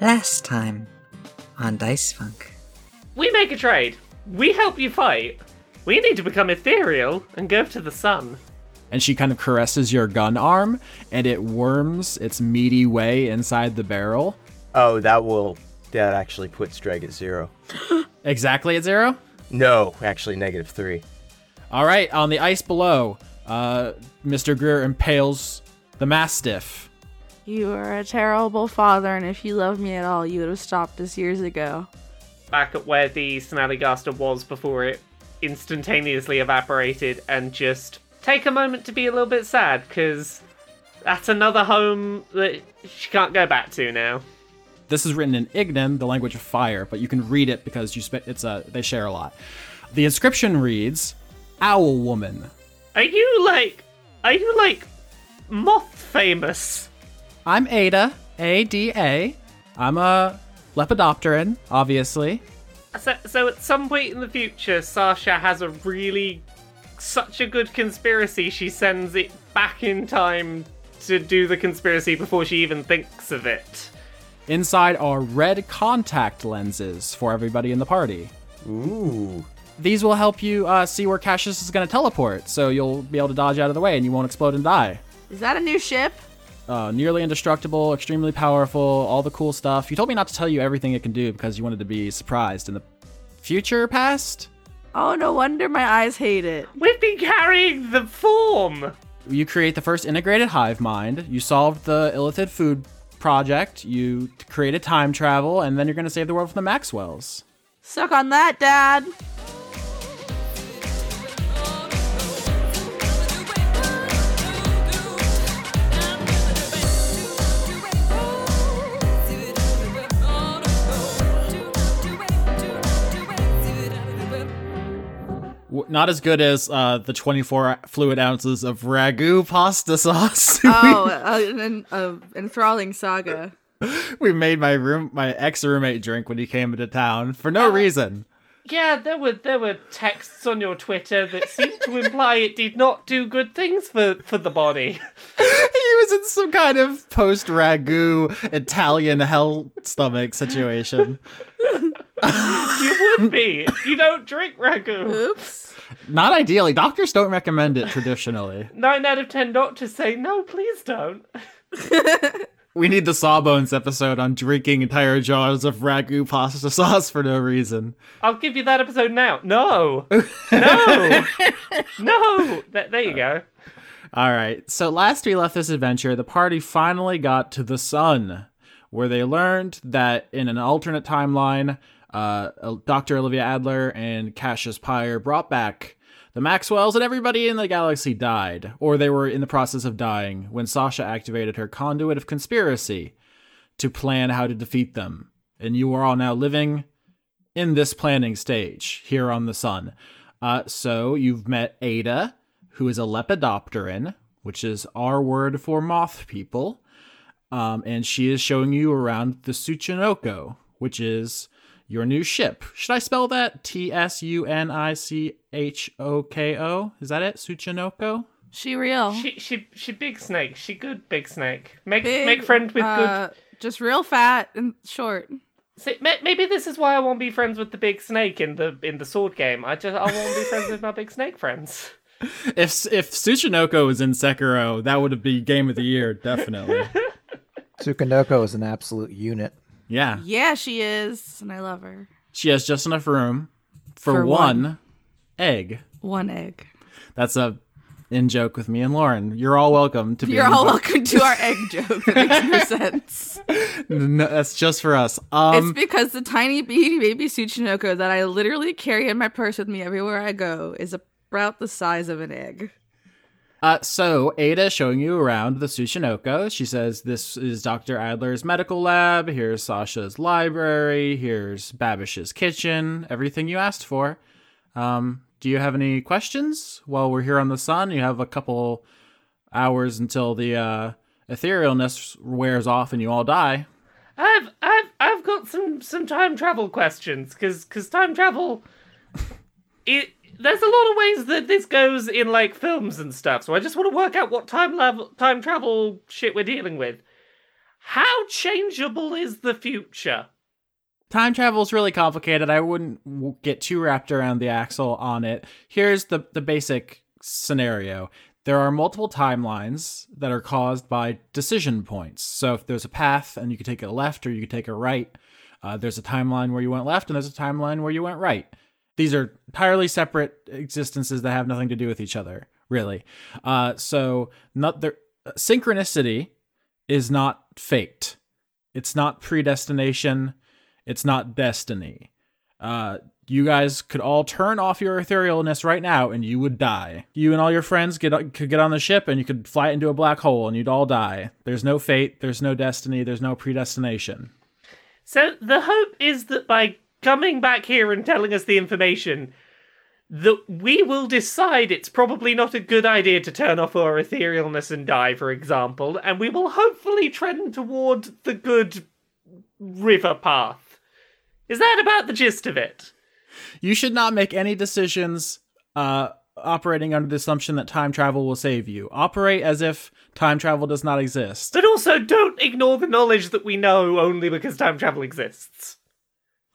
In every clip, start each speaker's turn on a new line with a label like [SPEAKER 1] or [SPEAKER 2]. [SPEAKER 1] last time on Dice Funk.
[SPEAKER 2] We make a trade. We help you fight. We need to become ethereal and go to the sun.
[SPEAKER 3] and she kind of caresses your gun arm and it worms its meaty way inside the barrel.
[SPEAKER 4] Oh, that will. That actually puts Dreg at zero.
[SPEAKER 3] Exactly at zero?
[SPEAKER 4] No, actually, negative three.
[SPEAKER 3] All right, on the ice below, uh, Mr. Greer impales the Mastiff.
[SPEAKER 5] You are a terrible father, and if you loved me at all, you would have stopped this years ago.
[SPEAKER 2] Back at where the Snallygaster was before it instantaneously evaporated and just take a moment to be a little bit sad because that's another home that she can't go back to now.
[SPEAKER 3] This is written in Ignan, the language of fire, but you can read it because you sp- it's a, they share a lot. The inscription reads, "Owl Woman,
[SPEAKER 2] Are you like. Are you like. moth famous?
[SPEAKER 3] I'm Ada, A D A. I'm a lepidopteran, obviously.
[SPEAKER 2] So, so at some point in the future, Sasha has a really such a good conspiracy. She sends it back in time to do the conspiracy before she even thinks of it.
[SPEAKER 3] Inside are red contact lenses for everybody in the party.
[SPEAKER 4] Ooh.
[SPEAKER 3] These will help you uh, see where Cassius is going to teleport, so you'll be able to dodge out of the way and you won't explode and die.
[SPEAKER 5] Is that a new ship?
[SPEAKER 3] Uh, nearly indestructible, extremely powerful, all the cool stuff. You told me not to tell you everything it can do because you wanted to be surprised in the future past.
[SPEAKER 5] Oh, no wonder my eyes hate it.
[SPEAKER 2] We've been carrying the form.
[SPEAKER 3] You create the first integrated hive mind. You solved the illithid food project. You t- created time travel, and then you're going to save the world from the Maxwells.
[SPEAKER 5] Suck on that, Dad!
[SPEAKER 3] W- not as good as uh, the 24 fluid ounces of ragu pasta sauce.
[SPEAKER 5] Oh, uh, an uh, enthralling saga.
[SPEAKER 3] we made my room my ex roommate drink when he came into town for no reason.
[SPEAKER 2] Yeah, there were there were texts on your Twitter that seemed to imply it did not do good things for for the body.
[SPEAKER 3] he was in some kind of post ragu Italian hell stomach situation.
[SPEAKER 2] You would be. You don't drink ragu.
[SPEAKER 5] Oops.
[SPEAKER 3] Not ideally. Doctors don't recommend it traditionally.
[SPEAKER 2] Nine out of ten doctors say no. Please don't.
[SPEAKER 3] We need the Sawbones episode on drinking entire jars of ragu pasta sauce for no reason.
[SPEAKER 2] I'll give you that episode now. No, no, no. Th- there you go.
[SPEAKER 3] All right. So last we left this adventure, the party finally got to the sun, where they learned that in an alternate timeline, uh, Dr. Olivia Adler and Cassius Pyre brought back the Maxwells, and everybody in the galaxy died, or they were in the process of dying when Sasha activated her conduit of conspiracy to plan how to defeat them. And you are all now living in this planning stage here on the sun. Uh, so you've met Ada, who is a lepidopteran, which is our word for moth people. Um, and she is showing you around the Tsuchinoko, which is your new ship. Should I spell that? T S U N I C H O K O? Is that it? Tsuchinoko?
[SPEAKER 5] She real.
[SPEAKER 2] She, she, she, big snake. She good, big snake. Make,
[SPEAKER 5] Big,
[SPEAKER 2] make friend with
[SPEAKER 5] uh, Just real fat and short.
[SPEAKER 2] good. See, ma- maybe this is why I won't be friends with the big snake in the in the sword game. I just I won't be friends with my big snake friends.
[SPEAKER 3] If if Tsuchinoko was in Sekiro, that would be game of the year, definitely.
[SPEAKER 6] Tsukanoko is an absolute unit.
[SPEAKER 3] yeah.
[SPEAKER 5] Yeah, she is, and I love her.
[SPEAKER 3] She has just enough room for,
[SPEAKER 5] For one.
[SPEAKER 3] one egg.
[SPEAKER 5] One egg.
[SPEAKER 3] That's a in joke with me and Lauren. You're all welcome to be.
[SPEAKER 5] You're
[SPEAKER 3] in the
[SPEAKER 5] all
[SPEAKER 3] bo-
[SPEAKER 5] welcome to our egg joke. That makes no sense.
[SPEAKER 3] No, that's just for us. Um,
[SPEAKER 5] it's because the tiny beady baby Tsuchinoko that I literally carry in my purse with me everywhere I go is about the size of an egg.
[SPEAKER 3] uh, so Ada is showing you around the Sushinoko. She says this is Dr. Adler's medical lab. Here's Sasha's library. Here's Babish's kitchen. Everything you asked for. Um, do you have any questions? While we're here on the sun, you have a couple hours until the uh, etherealness wears off and you all die.
[SPEAKER 2] I've I've I've got some some time travel questions because time travel it there's a lot of ways that this goes in like films and stuff. So I just want to work out what time level time travel shit we're dealing with. How changeable is the future?
[SPEAKER 3] Time travel is really complicated. I wouldn't w- get too wrapped around the axle on it. Here's the, the basic scenario there are multiple timelines that are caused by decision points. So if there's a path and you could take a left or you could take a right, uh, there's a timeline where you went left and there's a timeline where you went right. These are entirely separate existences that have nothing to do with each other, really. Uh, so not there, synchronicity is not fate. It's not predestination. It's not destiny. Uh, you guys could all turn off your etherealness right now, and you would die. You and all your friends get could get on the ship, and you could fly into a black hole, and you'd all die. There's no fate. There's no destiny. There's no predestination.
[SPEAKER 2] So the hope is that by coming back here and telling us the information, that we will decide it's probably not a good idea to turn off our etherealness and die, for example, and we will hopefully trend toward the good river path. Is that about the gist of it?
[SPEAKER 3] You should not make any decisions uh, operating under the assumption that time travel will save you. Operate as if time travel does not exist.
[SPEAKER 2] But also, don't ignore the knowledge that we know only because time travel exists.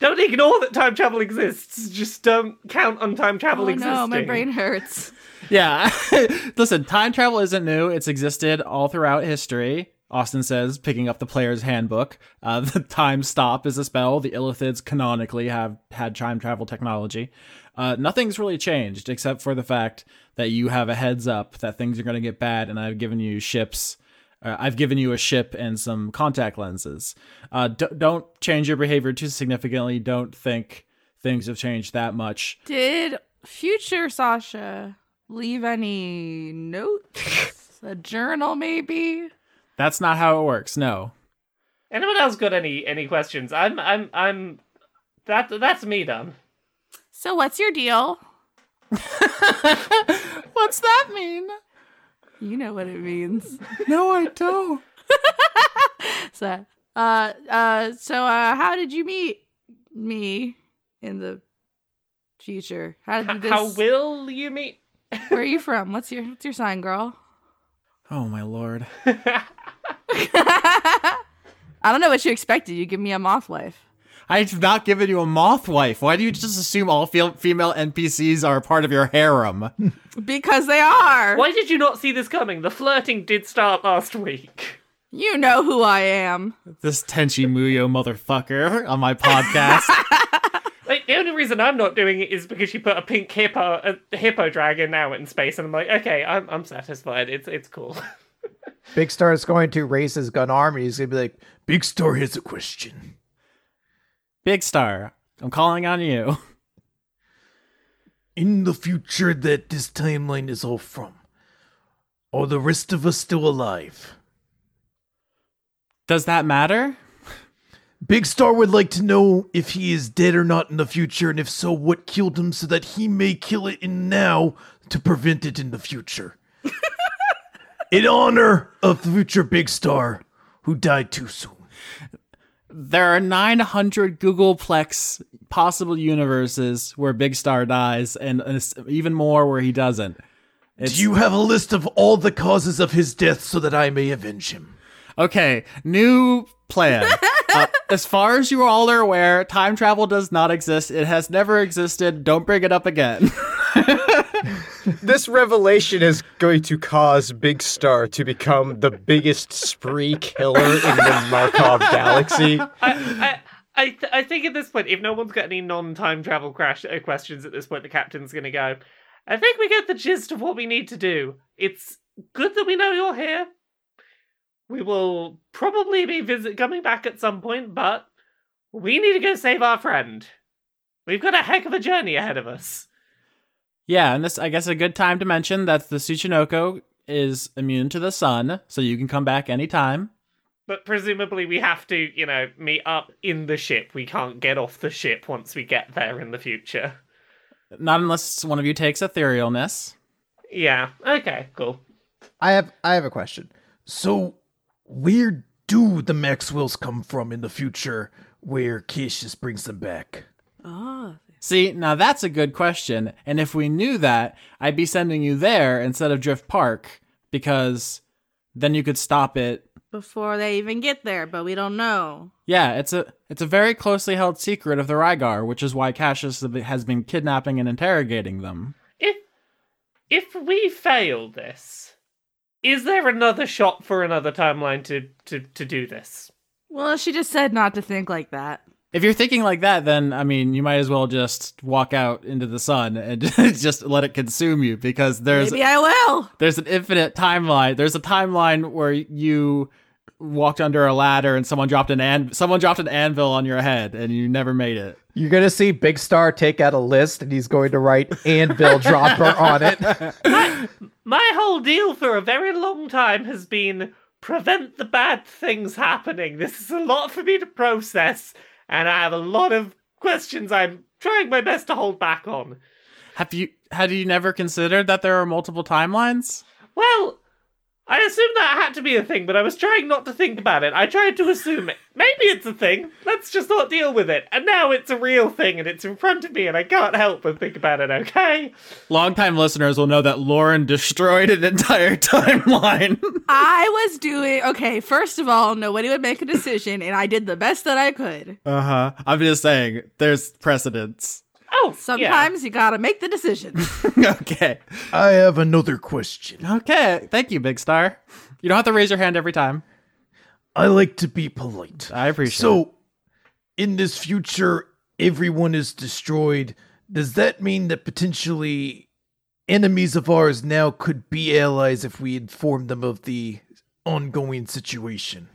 [SPEAKER 2] Don't ignore that time travel exists. Just don't count on time travel
[SPEAKER 5] Oh
[SPEAKER 2] existing.
[SPEAKER 5] no, my brain hurts.
[SPEAKER 3] Yeah. Listen, time travel isn't new. It's existed all throughout history. Austin says, picking up the player's handbook. Uh, the time stop is a spell. The Illithids canonically have had time travel technology. Uh, nothing's really changed except for the fact that you have a heads up that things are going to get bad, and I've given you ships. Uh, I've given you a ship and some contact lenses. Uh, d- don't change your behavior too significantly. Don't think things have changed that much.
[SPEAKER 5] Did future Sasha leave any notes? A journal, maybe?
[SPEAKER 3] That's not how it works. No.
[SPEAKER 2] Anyone else got any any questions? I'm I'm I'm that that's me done.
[SPEAKER 5] So, what's your deal?
[SPEAKER 3] What's that mean?
[SPEAKER 5] You know what it means.
[SPEAKER 3] No, I don't.
[SPEAKER 5] So, uh, uh, so, uh, how did you meet me in the future? How
[SPEAKER 2] H-
[SPEAKER 5] did this?
[SPEAKER 2] How will you meet?
[SPEAKER 5] where are you from? What's your what's your sign, girl?
[SPEAKER 3] Oh my lord.
[SPEAKER 5] I don't know what you expected. You give me a moth wife.
[SPEAKER 3] I've not given you a moth wife. Why do you just assume all fe- female NPCs are a part of your harem?
[SPEAKER 5] Because they are.
[SPEAKER 2] Why did you not see this coming? The flirting did start last week.
[SPEAKER 5] You know who I am.
[SPEAKER 3] this Tenchi Muyo motherfucker on my podcast.
[SPEAKER 2] Like, the only reason I'm not doing it is because you put a pink hippo a hippo dragon now in space, and I'm like, okay, I'm I'm satisfied. It's it's cool.
[SPEAKER 6] Big Star is going to raise his gun arm and he's going to be like, Big Star has a question.
[SPEAKER 3] Big Star, I'm calling on you.
[SPEAKER 6] In the future that this timeline is all from, are the rest of us still alive?
[SPEAKER 3] Does that matter?
[SPEAKER 6] Big Star would like to know if he is dead or not in the future, and if so, what killed him so that he may kill it in now to prevent it in the future. in honor of future Big Star, who died too soon.
[SPEAKER 3] There are 900 Googleplex possible universes where Big Star dies, and, and even more where he doesn't.
[SPEAKER 6] Do you have a list of all the causes of his death so that I may avenge him?
[SPEAKER 3] Okay, new plan. Uh, as far as you all are aware, time travel does not exist. It has never existed. Don't bring it up again.
[SPEAKER 4] This revelation is going to cause Big Star to become the biggest spree killer in the Markov galaxy.
[SPEAKER 2] I I th- I think at this point, if no one's got any non-time travel crash uh, questions at this point, the captain's gonna go. I think we get the gist of what we need to do. It's good that we know you're here. We will probably be visit coming back at some point, but we need to go save our friend. We've got a heck of a journey ahead of us.
[SPEAKER 3] yeah, and this, I guess, a good time to mention that the Tsuchinoko is immune to the sun, so you can come back anytime.
[SPEAKER 2] But presumably, we have to, you know, meet up in the ship. We can't get off the ship once we get there in the future.
[SPEAKER 3] Not unless one of you takes etherealness.
[SPEAKER 2] Yeah. Okay. Cool.
[SPEAKER 7] I have I have a question.
[SPEAKER 6] So, where do the Maxwells come from in the future where Cassius brings them back?
[SPEAKER 5] Oh,
[SPEAKER 3] See, now that's a good question. And if we knew that, I'd be sending you there instead of Drift Park because then you could stop it
[SPEAKER 5] before they even get there, but we don't know.
[SPEAKER 3] Yeah, it's a it's a very closely held secret of the Rygar, which is why Cassius has been kidnapping and interrogating them.
[SPEAKER 2] If if we fail this, is there another shot for another timeline to to to do this?
[SPEAKER 5] Well, she just said not to think like that.
[SPEAKER 3] If you're thinking like that, then I mean, you might as well just walk out into the sun and just let it consume you because there's
[SPEAKER 5] Maybe I will.
[SPEAKER 3] there's an infinite timeline. There's a timeline where you walked under a ladder and someone dropped an an- someone dropped an anvil on your head and you never made it.
[SPEAKER 7] You're gonna see Big Star take out a list and he's going to write anvil dropper on it.
[SPEAKER 2] My whole deal for a very long time has been prevent the bad things happening. This is a lot for me to process, and I have a lot of questions I'm trying my best to hold back on.
[SPEAKER 3] Have you had you never considered that there are multiple timelines?
[SPEAKER 2] Well, I assume that had to be a thing, but I was trying not to think about it. I tried to assume it. Maybe it's a thing. Let's just not deal with it. And now it's a real thing and it's in front of me and I can't help but think about it, okay?
[SPEAKER 3] Longtime listeners will know that Lauren destroyed an entire timeline.
[SPEAKER 5] I was doing okay. First of all, nobody would make a decision, and I did the best that I could.
[SPEAKER 3] Uh huh. I'm just saying, there's precedence.
[SPEAKER 2] Oh, yeah.
[SPEAKER 5] Sometimes you gotta make the decision.
[SPEAKER 3] okay.
[SPEAKER 6] I have another question.
[SPEAKER 3] Okay. Thank you, Big Star. You don't have to raise your hand every time.
[SPEAKER 6] I like to be polite.
[SPEAKER 3] I appreciate it.
[SPEAKER 6] So, in this future, everyone is destroyed. Does that mean that potentially enemies of ours now could be allies if we inform them of the ongoing situation?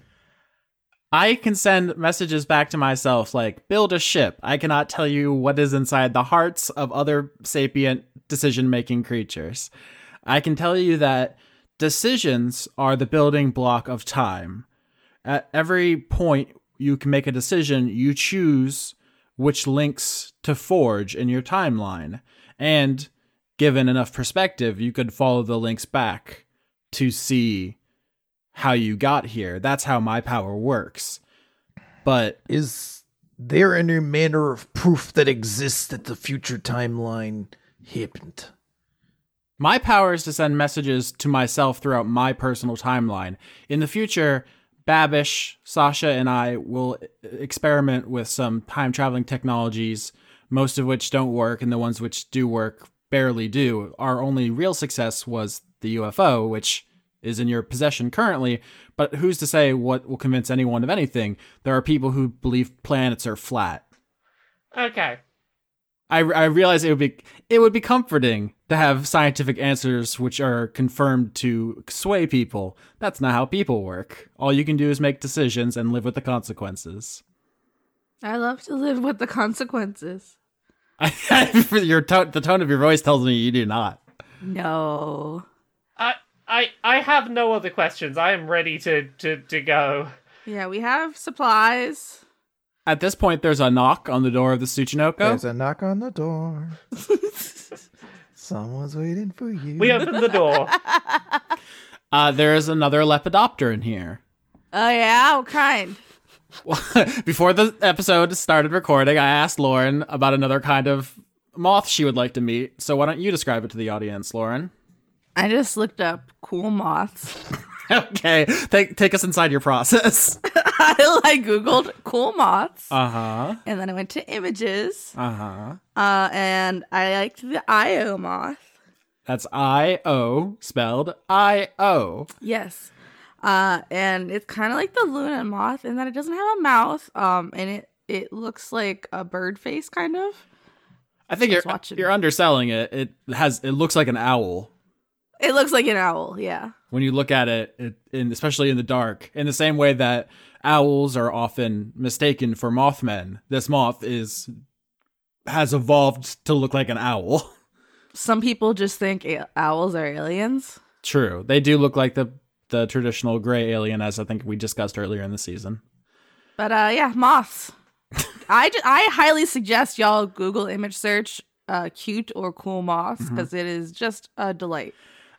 [SPEAKER 3] I can send messages back to myself like, build a ship. I cannot tell you what is inside the hearts of other sapient decision making creatures. I can tell you that decisions are the building block of time. At every point you can make a decision, you choose which links to forge in your timeline. And given enough perspective, you could follow the links back to see how you got here. That's how my power works. But
[SPEAKER 6] Is there any manner of proof that exists that the future timeline happened?
[SPEAKER 3] my power is to send messages to myself throughout my personal timeline. In the future, Babish, Sasha, and I will e-, experiment with some time traveling technologies, most of which don't work, and the ones which do work barely do. Our only real success was the UFO, which is in your possession currently, but who's to say what will convince anyone of anything? There are people who believe planets are flat.
[SPEAKER 2] Okay.
[SPEAKER 3] I, I realize it would be it would be comforting to have scientific answers which are confirmed to sway people. That's not how people work. All you can do is make decisions and live with the consequences.
[SPEAKER 5] I love to live with the consequences.
[SPEAKER 3] your tone, the tone of your voice tells me you do not.
[SPEAKER 5] No.
[SPEAKER 2] I I I have no other questions. I am ready to to to go.
[SPEAKER 5] Yeah, we have supplies.
[SPEAKER 3] At this point, there's a knock on the door of the
[SPEAKER 7] There's
[SPEAKER 3] Tsuchinoko.
[SPEAKER 7] a knock on the door. Someone's waiting for you.
[SPEAKER 2] We open the door.
[SPEAKER 3] uh, there is another Lepidopter in here.
[SPEAKER 5] Oh yeah, what kind?
[SPEAKER 3] Before the episode started recording, I asked Lauren about another kind of moth she would like to meet. So why don't you describe it to the audience, Lauren?
[SPEAKER 5] I just looked up cool moths.
[SPEAKER 3] okay, take take us inside your process.
[SPEAKER 5] I like googled cool moths,
[SPEAKER 3] Uh huh.
[SPEAKER 5] and then I went to images,
[SPEAKER 3] Uh huh.
[SPEAKER 5] uh, and I liked the IO moth.
[SPEAKER 3] That's I O spelled I O.
[SPEAKER 5] Yes. Uh, and it's kind of like the Luna moth in that it doesn't have a mouth. Um, and it it looks like a bird face, kind of.
[SPEAKER 3] I think
[SPEAKER 5] I
[SPEAKER 3] you're
[SPEAKER 5] was watching.
[SPEAKER 3] you're underselling it. It has it looks like an owl
[SPEAKER 5] It looks like an owl. Yeah.
[SPEAKER 3] when you look at it, it in, especially in the dark. In the same way that owls are often mistaken for mothmen, this moth is has evolved to look like an owl.
[SPEAKER 5] Some people just think a- owls are aliens.
[SPEAKER 3] True, they do look like the the traditional gray alien, as I think we discussed earlier in the season.
[SPEAKER 5] But uh, yeah, moths. I, ju- I highly suggest y'all Google image search uh, cute or cool moths because is just a delight.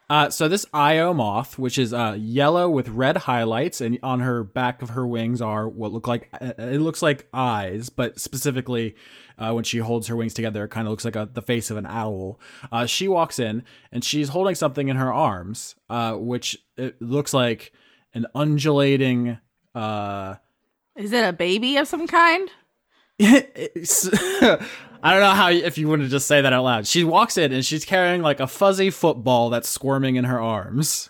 [SPEAKER 3] Uh, so this Io moth, which is uh, yellow with red highlights, and on her back of her wings are what look like uh, it looks like eyes, but specifically uh, when she holds her wings together, it kind of looks like a, the face of an owl. Uh, she walks in and she's holding something in her arms, uh, which it looks like an undulating uh
[SPEAKER 5] Is it a baby of some kind?
[SPEAKER 3] it's- I don't know how if you want to just say that out loud. She walks in and she's carrying like a fuzzy football that's squirming in her arms.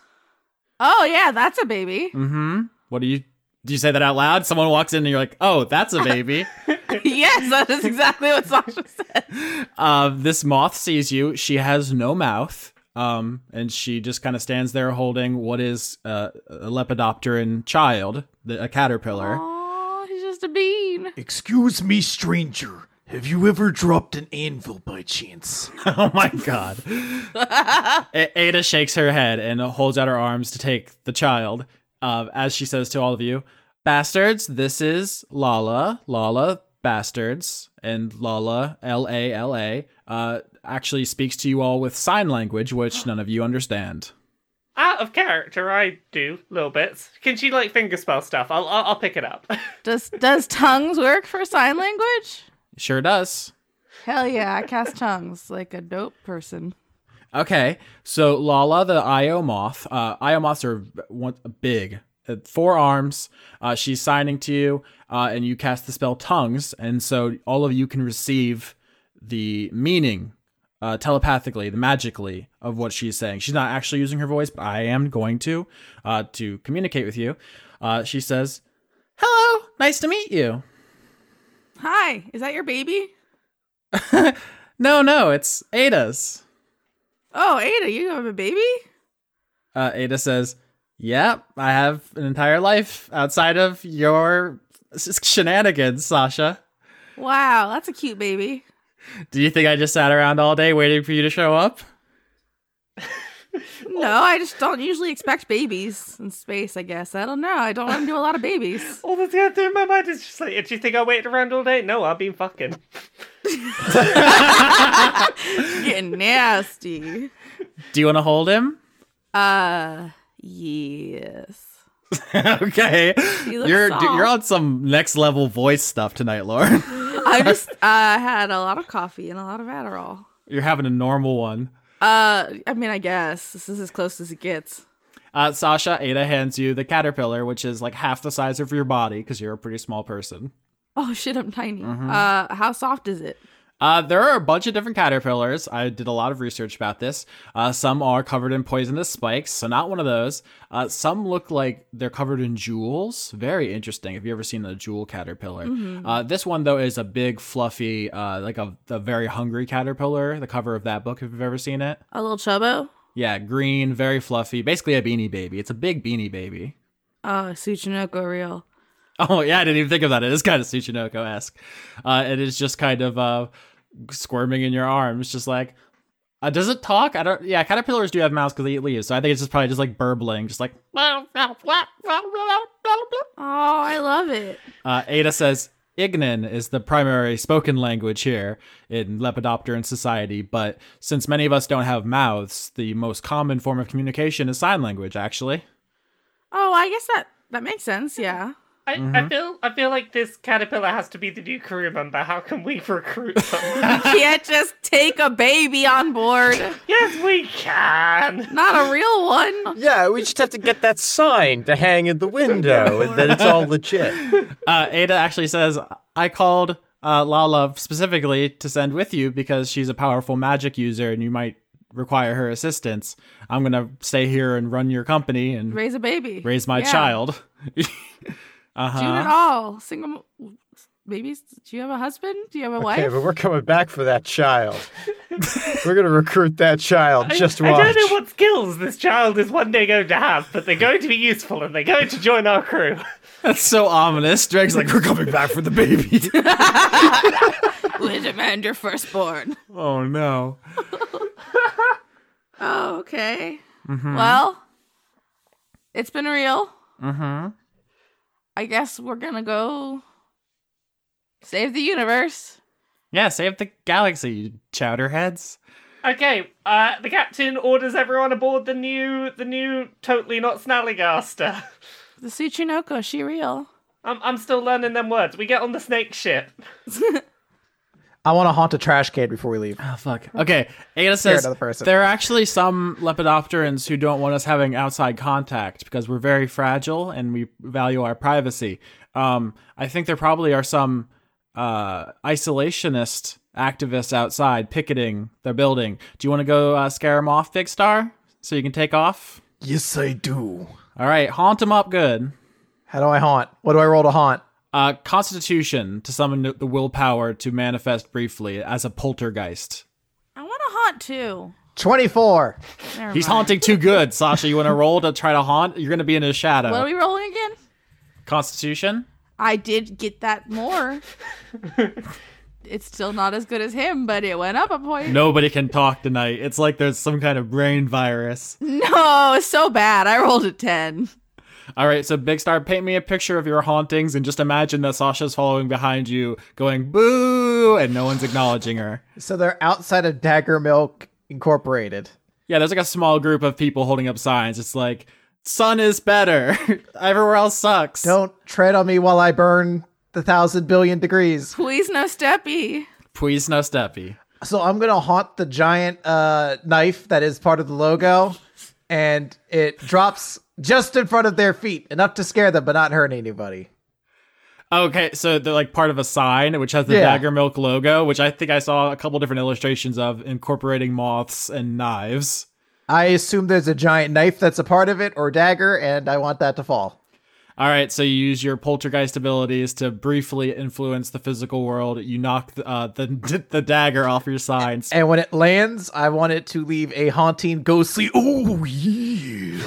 [SPEAKER 5] Oh yeah, that's a baby.
[SPEAKER 3] Mm-hmm. What do you do? You say that out loud. Someone walks in and you're like, "Oh, that's a baby."
[SPEAKER 5] yes, that is exactly what Sasha said.
[SPEAKER 3] uh, this moth sees you. She has no mouth, um, and she just kind of stands there holding what is uh, a lepidopteran child, the, a caterpillar.
[SPEAKER 5] Oh, he's just a bean.
[SPEAKER 6] Excuse me, stranger. Have you ever dropped an anvil by chance?
[SPEAKER 3] oh my god. A- Ada shakes her head and holds out her arms to take the child. Uh, as she says to all of you, "Bastards, this is Lala, Lala, bastards." And Lala, L A L A, uh, actually speaks to you all with sign language, which none of you understand.
[SPEAKER 2] Out of character, I do little bits. Can she like fingerspell stuff? I'll I'll, I'll pick it up.
[SPEAKER 5] Does does tongues work for sign language?
[SPEAKER 3] Sure does.
[SPEAKER 5] Hell yeah, I cast tongues like a dope person.
[SPEAKER 3] Okay, so Lala, the Io moth. Uh, Io moths are one, big, uh, four arms. Uh, she's signing to you, uh, and you cast the spell tongues, and so all of you can receive the meaning uh, telepathically, the magically of what she's saying. She's not actually using her voice, but I am going to uh, to communicate with you. Uh, she says, "Hello, nice to meet you."
[SPEAKER 5] Hi, is that your baby?
[SPEAKER 3] No, no, it's Ada's.
[SPEAKER 5] Oh, Ada, you have a baby?
[SPEAKER 3] Uh, Ada says, "Yeah, I have an entire life outside of your s- shenanigans, Sasha.
[SPEAKER 5] Wow, that's a cute baby.
[SPEAKER 3] Do you think I just sat around all day waiting for you to show up?
[SPEAKER 5] No, I just don't usually expect babies in space, I guess. I don't know. I don't want to do a lot of babies.
[SPEAKER 2] all that's going through my mind is just like, do you think I waited around all day? No, I've been fucking.
[SPEAKER 5] Getting nasty.
[SPEAKER 3] Do you want to hold him?
[SPEAKER 5] Uh, yes.
[SPEAKER 3] okay,
[SPEAKER 5] You look
[SPEAKER 3] you're
[SPEAKER 5] soft.
[SPEAKER 3] d- you're on some next level voice stuff tonight, Lauren.
[SPEAKER 5] I just uh, had a lot of coffee and a lot of Adderall.
[SPEAKER 3] you're having a normal one."
[SPEAKER 5] Uh, I mean, I guess this is as close as it gets.
[SPEAKER 3] Uh, Sasha, Ada hands you the caterpillar, which is like half the size of your body because you're a pretty small person.
[SPEAKER 5] Oh shit, I'm tiny.
[SPEAKER 3] Mm-hmm.
[SPEAKER 5] Uh, how soft is it?
[SPEAKER 3] Uh, there are a bunch of different caterpillars. I did a lot of research about this. Uh, some are covered in poisonous spikes, so not one of those. Uh, some look like they're covered in jewels. Very interesting. Have you ever seen a jewel caterpillar? Uh, this one though is a big, fluffy, uh, like a, a very hungry caterpillar. The cover of that book, if you've ever seen it.
[SPEAKER 5] A little chubbo?
[SPEAKER 3] Yeah, green, very fluffy. Basically a beanie baby. It's a big beanie baby.
[SPEAKER 5] Oh, Tsuchinoko real.
[SPEAKER 3] Oh yeah, I didn't even think of that. It is kind of Tsuchinoko esque. Uh, it is just kind of uh, squirming in your arms, just like. Uh, does it talk? I don't. Yeah, caterpillars do have mouths because they eat leaves, so I think it's just probably just like burbling, just like.
[SPEAKER 5] Oh, I love it.
[SPEAKER 3] Uh, Ada says Ignan is the primary spoken language here in Lepidopteran society, but since many of us don't have mouths, the most common form of communication is sign language. Actually,
[SPEAKER 5] Oh, I guess that that makes sense. Yeah.
[SPEAKER 2] I,
[SPEAKER 4] Mm-hmm.
[SPEAKER 2] I feel I feel like this caterpillar has to be the new crew member. How can we recruit someone?
[SPEAKER 5] Can't just take a baby on board.
[SPEAKER 2] yes, we can.
[SPEAKER 5] Not a real one.
[SPEAKER 4] Yeah, we just have to get that sign to hang in the window, and then it's all legit.
[SPEAKER 3] uh, Ada actually says, I called uh, Lala specifically to send with you because she's a powerful magic user and you might require her assistance. I'm going to stay here and run your company and raise,
[SPEAKER 5] Raise a baby.
[SPEAKER 3] my
[SPEAKER 5] Yeah.
[SPEAKER 3] child. uh
[SPEAKER 5] Do it
[SPEAKER 3] huh.
[SPEAKER 5] all. Single m- babies. Do you have a husband? Do you have a
[SPEAKER 4] Okay,
[SPEAKER 5] wife?
[SPEAKER 4] but we're coming back for that child. we're gonna recruit that child.
[SPEAKER 2] I-
[SPEAKER 4] just
[SPEAKER 2] I,
[SPEAKER 4] watch.
[SPEAKER 2] don't know what skills this child is one day going to have, but they're going to be useful and they're going to join our crew.
[SPEAKER 3] That's so ominous. Drake's like, we're coming back for the baby.
[SPEAKER 5] We demand your firstborn.
[SPEAKER 3] oh, no.
[SPEAKER 5] Oh, okay. Well, it's been real.
[SPEAKER 3] Mm-hmm.
[SPEAKER 5] I guess we're gonna go save the universe.
[SPEAKER 3] Yeah, save the galaxy, you chowder heads.
[SPEAKER 2] Okay, uh, the captain orders everyone aboard the new, the new, totally not Snallygaster.
[SPEAKER 5] The Tsuchinoko, she real.
[SPEAKER 2] I'm, I'm still learning them words. We get on the snake ship.
[SPEAKER 7] I want to haunt a trash can before we leave.
[SPEAKER 3] Oh, fuck. Okay. Ada says
[SPEAKER 7] another person.
[SPEAKER 3] there are actually some lepidopterans who don't want us having outside contact because we're very fragile and we value our privacy. Um, I think there probably are some uh, isolationist activists outside picketing their building. Do you want to go uh, scare them off, Big Star, so you can take off?
[SPEAKER 6] Yes, I do.
[SPEAKER 3] All right, haunt them up good.
[SPEAKER 7] How do I haunt? What do I roll to haunt?
[SPEAKER 3] Uh, Constitution to summon the willpower to manifest briefly as a poltergeist.
[SPEAKER 5] I want to haunt too.
[SPEAKER 7] 24.
[SPEAKER 5] Never
[SPEAKER 3] He's
[SPEAKER 5] mind.
[SPEAKER 3] haunting too good, Sasha. You want to roll to try to haunt? You're going to be in his shadow.
[SPEAKER 5] What are we rolling again?
[SPEAKER 3] Constitution?
[SPEAKER 5] I did get that more. it's still not as good as him, but it went up a point.
[SPEAKER 3] Nobody can talk tonight. It's like there's some kind of brain virus.
[SPEAKER 5] No, it's so bad. I rolled a 10.
[SPEAKER 3] All right, so Big Star, paint me a picture of your hauntings and just imagine that Sasha's following behind you, going boo, and no one's acknowledging her.
[SPEAKER 7] So they're outside of Dagger Milk Incorporated.
[SPEAKER 3] Yeah, there's like a small group of people holding up signs. It's like, sun is better. Everywhere else sucks.
[SPEAKER 7] Don't tread on me while I burn the thousand billion degrees.
[SPEAKER 5] Please, no steppy.
[SPEAKER 3] Please, no steppy.
[SPEAKER 7] So I'm gonna haunt the giant uh, knife that is part of the logo, and it drops just in front of their feet, enough to scare them but not hurt anybody.
[SPEAKER 3] Okay, so they're like part of a sign which has the
[SPEAKER 7] Yeah.
[SPEAKER 3] Dagger Milk logo, which I think I saw a couple different illustrations of incorporating moths and knives.
[SPEAKER 7] I assume there's a giant knife that's a part of it or dagger, and I want that to fall.
[SPEAKER 3] All right, so you use your poltergeist abilities to briefly influence the physical world. You knock the uh, the, the dagger off your signs.
[SPEAKER 7] And when it lands, I want it to leave a haunting, ghostly.
[SPEAKER 6] Oh, yeah.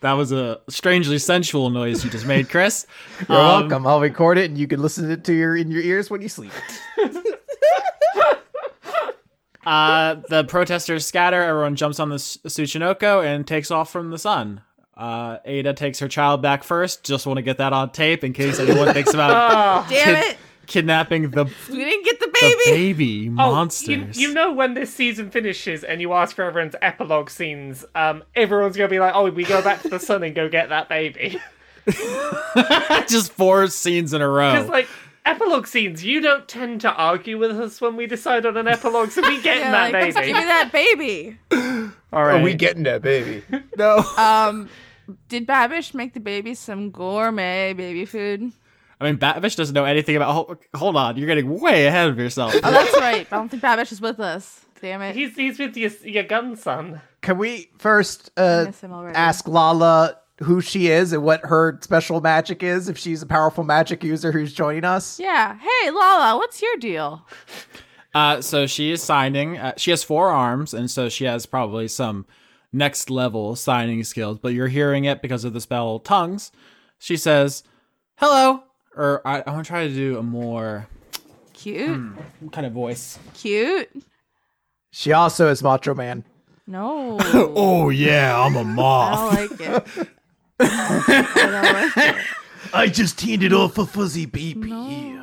[SPEAKER 3] That was a strangely sensual noise you just made, Chris.
[SPEAKER 7] You're
[SPEAKER 3] Um,
[SPEAKER 7] welcome. I'll record it, and you can listen it to your in your ears when you sleep.
[SPEAKER 3] Uh, the protesters scatter. Everyone jumps on the S- Tsuchinoko and takes off from the sun. Uh, Ada takes her child back first. Just want to get that on tape in case anyone thinks about
[SPEAKER 5] Damn it.
[SPEAKER 3] kidnapping the,
[SPEAKER 5] We didn't get the
[SPEAKER 3] the
[SPEAKER 5] baby.
[SPEAKER 3] baby
[SPEAKER 2] Oh, you-
[SPEAKER 3] monsters.
[SPEAKER 2] You, know when this season finishes and you ask for everyone's epilogue scenes, um, everyone's gonna be like, "Oh, we go back to the sun and go get that baby."
[SPEAKER 3] just four scenes in a row.
[SPEAKER 2] Because like epilogue scenes, you don't tend to argue with us when we decide on an epilogue, so we get
[SPEAKER 5] Yeah,
[SPEAKER 2] that
[SPEAKER 5] like,
[SPEAKER 2] baby.
[SPEAKER 5] Give me that baby.
[SPEAKER 3] All
[SPEAKER 4] Are
[SPEAKER 3] right,
[SPEAKER 4] we getting that baby?
[SPEAKER 3] no.
[SPEAKER 5] Um, did Babish make the baby some gourmet baby food?
[SPEAKER 3] I mean, Babish doesn't know anything about. Hold, hold on, you're getting way ahead of yourself.
[SPEAKER 5] Oh, that's right. I don't think Babish is with us. Damn it.
[SPEAKER 2] He's he's with your your gun son.
[SPEAKER 7] Can we first uh,
[SPEAKER 5] miss him already.
[SPEAKER 7] ask Lala who she is and what her special magic is? If she's a powerful magic user who's joining us,
[SPEAKER 5] yeah. Hey, Lala, what's your deal?
[SPEAKER 3] Uh, so she is signing. Uh, she has four arms, and so she has probably some next level signing skills. But you're hearing it because of the spell tongues. She says, "Hello," or I, I want to try to do a more
[SPEAKER 5] Cute.
[SPEAKER 2] Hmm.
[SPEAKER 3] kind of voice.
[SPEAKER 5] Cute.
[SPEAKER 7] she also is Macho Man.
[SPEAKER 5] No.
[SPEAKER 6] Oh, yeah, I'm a
[SPEAKER 5] I
[SPEAKER 6] moth.
[SPEAKER 5] don't like it. I don't like it.
[SPEAKER 6] I just handed off a fuzzy baby.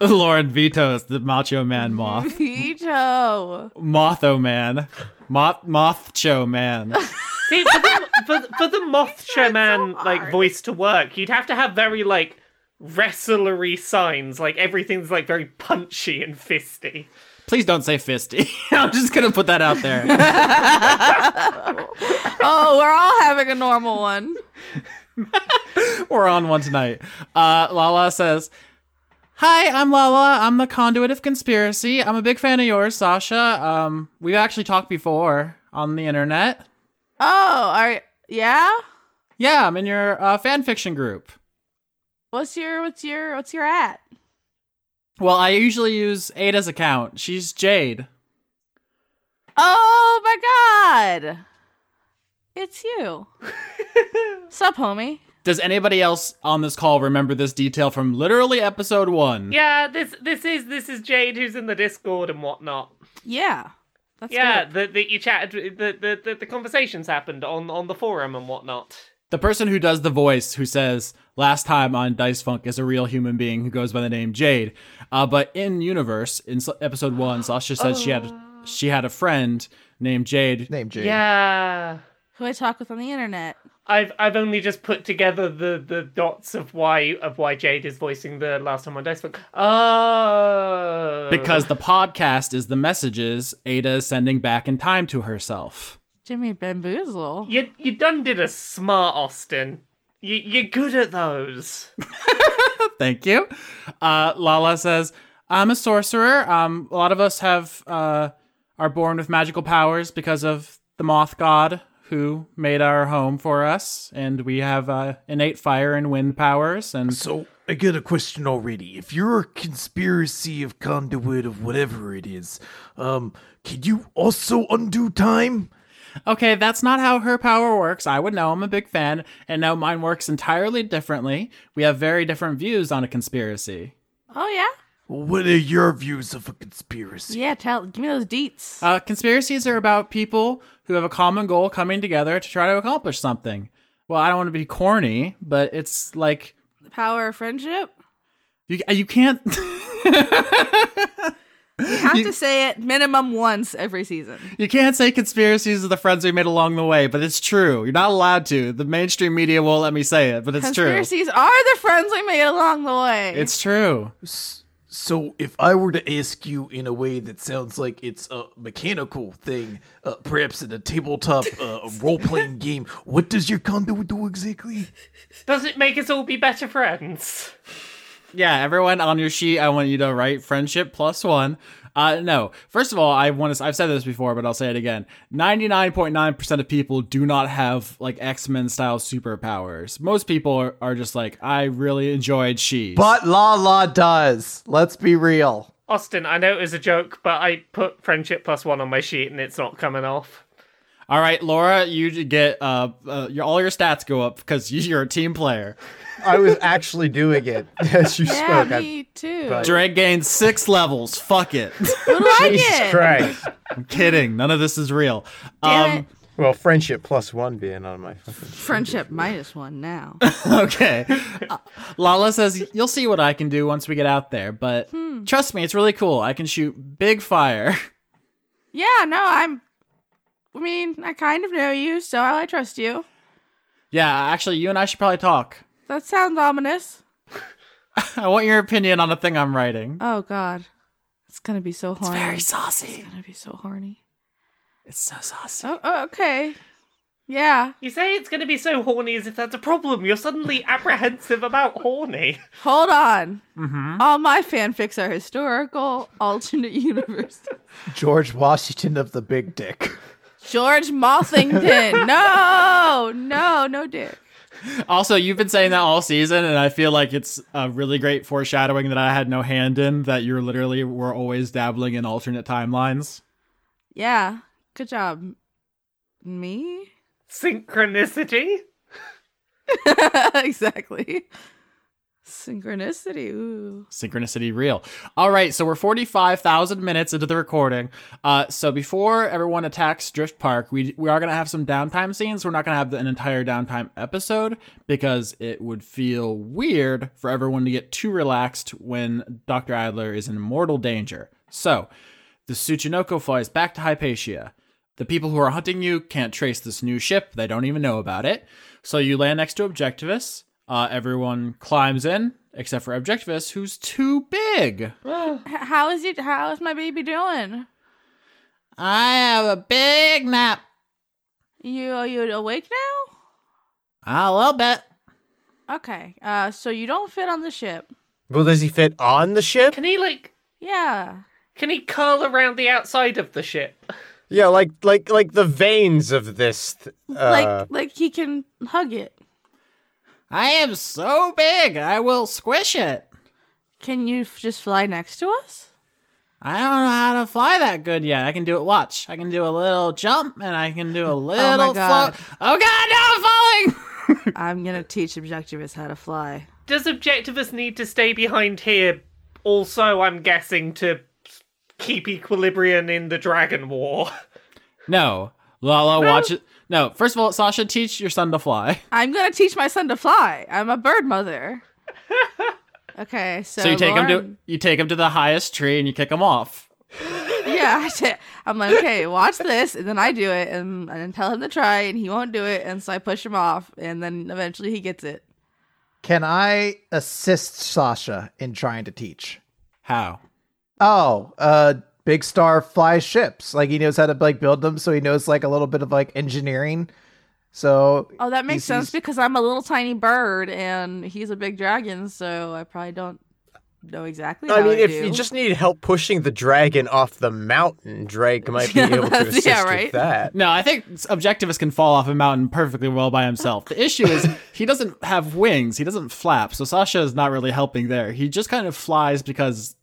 [SPEAKER 3] Lauren vetoes the Macho Man Moth,
[SPEAKER 5] Vito.
[SPEAKER 3] Motho Man, Moth Mothcho Man.
[SPEAKER 2] See, for the, for, the- for the moth shaman like voice to work, you'd have to have very like wrestlery signs. Like everything's like very punchy and fisty.
[SPEAKER 3] Please don't say fisty. I'm just gonna put that out there.
[SPEAKER 5] Oh, we're all having a normal one.
[SPEAKER 3] We're on one tonight. Uh, Lala says, "Hi, I'm Lala. I'm the conduit of conspiracy. I'm a big fan of yours, Sasha. Um, we've actually talked before on the internet.
[SPEAKER 5] Oh, all right. Yeah.
[SPEAKER 3] Yeah, I'm in your uh, fan fiction group.
[SPEAKER 5] What's your what's your what's your at?
[SPEAKER 3] Well, I usually use Ada's account. She's Jade.
[SPEAKER 5] Oh my god. It's you. Sup, homie.
[SPEAKER 3] Does anybody else on this call remember this detail from literally episode one?
[SPEAKER 2] Yeah, this this is this is Jade who's in the Discord and whatnot.
[SPEAKER 5] Yeah. That's
[SPEAKER 2] Yeah,
[SPEAKER 5] good.
[SPEAKER 2] that that you chatted, the, the the the conversations happened on on the forum and whatnot.
[SPEAKER 3] The person who does the voice who says last time on Dice Funk is a real human being who goes by the name Jade. Uh, but in universe, in s- episode one, Sasha said she had she had a friend named Jade.
[SPEAKER 7] Name Jade.
[SPEAKER 2] Yeah.
[SPEAKER 5] Who I talk with on the internet.
[SPEAKER 2] I've I've only just put together the, the dots of why of why Jade is voicing the last time on Dice Book. Oh,
[SPEAKER 3] Because the podcast is the messages Ada is sending back in time to herself.
[SPEAKER 5] Jimmy Bamboozle.
[SPEAKER 2] you you done did a smart Austin. You you're good at those.
[SPEAKER 3] Thank you. Uh, Lala says, I'm a sorcerer. Um, a lot of us have uh, are born with magical powers because of the moth god who made our home for us. And we have uh, innate fire and wind powers. And
[SPEAKER 6] So I get a question already. If you're a conspiracy of conduit of whatever it is, um, can you also undo time?
[SPEAKER 3] okay, that's not how her power works. I would know. I'm a big fan. And now mine works entirely differently. We have very different views on a conspiracy.
[SPEAKER 5] Oh yeah,
[SPEAKER 6] What are your views of a conspiracy?
[SPEAKER 5] yeah. Tell, give me those deets.
[SPEAKER 3] Uh, conspiracies are about people who have a common goal coming together to try to accomplish something. Well, I don't want to be corny, but it's like
[SPEAKER 5] the power of friendship.
[SPEAKER 3] you uh, you can't.
[SPEAKER 5] You have to say it minimum once every season.
[SPEAKER 3] You can't say conspiracies are the friends we made along the way, but it's true. You're not allowed to. The mainstream media won't let me say it, but it's true.
[SPEAKER 5] Conspiracies are the friends we made along the way.
[SPEAKER 3] It's true.
[SPEAKER 6] So if I were to ask you in a way that sounds like it's a mechanical thing, uh, perhaps in a tabletop uh, role-playing game, what does your conduit do exactly?
[SPEAKER 2] Does it make us all be better friends?
[SPEAKER 3] Yeah, everyone on your sheet, I want you to write friendship plus one. Uh, no, first of all, I want to. I've said this before, but I'll say it again. Ninety nine point nine percent of people do not have like X Men style superpowers. Most people are, are just like, I really enjoyed she.
[SPEAKER 7] But La La does. Let's be real.
[SPEAKER 2] Austin, I know it was a joke, but I put friendship plus one on my sheet and it's not coming off.
[SPEAKER 3] all right, Laura, you get uh, uh your, all your stats go up because you're a team player.
[SPEAKER 4] I was actually doing it as you
[SPEAKER 5] yeah,
[SPEAKER 4] spoke. I-
[SPEAKER 5] me too.
[SPEAKER 4] but-
[SPEAKER 3] Drake gains six levels. Fuck it.
[SPEAKER 5] Who do I
[SPEAKER 4] Jesus
[SPEAKER 5] get?
[SPEAKER 4] Christ.
[SPEAKER 3] I'm kidding. None of this is real.
[SPEAKER 5] Damn
[SPEAKER 3] Um,
[SPEAKER 5] it.
[SPEAKER 4] Well, friendship plus one being on my fucking.
[SPEAKER 5] Friendship minus one now.
[SPEAKER 3] okay. Uh, Lala says, You'll see what I can do once we get out there, but trust me, it's really cool. I can shoot big fire.
[SPEAKER 5] yeah, no, I'm. I mean, I kind of know you, so I trust you.
[SPEAKER 3] yeah, actually, you and I should probably talk.
[SPEAKER 5] That sounds ominous.
[SPEAKER 3] I want your opinion on a thing I'm writing.
[SPEAKER 5] Oh God, it's gonna be so horny. It's
[SPEAKER 3] saucy.
[SPEAKER 5] gonna be so horny.
[SPEAKER 3] It's so saucy.
[SPEAKER 5] Oh, oh okay. Yeah,
[SPEAKER 2] You say it's going to be so horny as if that's a problem. You're suddenly apprehensive about horny.
[SPEAKER 5] hold on.
[SPEAKER 3] Mm-hmm.
[SPEAKER 5] All my fanfics are historical, alternate universe.
[SPEAKER 7] George Washington of the Big Dick.
[SPEAKER 5] George Mothington. no, no, no dick.
[SPEAKER 3] Also, you've been saying that all season, and I feel like it's a really great foreshadowing that I had no hand in, that you're literally were always dabbling in alternate timelines.
[SPEAKER 5] Yeah, good job. Me?
[SPEAKER 2] Synchronicity?
[SPEAKER 5] exactly. Synchronicity. Ooh.
[SPEAKER 3] synchronicity real all right so we're 45000 minutes into the recording uh, so before everyone attacks drift park we, we are going to have some downtime scenes we're not going to have the- an entire downtime episode because it would feel weird for everyone to get too relaxed when dr adler is in mortal danger so the Tsuchinoko flies back to Hypatia. The people who are hunting you can't trace this new ship. They don't even know about it. So you land next to Objectivus. Uh, everyone climbs in, except for Objectivus, who's too big.
[SPEAKER 5] H- How is you? How is my baby doing?
[SPEAKER 3] I have a big nap.
[SPEAKER 5] You are you awake now?
[SPEAKER 3] A little bit.
[SPEAKER 5] Okay. Uh, so you don't fit on the ship.
[SPEAKER 4] Well, does he fit on the ship?
[SPEAKER 2] Can he, like,
[SPEAKER 5] Yeah.
[SPEAKER 2] can he curl around the outside of the ship?
[SPEAKER 4] Yeah, like like like the veins of this. Th- uh,
[SPEAKER 5] like like he can hug it.
[SPEAKER 3] I am so big, I will squish it.
[SPEAKER 5] Can you f- just fly next to us?
[SPEAKER 3] I don't know how to fly that good yet. I can do it. Watch. I can do a little jump and I can do a little
[SPEAKER 5] God.
[SPEAKER 3] float. Oh, God, no, I'm falling.
[SPEAKER 5] I'm gonna teach Objectivus how to fly.
[SPEAKER 2] Does Objectivus need to stay behind here also, I'm guessing, to keep equilibrium in the Dragon War?
[SPEAKER 3] No. Lala watch it. No, first of all, Sasha, teach your son to fly.
[SPEAKER 5] I'm gonna teach my son to fly. I'm a bird mother. okay, so,
[SPEAKER 3] So you take him to
[SPEAKER 5] Lauren-
[SPEAKER 3] you take him to the highest tree and you kick him off.
[SPEAKER 5] yeah, yeah, I did. I'm like, okay, watch this, and then I do it, and, and then tell him to try, and he won't do it, and so I push him off, and then eventually he gets it.
[SPEAKER 7] Can I assist Sasha in trying to teach?
[SPEAKER 3] How?
[SPEAKER 7] Oh, uh, Big Star flies ships. Like he knows how to like build them, so he knows like a little bit of like engineering. So
[SPEAKER 5] Oh, that makes sense because I'm a little tiny bird, and he's a big dragon, so I probably don't know exactly.
[SPEAKER 4] I
[SPEAKER 5] how
[SPEAKER 4] mean,
[SPEAKER 5] I
[SPEAKER 4] if
[SPEAKER 5] do.
[SPEAKER 4] you just need help pushing the dragon off the mountain, Drake might be
[SPEAKER 5] Yeah,
[SPEAKER 4] able to
[SPEAKER 5] that's-
[SPEAKER 4] assist
[SPEAKER 5] yeah,
[SPEAKER 4] with
[SPEAKER 5] right.
[SPEAKER 4] that.
[SPEAKER 3] No, I think Objectivist can fall off a mountain perfectly well by himself. The issue is he doesn't have wings, he doesn't flap, so Sasha is not really helping there. He just kind of flies because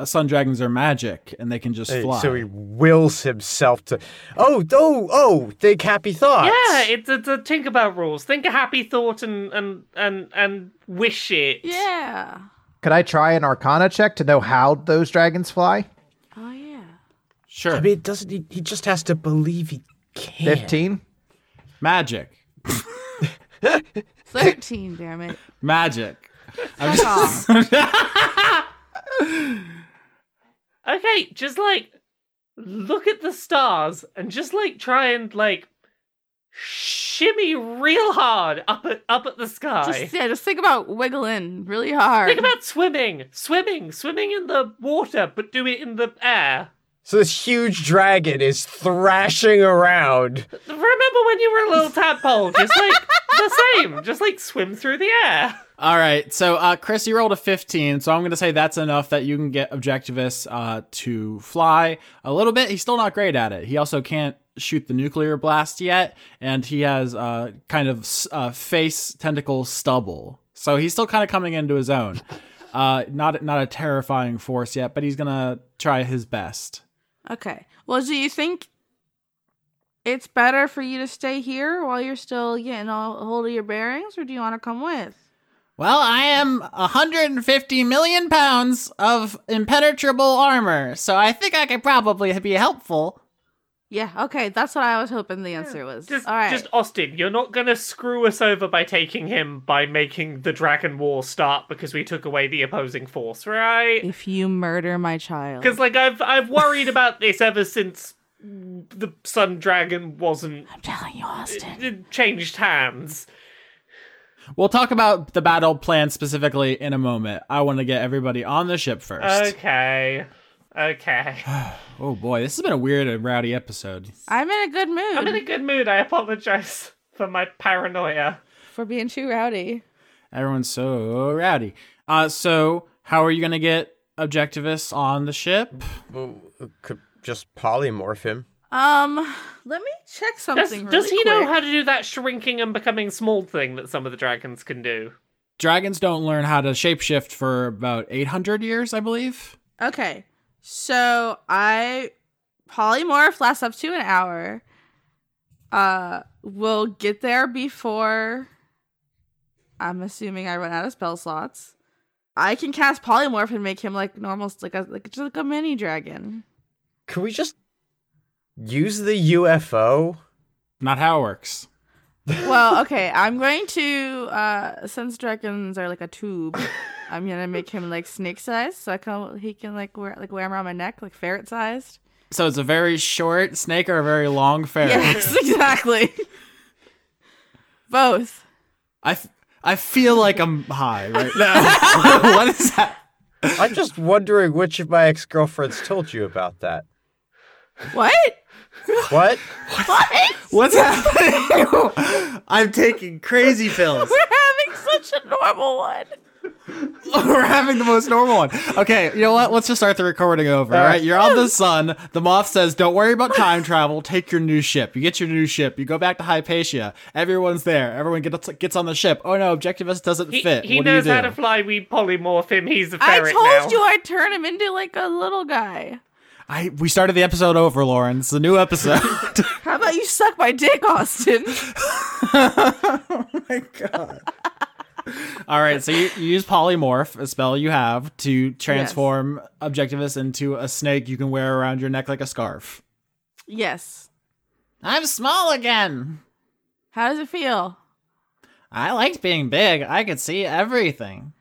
[SPEAKER 3] uh, sun dragons are magic and they can just
[SPEAKER 4] Hey,
[SPEAKER 3] fly.
[SPEAKER 4] So he wills himself to. Oh, oh, oh! Think happy thoughts.
[SPEAKER 2] Yeah, it's it's a Tinkerbell rules. Think a happy thought and and and and wish it.
[SPEAKER 5] yeah.
[SPEAKER 7] could I try an Arcana check to know how those dragons fly?
[SPEAKER 5] Oh yeah.
[SPEAKER 3] sure.
[SPEAKER 4] I mean, it doesn't he, he just has to believe he can?
[SPEAKER 7] Fifteen.
[SPEAKER 3] magic.
[SPEAKER 5] Thirteen, damn it.
[SPEAKER 3] Magic.
[SPEAKER 5] Fuck off.
[SPEAKER 2] Okay, just like look at the stars and just like try and like shimmy real hard up at up at the sky.
[SPEAKER 5] Just, yeah, just think about wiggling really hard.
[SPEAKER 2] Think about swimming, swimming, swimming in the water, but do it in the air.
[SPEAKER 4] So this huge dragon is thrashing around.
[SPEAKER 2] Remember when you were a little tadpole? Just like the same. Just like swim through the air.
[SPEAKER 3] All right. So, uh, Chris, you rolled a 15. So, I'm going to say that's enough that you can get Objectivist uh, to fly a little bit. He's still not great at it. He also can't shoot the nuclear blast yet. And he has uh, kind of s- uh, face tentacle stubble. So, he's still kind of coming into his own. Uh, not not a terrifying force yet, but he's gonna try his best.
[SPEAKER 5] Okay. Well, do you think it's better for you to stay here while you're still getting all a hold of your bearings, or do you want to come with?
[SPEAKER 3] Well, I am 150 million pounds of impenetrable armor, so I think I could probably be helpful.
[SPEAKER 5] Yeah. Okay. That's what I was hoping the answer was.
[SPEAKER 2] Just,
[SPEAKER 5] all right.
[SPEAKER 2] just Austin, you're not gonna screw us over by taking him by making the Dragon War start because we took away the opposing force, right?
[SPEAKER 5] if you murder my child,
[SPEAKER 2] Because like I've I've worried about this ever since the Sun Dragon wasn't
[SPEAKER 5] I'm telling you, Austin.
[SPEAKER 2] it changed hands.
[SPEAKER 3] We'll talk about the battle plan specifically in a moment. I want to get everybody on the ship first.
[SPEAKER 2] Uh, Okay. Okay.
[SPEAKER 3] oh boy, this has been a weird and rowdy episode.
[SPEAKER 5] I'm in a good mood
[SPEAKER 2] I'm in a good mood. I apologize for my paranoia.
[SPEAKER 5] for being too rowdy.
[SPEAKER 3] Everyone's so rowdy. Uh, so how are you gonna get objectivists on the ship?
[SPEAKER 4] Could just polymorph him.
[SPEAKER 5] Um, let me check
[SPEAKER 2] Does,
[SPEAKER 5] something.
[SPEAKER 2] does
[SPEAKER 5] really
[SPEAKER 2] he know
[SPEAKER 5] quick.
[SPEAKER 2] how to do that shrinking and becoming small thing that some of the dragons can do?
[SPEAKER 3] Dragons don't learn how to shapeshift for about 800 years, I believe.
[SPEAKER 5] Okay. So I polymorph lasts up to an hour. Uh we'll get there before I'm assuming I run out of spell slots. I can cast polymorph and make him like normal like a like just like a mini dragon.
[SPEAKER 4] Could we just use the UFO?
[SPEAKER 3] Not how it works.
[SPEAKER 5] well, okay, I'm going to uh since dragons are like a tube, I'm gonna make him like snake size so I can he can like wear like wear him around my neck, like ferret sized.
[SPEAKER 3] So it's a very short snake or a very long ferret.
[SPEAKER 5] Yes, exactly. Both.
[SPEAKER 3] I, f- I feel like I'm high right now. what is that?
[SPEAKER 4] I'm just wondering which of my ex girlfriends told you about that.
[SPEAKER 5] What?
[SPEAKER 4] What?
[SPEAKER 5] What?
[SPEAKER 3] What's happening? I'm taking crazy pills.
[SPEAKER 5] We're having such a normal one.
[SPEAKER 3] We're having the most normal one. Okay, you know what? Let's just start the recording over. All right, you're on the sun. The moth says, "Don't worry about time travel. Take your new ship. You get your new ship. You go back to Hypatia. Everyone's there. Everyone gets gets on the ship. Oh no, Objectivist doesn't
[SPEAKER 2] He,
[SPEAKER 3] fit.
[SPEAKER 2] he
[SPEAKER 3] what
[SPEAKER 2] knows
[SPEAKER 3] do you do?
[SPEAKER 2] how to fly. We polymorph him. He's a
[SPEAKER 5] I
[SPEAKER 2] ferret now.
[SPEAKER 5] told you I'd turn him into like a little guy.
[SPEAKER 3] I we started the episode over, Lauren. It's a new episode.
[SPEAKER 5] How about you suck my dick, Austin?
[SPEAKER 3] oh my god. All right, so you, you use polymorph, a spell you have, to transform Objectivist into a snake you can wear around your neck like a scarf.
[SPEAKER 5] yes.
[SPEAKER 3] I'm small again.
[SPEAKER 5] How does it feel?
[SPEAKER 3] I liked being big. I could see everything.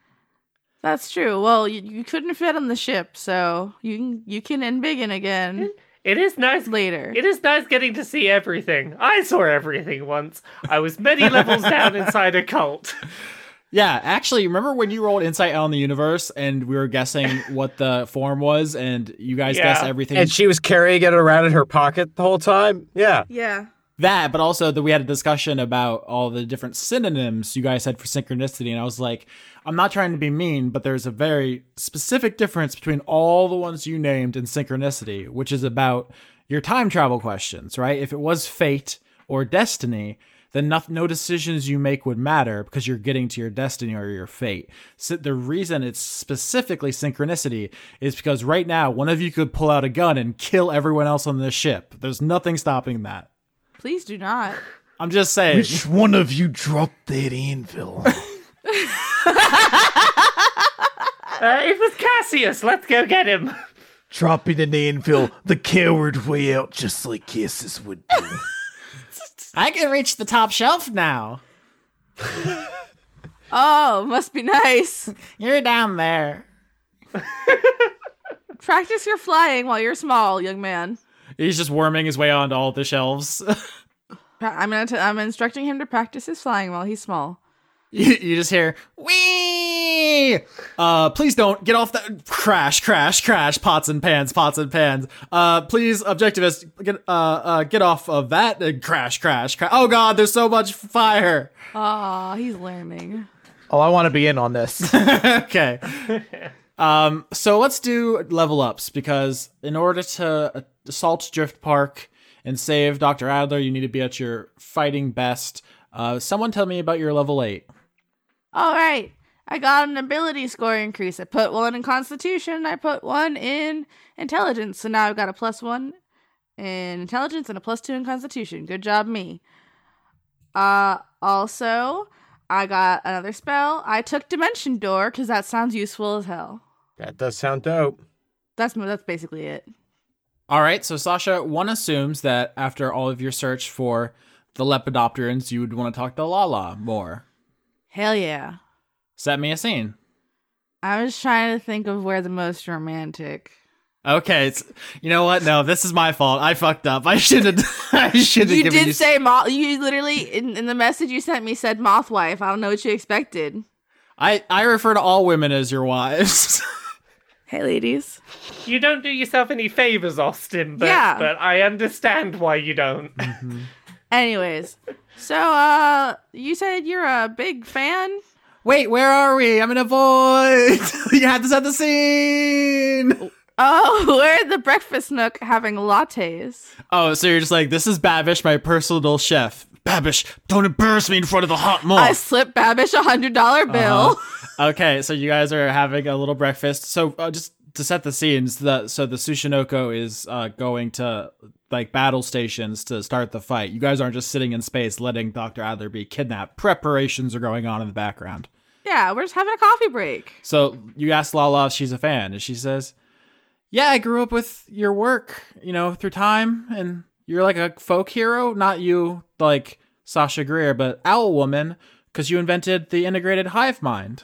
[SPEAKER 5] That's true. Well, you, you couldn't fit on the ship, so you can you can embiggen again
[SPEAKER 2] It is nice.
[SPEAKER 5] later.
[SPEAKER 2] It is nice getting to see everything. I saw everything once. I was many levels down inside a cult.
[SPEAKER 3] Yeah, actually, remember when you rolled Insight on the Universe and we were guessing what the form was, and you guys
[SPEAKER 2] Yeah.
[SPEAKER 3] guessed everything
[SPEAKER 4] And she was carrying it around in her pocket the whole time? Yeah.
[SPEAKER 5] Yeah.
[SPEAKER 3] that, but also that we had a discussion about all the different synonyms you guys had for synchronicity, and I was like, I'm not trying to be mean, but there's a very specific difference between all the ones you named in synchronicity, which is about your time travel questions, right? If it was fate or destiny, then no, no decisions you make would matter because you're getting to your destiny or your fate. So the reason it's specifically synchronicity is because right now one of you could pull out a gun and kill everyone else on this ship. There's nothing stopping that.
[SPEAKER 5] Please do not.
[SPEAKER 3] I'm just saying.
[SPEAKER 6] Which one of you dropped that anvil?
[SPEAKER 2] Uh, it was Cassius. Let's go get him.
[SPEAKER 6] Dropping an anvil the coward way out, just like Kisses would do.
[SPEAKER 3] I can reach the top shelf now.
[SPEAKER 5] Oh, must be nice.
[SPEAKER 3] You're down there.
[SPEAKER 5] Practice your flying while you're small, young man.
[SPEAKER 3] He's just worming his way onto all the shelves.
[SPEAKER 5] Pra- I'm gonna. T- I'm instructing him to practice his flying while he's small.
[SPEAKER 3] you, you just hear wee. Uh, please don't get off the crash, crash, crash. Pots and pans, pots and pans. Uh, please, objectivist, get uh, uh get off of that. Uh, crash, crash, crash. Oh God, there's so much fire.
[SPEAKER 5] Ah, he's learning.
[SPEAKER 7] Oh, I want to be in on this.
[SPEAKER 3] okay. Um, so let's do level ups because in order to assault Drift Park and save Dr. Adler, you need to be at your fighting best. Uh, someone tell me about your level eight.
[SPEAKER 5] All right. I got an ability score increase. I put one in Constitution. I put one in Intelligence. So now I've got a plus one in Intelligence and a plus two in Constitution. Good job, me. Uh, also, I got another spell. I took Dimension Door because that sounds useful as hell.
[SPEAKER 4] That does sound dope.
[SPEAKER 5] That's that's basically it.
[SPEAKER 3] All right, so Sasha, one assumes that after all of your search for the Lepidopterans, you would want to talk to Lala more.
[SPEAKER 5] Hell yeah.
[SPEAKER 3] Set me a scene.
[SPEAKER 5] I was trying to think of where the most romantic.
[SPEAKER 3] Okay, it's you know what? No, this is my fault. I fucked up. I should have. I should have
[SPEAKER 5] You
[SPEAKER 3] given
[SPEAKER 5] did
[SPEAKER 3] you.
[SPEAKER 5] say moth. You literally in, in the message you sent me said moth wife. I don't know what you expected.
[SPEAKER 3] I I refer to all women as your wives.
[SPEAKER 5] Hey, ladies.
[SPEAKER 2] You don't do yourself any favors, Austin, but,
[SPEAKER 5] Yeah.
[SPEAKER 2] but I understand why you don't.
[SPEAKER 5] Anyways, so uh, you said you're a big fan.
[SPEAKER 3] Wait, where are we? I'm in a void. you have to set the scene.
[SPEAKER 5] Oh, we're at the breakfast nook having lattes.
[SPEAKER 3] Oh, so you're just like, this is Babish, my personal chef. Babish, don't embarrass me in front of the hot mall.
[SPEAKER 5] I slipped Babish a hundred dollar bill.
[SPEAKER 3] okay, so you guys are having a little breakfast. So uh, just to set the scenes, the so the Sushinoko is uh, going to like battle stations to start the fight. You guys aren't just sitting in space letting Doctor Adler be kidnapped. Preparations are going on in the background.
[SPEAKER 5] Yeah, we're just having a coffee break.
[SPEAKER 3] So you ask Lala if she's a fan, and she says, "Yeah, I grew up with your work, you know, through time, and you're like a folk hero. Not you, like Sasha Greer, but Owl Woman, because you invented the integrated hive mind.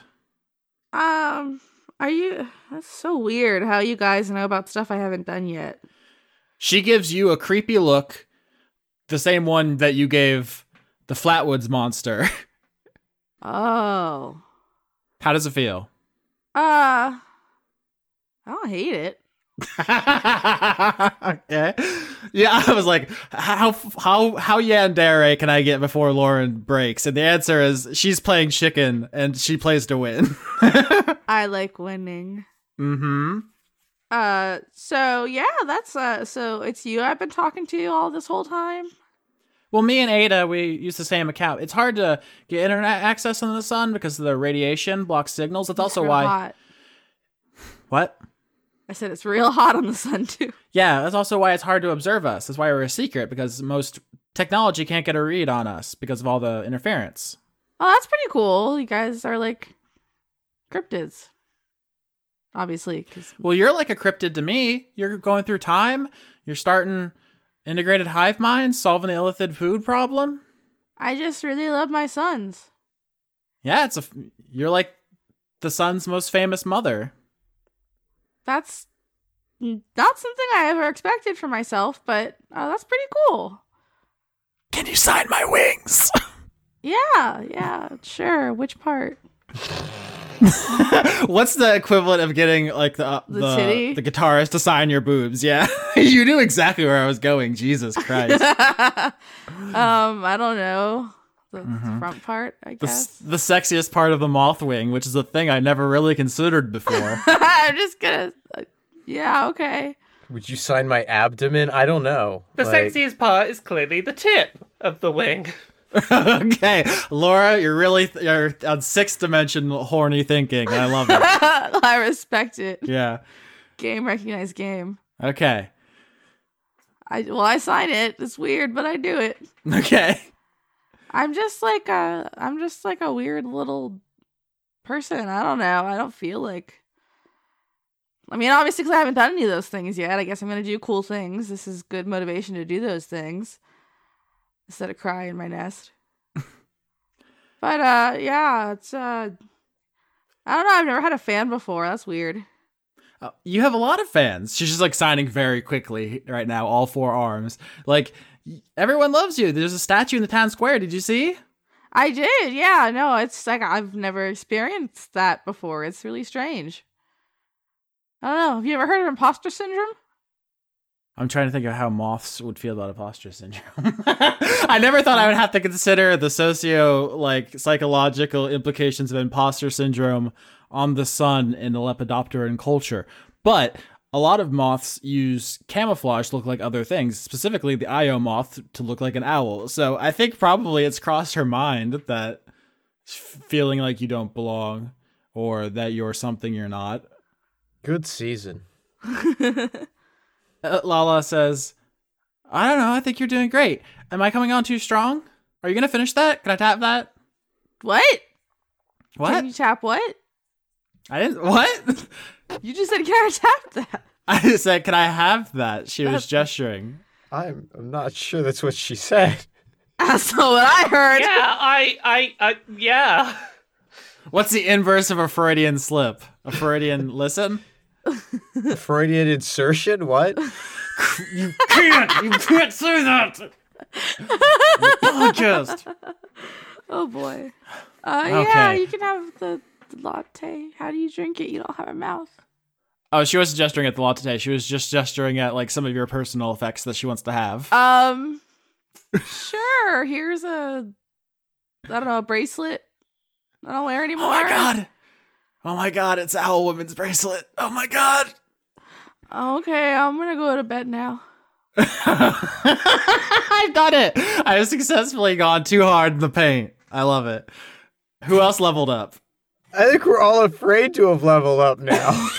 [SPEAKER 5] Um, are you? That's so weird. How you guys know about stuff I haven't done yet?
[SPEAKER 3] She gives you a creepy look, the same one that you gave the Flatwoods monster.
[SPEAKER 5] Oh,
[SPEAKER 3] How does it feel?
[SPEAKER 5] uh, I don't hate it.
[SPEAKER 3] okay. Yeah, I was like, how how how Yandere can I get before Lauren breaks? And the answer is she's playing chicken and she plays to win.
[SPEAKER 5] I like winning.
[SPEAKER 3] mm-hmm.
[SPEAKER 5] Uh, so yeah, that's uh, so it's you I've been talking to all this whole time.
[SPEAKER 3] Well, me and Ada, we use the same account. It's hard to get internet access in the sun because the radiation blocks signals. That's also
[SPEAKER 5] Real
[SPEAKER 3] why.
[SPEAKER 5] hot.
[SPEAKER 3] What?
[SPEAKER 5] I said it's real hot on the sun too.
[SPEAKER 3] Yeah, that's also why it's hard to observe us. That's why we're a secret because most technology can't get a read on us because of all the interference.
[SPEAKER 5] Oh, that's pretty cool. You guys are like cryptids, obviously. Because
[SPEAKER 3] Well, you're like a cryptid to me. You're going through time. You're starting integrated hive minds, solving the illithid food problem.
[SPEAKER 5] I just really love my sons.
[SPEAKER 3] Yeah, it's a. You're like the sun's most famous mother.
[SPEAKER 5] That's not something I ever expected for myself, but uh, that's pretty cool.
[SPEAKER 3] Can you sign my wings?
[SPEAKER 5] Yeah, yeah, sure. Which part?
[SPEAKER 3] What's the equivalent of getting like the uh,
[SPEAKER 5] The
[SPEAKER 3] the,
[SPEAKER 5] titty?
[SPEAKER 3] the guitarist to sign your boobs? Yeah, you knew exactly where I was going. Jesus Christ.
[SPEAKER 5] um, I don't know. The front part, I
[SPEAKER 3] Mm-hmm. the, s-
[SPEAKER 5] guess.
[SPEAKER 3] the sexiest part of the moth wing, which is a thing I never really considered before.
[SPEAKER 5] I'm just gonna. uh, yeah, okay.
[SPEAKER 4] Would you sign my abdomen? I don't know.
[SPEAKER 2] The
[SPEAKER 4] Like,
[SPEAKER 2] sexiest part is clearly the tip of the wing.
[SPEAKER 3] okay, Laura, you're really th- you're on sixth dimension horny thinking. I love it.
[SPEAKER 5] I respect it.
[SPEAKER 3] yeah.
[SPEAKER 5] Game recognized game.
[SPEAKER 3] Okay.
[SPEAKER 5] I well, I sign it. It's weird, but I do it.
[SPEAKER 3] Okay.
[SPEAKER 5] I'm just like a. I'm just like a weird little person. I don't know. I don't feel like. I mean, obviously, 'cause I haven't done any of those things yet. I guess I'm gonna do cool things. This is good motivation to do those things instead of cry in my nest. but uh, yeah, it's uh, I don't know. I've never had a fan before. That's weird.
[SPEAKER 3] Uh, you have a lot of fans. She's just like signing very quickly right now, all four arms. Like y- everyone loves you. There's a statue in the town square. Did you see?
[SPEAKER 5] I did, yeah. No, it's like I've never experienced that before. It's really strange. I don't know. Have you ever heard of imposter syndrome?
[SPEAKER 3] I'm trying to think of how moths would feel about imposter syndrome. I never thought I would have to consider the socio like psychological implications of imposter syndrome on the sun in the lepidopteran culture. But a lot of moths use camouflage to look like other things, specifically the IO moth to look like an owl. So I think probably it's crossed her mind that f- feeling like you don't belong or that you're something you're not
[SPEAKER 4] good season.
[SPEAKER 3] uh, Lala says, I don't know. I think you're doing great. Am I coming on too strong? Are you going to finish that? Can I tap that?
[SPEAKER 5] What?
[SPEAKER 3] What?
[SPEAKER 5] Can you tap what?
[SPEAKER 3] I didn't. What?
[SPEAKER 5] You just said can I tap that?
[SPEAKER 3] I just said, Can I have that? She was gesturing.
[SPEAKER 4] I'm, I'm not sure that's what she said.
[SPEAKER 5] That's not what I heard.
[SPEAKER 2] Yeah, I, I, I yeah.
[SPEAKER 3] What's the inverse of a Freudian slip? A Freudian listen?
[SPEAKER 4] Freudian insertion? What?
[SPEAKER 2] you can't say that.
[SPEAKER 3] Podcast.
[SPEAKER 5] Oh boy. Uh, yeah,
[SPEAKER 3] Okay.
[SPEAKER 5] you can have the, the latte. How do you drink it? You don't have a mouth.
[SPEAKER 3] Oh, she wasn't gesturing at the law today. She was just gesturing at like some of your personal effects that she wants to have.
[SPEAKER 5] Um, sure. Here's a, I don't know, a bracelet. I don't wear anymore.
[SPEAKER 3] oh my god. Oh my god. It's Owl Woman's bracelet. Oh my god.
[SPEAKER 5] Oh, Okay, I'm gonna go to bed now.
[SPEAKER 3] I've done it. I've successfully gone too hard in the paint. I love it. Who else leveled up?
[SPEAKER 4] I think we're all afraid to have leveled up now.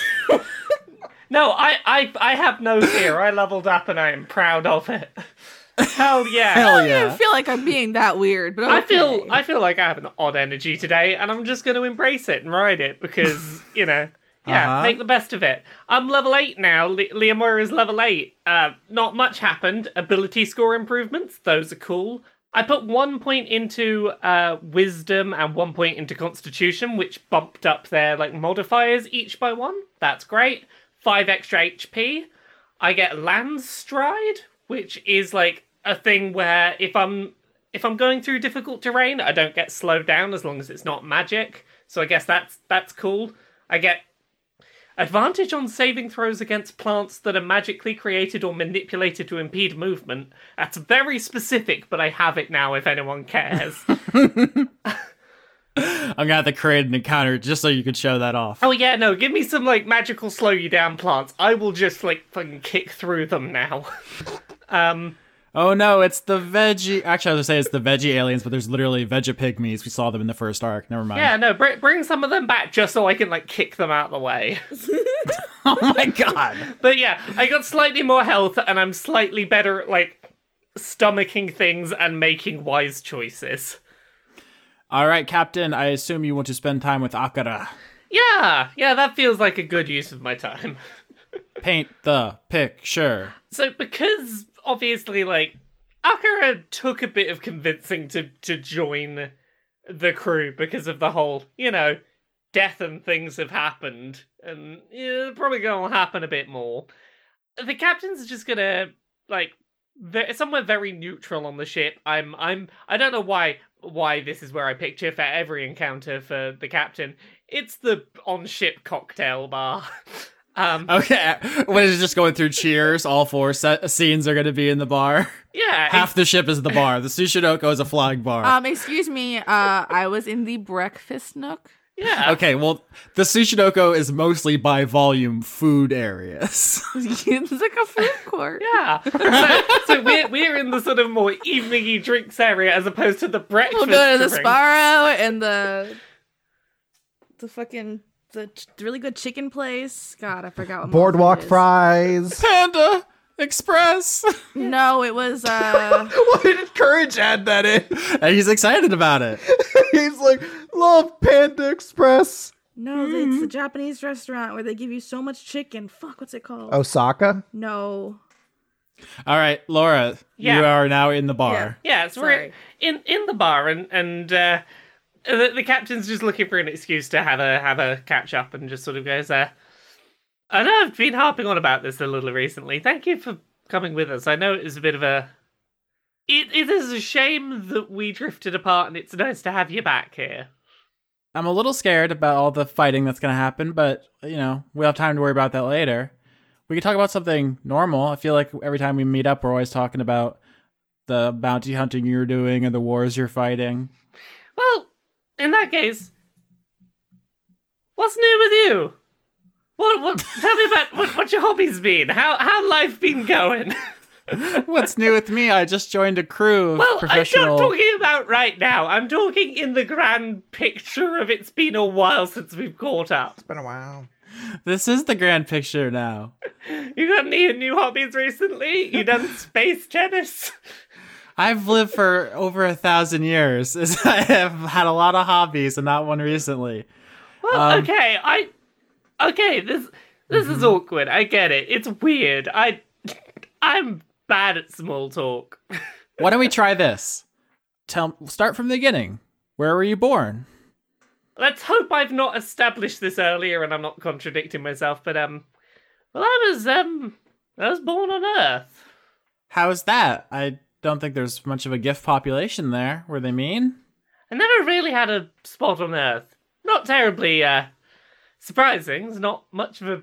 [SPEAKER 2] No, I, I, I have no fear. I leveled up and I am proud of it. Hell yeah.
[SPEAKER 3] Hell
[SPEAKER 5] I don't
[SPEAKER 3] yeah.
[SPEAKER 5] even feel like I'm being that weird, but
[SPEAKER 2] I feel
[SPEAKER 5] okay.
[SPEAKER 2] I feel like I have an odd energy today, and I'm just going to embrace it and ride it because you know, yeah,
[SPEAKER 3] Uh-huh.
[SPEAKER 2] make the best of it. I'm level eight now. Le- Leomora is level eight. Uh, not much happened. Ability score improvements; those are cool. I put one point into uh, wisdom and one point into constitution, which bumped up their like modifiers each by one. That's great. Five extra HP. I get land stride, which is like a thing where if I'm if I'm going through difficult terrain, I don't get slowed down as long as it's not magic. So I guess that's that's cool. I get advantage on saving throws against plants that are magically created or manipulated to impede movement. That's very specific, but I have it now if anyone cares.
[SPEAKER 3] I'm gonna have to create an encounter just so you could show that off.
[SPEAKER 2] oh yeah, no, give me some like magical slow you down plants. I will just like fucking kick through them now. um
[SPEAKER 3] Oh no, it's the veggie. Actually, I was gonna say it's the veggie aliens, but there's literally veggie pygmies. We saw them in the first arc. Never mind.
[SPEAKER 2] yeah, no, br- bring some of them back just so I can like kick them out of the way.
[SPEAKER 3] Oh my god.
[SPEAKER 2] But yeah, I got slightly more health and I'm slightly better at like stomaching things and making wise choices.
[SPEAKER 3] All right, Captain. I assume you want to spend time with Akara.
[SPEAKER 2] Yeah, yeah, that feels like a good use of my time.
[SPEAKER 3] Paint the picture.
[SPEAKER 2] So because obviously like Akira took a bit of convincing to to join the crew because of the whole, you know, death and things have happened, and yeah, probably going to happen a bit more. The captain's just gonna like ve- somewhere very neutral on the ship. I'm I'm I don't know why why this is where I picture for every encounter for the captain. It's the on ship cocktail bar. Um,
[SPEAKER 3] Okay, when it's just going through cheers, all four se- scenes are going to be in the bar.
[SPEAKER 2] yeah,
[SPEAKER 3] Half the ship is the bar. The Sushinoko is a flying bar.
[SPEAKER 5] Um, excuse me. Uh, I was in the breakfast nook.
[SPEAKER 2] it's- yeah.
[SPEAKER 3] okay, well, the Sushinoko is mostly by volume food areas.
[SPEAKER 5] it's like a food court.
[SPEAKER 2] Yeah. So, so we're we're in the sort of more eveningy drinks area as opposed to the breakfast.
[SPEAKER 5] We'll go to the
[SPEAKER 2] drinks.
[SPEAKER 5] Sparrow and the the fucking the ch- really good chicken place. God, I forgot what mall
[SPEAKER 7] Boardwalk
[SPEAKER 5] it is.
[SPEAKER 7] fries.
[SPEAKER 3] Panda Express!
[SPEAKER 5] No, it was uh
[SPEAKER 7] Why did Courage add that in?
[SPEAKER 3] and he's excited about it.
[SPEAKER 7] He's like, love Panda Express.
[SPEAKER 5] no, it's the Japanese restaurant where they give you so much chicken. Fuck, what's it called?
[SPEAKER 7] Oh. Osaka?
[SPEAKER 5] No,
[SPEAKER 3] All right, Laura,
[SPEAKER 2] Yeah.
[SPEAKER 3] you are now in the bar.
[SPEAKER 5] Yeah.
[SPEAKER 2] Yeah, so
[SPEAKER 5] Sorry.
[SPEAKER 2] we're in in the bar and and uh, the, the captain's just looking for an excuse to have a have a catch up and just sort of goes uh, I know I've been harping on about this a little recently. Thank you for coming with us. I know it was a bit of a it, it is a shame that we drifted apart and it's nice to have you back here.
[SPEAKER 3] I'm a little scared about all the fighting that's going to happen, but you know, we'll have time to worry about that later. We can talk about something normal. I feel like every time we meet up, we're always talking about the bounty hunting you're doing and the wars you're fighting.
[SPEAKER 2] Well, in that case, what's new with you? What, what, tell me about what, what your hobbies been. How how life been going?
[SPEAKER 3] What's new with me? I just joined a crew of
[SPEAKER 2] Well, I'm
[SPEAKER 3] professional.
[SPEAKER 2] not talking about right now. I'm talking in the grand picture of it's been a while since we've caught up.
[SPEAKER 7] Been a while.
[SPEAKER 3] This is the grand picture now.
[SPEAKER 2] You got any new hobbies recently? You done space tennis?
[SPEAKER 3] I've lived for over a thousand years. I have had a lot of hobbies and not one recently.
[SPEAKER 2] Well,
[SPEAKER 3] Um, mm-hmm.
[SPEAKER 2] okay, I okay. This this is awkward. I get it. It's weird. I I'm bad at small talk.
[SPEAKER 3] Why don't we try this? Tell start from the beginning. Where were you born?
[SPEAKER 2] Let's hope I've not established this earlier and I'm not contradicting myself. But um, well, I was um, I was born on Earth.
[SPEAKER 3] How's that? I don't think there's much of a gift population there. Were they mean?
[SPEAKER 2] I never really had a spot on Earth. Not terribly uh, surprising. It's not much of a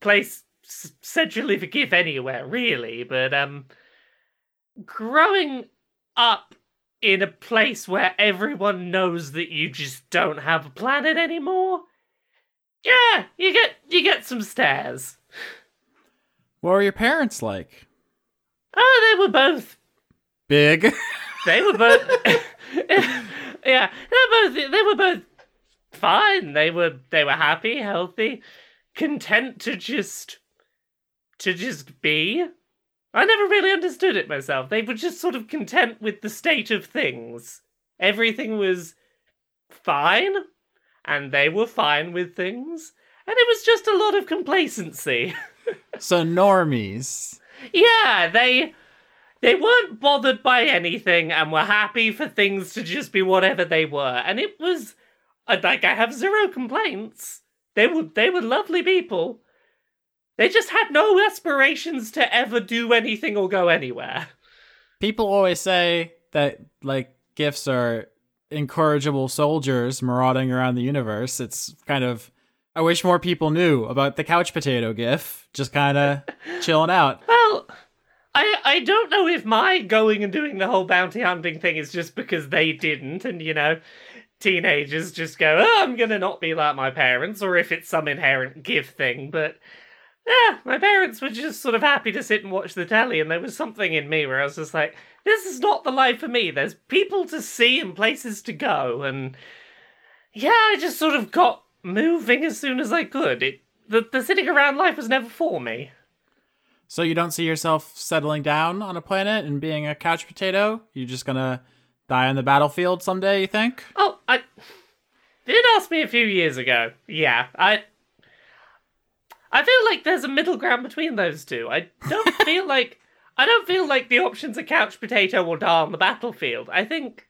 [SPEAKER 2] place s- centrally for GIF anywhere, really. But um, growing up in a place where everyone knows that you just don't have a planet anymore, yeah, you get you get some stares.
[SPEAKER 3] What were your parents like?
[SPEAKER 2] Oh, they were both
[SPEAKER 3] Big.
[SPEAKER 2] they were both yeah they were both they were both fine they were they were happy healthy content to just to just be i never really understood it myself they were just sort of content with the state of things everything was fine and they were fine with things and it was just a lot of complacency
[SPEAKER 3] so normies.
[SPEAKER 2] yeah, they they weren't bothered by anything and were happy for things to just be whatever they were. And it was uh, like I have zero complaints. They were they were lovely people. They just had no aspirations to ever do anything or go anywhere.
[SPEAKER 3] People always say that like gifts are incorrigible soldiers marauding around the universe. It's kind of I wish more people knew about the couch potato gif, just kind of chilling out.
[SPEAKER 2] Well, I I don't know if my going and doing the whole bounty hunting thing is just because they didn't, and you know, teenagers just go, oh, I'm gonna not be like my parents, or if it's some inherent give thing, but. Yeah, my parents were just sort of happy to sit and watch the telly, and there was something in me where I was just like, this is not the life for me. There's people to see and places to go, and yeah, I just sort of got moving as soon as I could. It, the, the sitting around life was never for me.
[SPEAKER 3] So you don't see yourself settling down on a planet and being a couch potato? You're just going to die on the battlefield someday, you think?
[SPEAKER 2] Oh, I they did ask me a few years ago. Yeah, I. I feel like there's a middle ground between those two. I don't feel like I don't feel like the options are couch potato or die on the battlefield. I think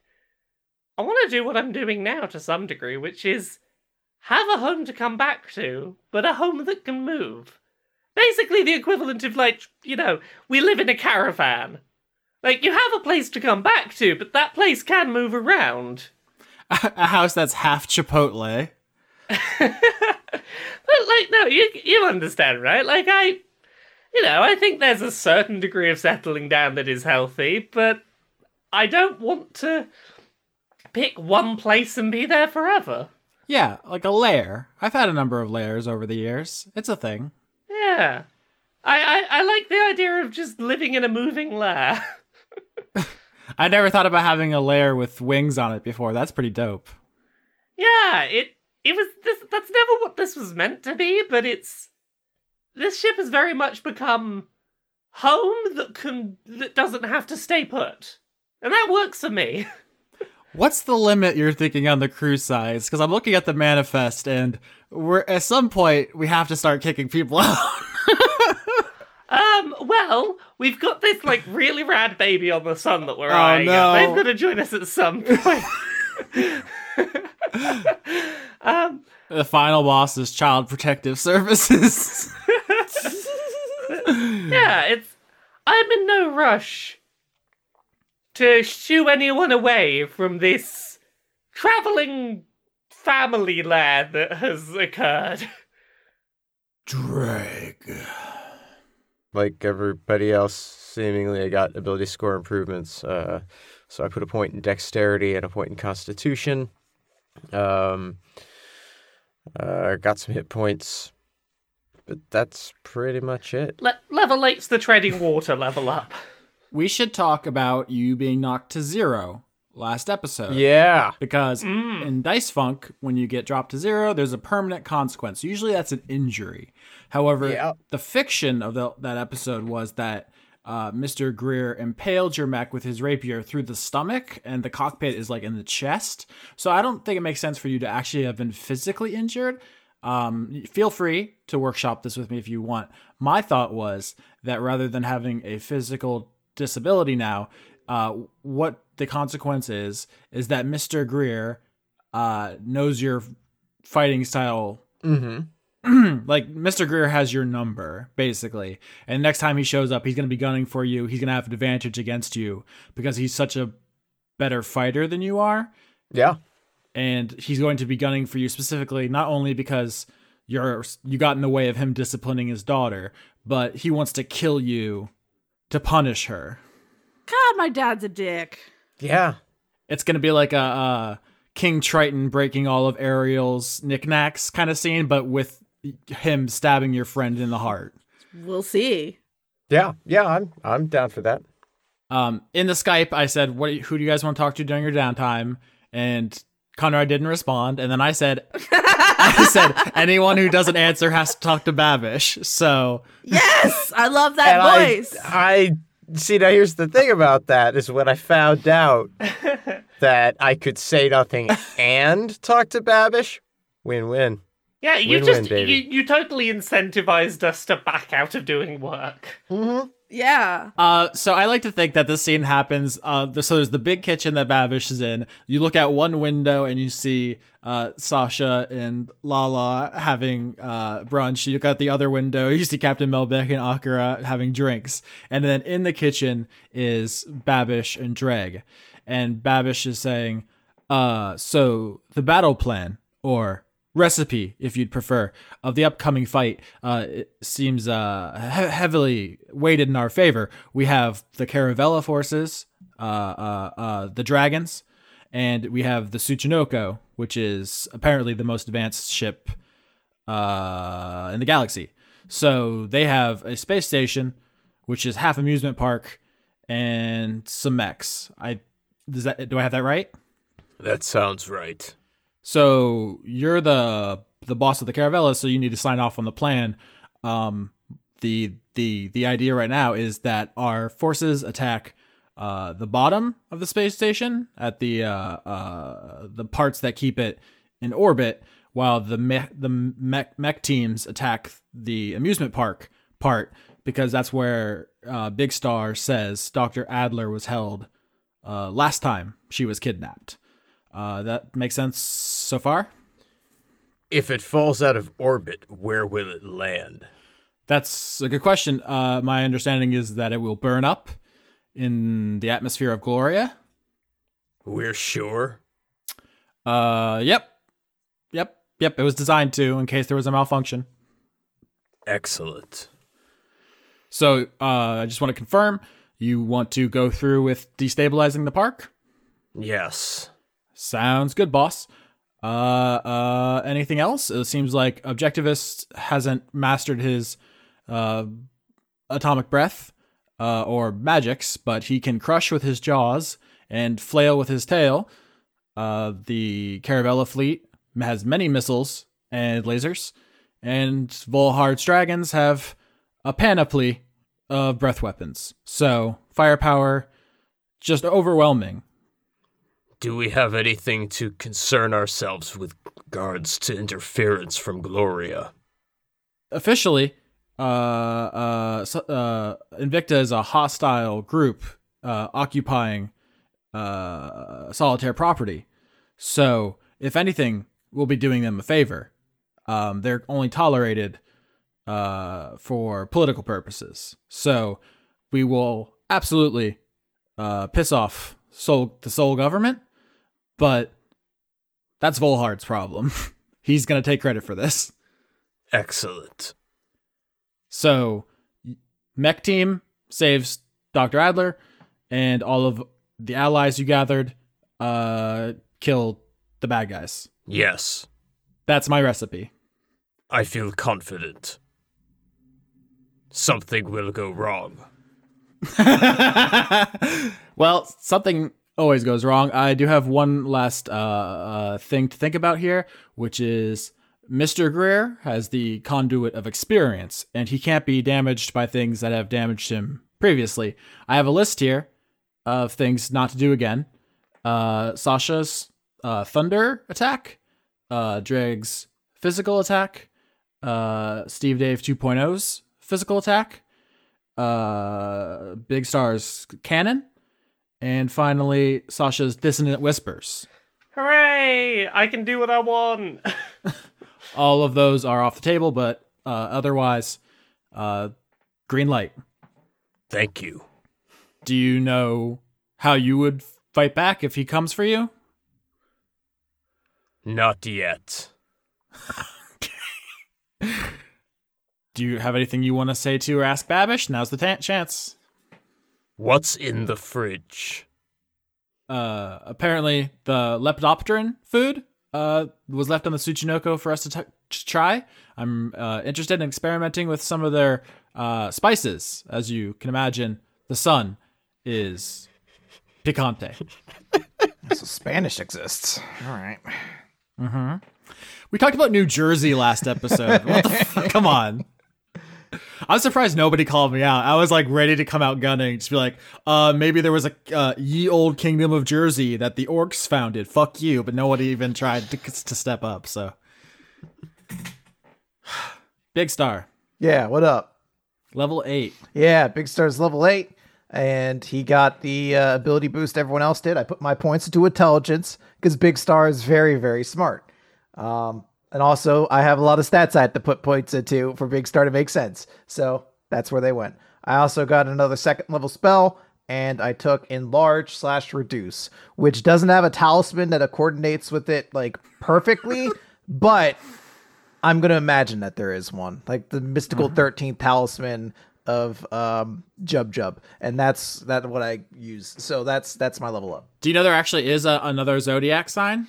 [SPEAKER 2] I want to do what I'm doing now to some degree, which is have a home to come back to, but a home that can move. Basically, the equivalent of, like, you know, we live in a caravan. Like, you have a place to come back to, but that place can move around.
[SPEAKER 3] a house that's half Chipotle.
[SPEAKER 2] But, like, no, you, you understand, right? Like, I, you know, I think there's a certain degree of settling down that is healthy, but I don't want to pick one place and be there forever.
[SPEAKER 3] Yeah, like a lair. I've had a number of lairs over the years. It's a thing.
[SPEAKER 2] Yeah. I, I, I like the idea of just living in a moving lair.
[SPEAKER 3] I never thought about having a lair with wings on it before. That's pretty dope.
[SPEAKER 2] yeah, it it was this that's never what this was meant to be, but it's this ship has very much become home that can that doesn't have to stay put. And that works for me.
[SPEAKER 3] What's the limit you're thinking on the crew size? Because I'm looking at the manifest, and we're at some point we have to start kicking people out.
[SPEAKER 2] Um, well, we've got this like really rad baby on the sun that we're
[SPEAKER 3] Oh,
[SPEAKER 2] eyeing. up.
[SPEAKER 3] no.
[SPEAKER 2] They've got to join us at some point. um
[SPEAKER 3] the final boss is Child Protective Services.
[SPEAKER 2] Yeah, it's. I'm in no rush to shoo anyone away from this traveling family lair that has occurred.
[SPEAKER 6] Drag.
[SPEAKER 4] Like everybody else, seemingly I got ability score improvements. Uh, so I put a point in dexterity and a point in constitution. Um, uh, got some hit points, but that's pretty much it.
[SPEAKER 2] Le- level eight's the treading water level up.
[SPEAKER 3] we should talk about you being knocked to zero last episode.
[SPEAKER 4] Yeah.
[SPEAKER 3] Because in Dice Funk, when you get dropped to zero, there's a permanent consequence. Usually that's an injury. However, the fiction of the, that episode was that uh, Mr. Greer impaled your mech with his rapier through the stomach, and the cockpit is like in the chest. So I don't think it makes sense for you to actually have been physically injured. Um, feel free to workshop this with me if you want. My thought was that rather than having a physical disability now, uh, what the consequence is is that Mr. Greer uh, knows your fighting style.
[SPEAKER 4] Mm-hmm.
[SPEAKER 3] like Mr. Greer has your number basically, and next time he shows up, he's gonna be gunning for you. He's gonna have an advantage against you because he's such a better fighter than you are
[SPEAKER 4] Yeah.
[SPEAKER 3] and he's going to be gunning for you specifically not only because you're you got in the way of him disciplining his daughter but he wants to kill you to punish her
[SPEAKER 5] God, my dad's a dick.
[SPEAKER 4] Yeah.
[SPEAKER 3] it's going to be like a, uh king triton breaking all of ariel's knickknacks kind of scene but with him stabbing your friend in the heart
[SPEAKER 5] We'll see.
[SPEAKER 4] Yeah. Yeah. I'm I'm down for that.
[SPEAKER 3] um, in the skype i said what who do you guys want to talk to during your downtime and conrad didn't respond and then i said i said anyone who doesn't answer has to talk to babish so
[SPEAKER 5] Yes, I love
[SPEAKER 4] And
[SPEAKER 5] that
[SPEAKER 4] I-
[SPEAKER 5] voice.
[SPEAKER 4] I, see. Now here's the thing about that is when I found out that I could say nothing and talk to Babish. Win win.
[SPEAKER 2] Yeah, you
[SPEAKER 4] Win-win,
[SPEAKER 2] just
[SPEAKER 4] baby.
[SPEAKER 2] you, you totally incentivized us to back out of doing work.
[SPEAKER 5] yeah.
[SPEAKER 3] Uh, so I like to think that this scene happens. Uh, th- so there's the big kitchen that Babish is in. You look out one window and you see uh, Sasha and Lala having uh, brunch. You look out the other window, you see Captain Melbeck and Akira having drinks. And then in the kitchen is Babish and Dreg. And Babish is saying, uh, so the battle plan or recipe, if you'd prefer, of the upcoming fight uh, it seems uh, he- heavily weighted in our favor. We have the Caravella forces, uh, uh, uh, the dragons, and we have the Tsuchinoko, which is apparently the most advanced ship uh, in the galaxy. So they have a space station, which is half amusement park, and some mechs. I does that do I have that right?
[SPEAKER 6] That sounds right.
[SPEAKER 3] So you're the the boss of the Caravella, so you need to sign off on the plan. Um, the the the idea right now is that our forces attack uh, the bottom of the space station at the uh, uh, the parts that keep it in orbit, while the mech, the mech, mech teams attack the amusement park part because that's where uh, Big Star says Doctor Adler was held uh, last time she was kidnapped. Uh, that makes sense so far.
[SPEAKER 4] If it falls out of orbit, where will it land?
[SPEAKER 3] That's a good question. Uh, my understanding is that it will burn up in the atmosphere of Gloria.
[SPEAKER 4] We're sure.
[SPEAKER 3] Uh, yep, yep, yep. It was designed to, in case there was a malfunction.
[SPEAKER 4] Excellent.
[SPEAKER 3] So uh, I just want to confirm you want to go through with destabilizing the park.
[SPEAKER 4] Yes.
[SPEAKER 3] Sounds good, boss. Uh, uh, anything else? It seems like Objectivist hasn't mastered his uh, atomic breath uh, or magics, but he can crush with his jaws and flail with his tail. Uh, the Caravella fleet has many missiles and lasers, and Volhard's dragons have a panoply of breath weapons. So firepower, just overwhelming.
[SPEAKER 4] Do we have anything to concern ourselves with regards to interference from Gloria?
[SPEAKER 3] officially, uh, uh, so- uh, Invicta is a hostile group uh, occupying uh, solitaire property. So, if anything, we'll be doing them a favor. Um, they're only tolerated uh, for political purposes. So, we will absolutely uh, piss off Seoul, the Seoul government, but that's Volhard's problem. He's going to take credit for this.
[SPEAKER 4] Excellent.
[SPEAKER 3] So, mech team saves Dr. Adler, and all of the allies you gathered uh, kill the bad guys.
[SPEAKER 4] Yes.
[SPEAKER 3] That's my recipe.
[SPEAKER 4] I feel confident. Something will go wrong.
[SPEAKER 3] well, something always goes wrong. I do have one last uh, uh, thing to think about here, which is Mr. Greer has the conduit of experience, and he can't be damaged by things that have damaged him previously. I have a list here of things not to do again. Uh, Sasha's uh, thunder attack, uh, Dreg's physical attack, uh, Steve Dave 2.0's physical attack, uh, Big Star's Cannon, and finally Sasha's Dissonant Whispers.
[SPEAKER 2] Hooray! I can do what I want.
[SPEAKER 3] All of those are off the table, but uh, otherwise, uh, green light.
[SPEAKER 4] Thank you.
[SPEAKER 3] Do you know how you would fight back if he comes for you?
[SPEAKER 4] Not yet.
[SPEAKER 3] Do you have anything you want to say to or ask Babish? Now's the ta- chance.
[SPEAKER 4] What's in the fridge?
[SPEAKER 3] Uh, apparently, the Lepidopteran food uh, was left on the Tsuchinoko for us to, t- to try. I'm uh, interested in experimenting with some of their uh, spices. As you can imagine, the sun is picante.
[SPEAKER 7] So Spanish exists. All right.
[SPEAKER 3] We talked about New Jersey last episode. What the fuck? Come on. I'm surprised nobody called me out. I was like ready to come out gunning, just be like, uh, maybe there was a uh, ye old kingdom of Jersey that the orcs founded. Fuck you, but nobody even tried to, to step up. So, big star,
[SPEAKER 7] Yeah, what up?
[SPEAKER 3] level eight.
[SPEAKER 7] Yeah, Big Star's level eight, and he got the uh, ability boost everyone else did. I put my points into intelligence because Big Star is very, very smart. Um, and also, I have a lot of stats I had to put points into for Big Star to make sense. So that's where they went. I also got another second level spell, and I took enlarge slash reduce, which doesn't have a talisman that coordinates with it like perfectly, but I'm gonna imagine that there is one, like the mystical 13th talisman of um Jub Jub, and that's that what I use. So that's that's my level up.
[SPEAKER 3] Do you know there actually is a, another zodiac sign?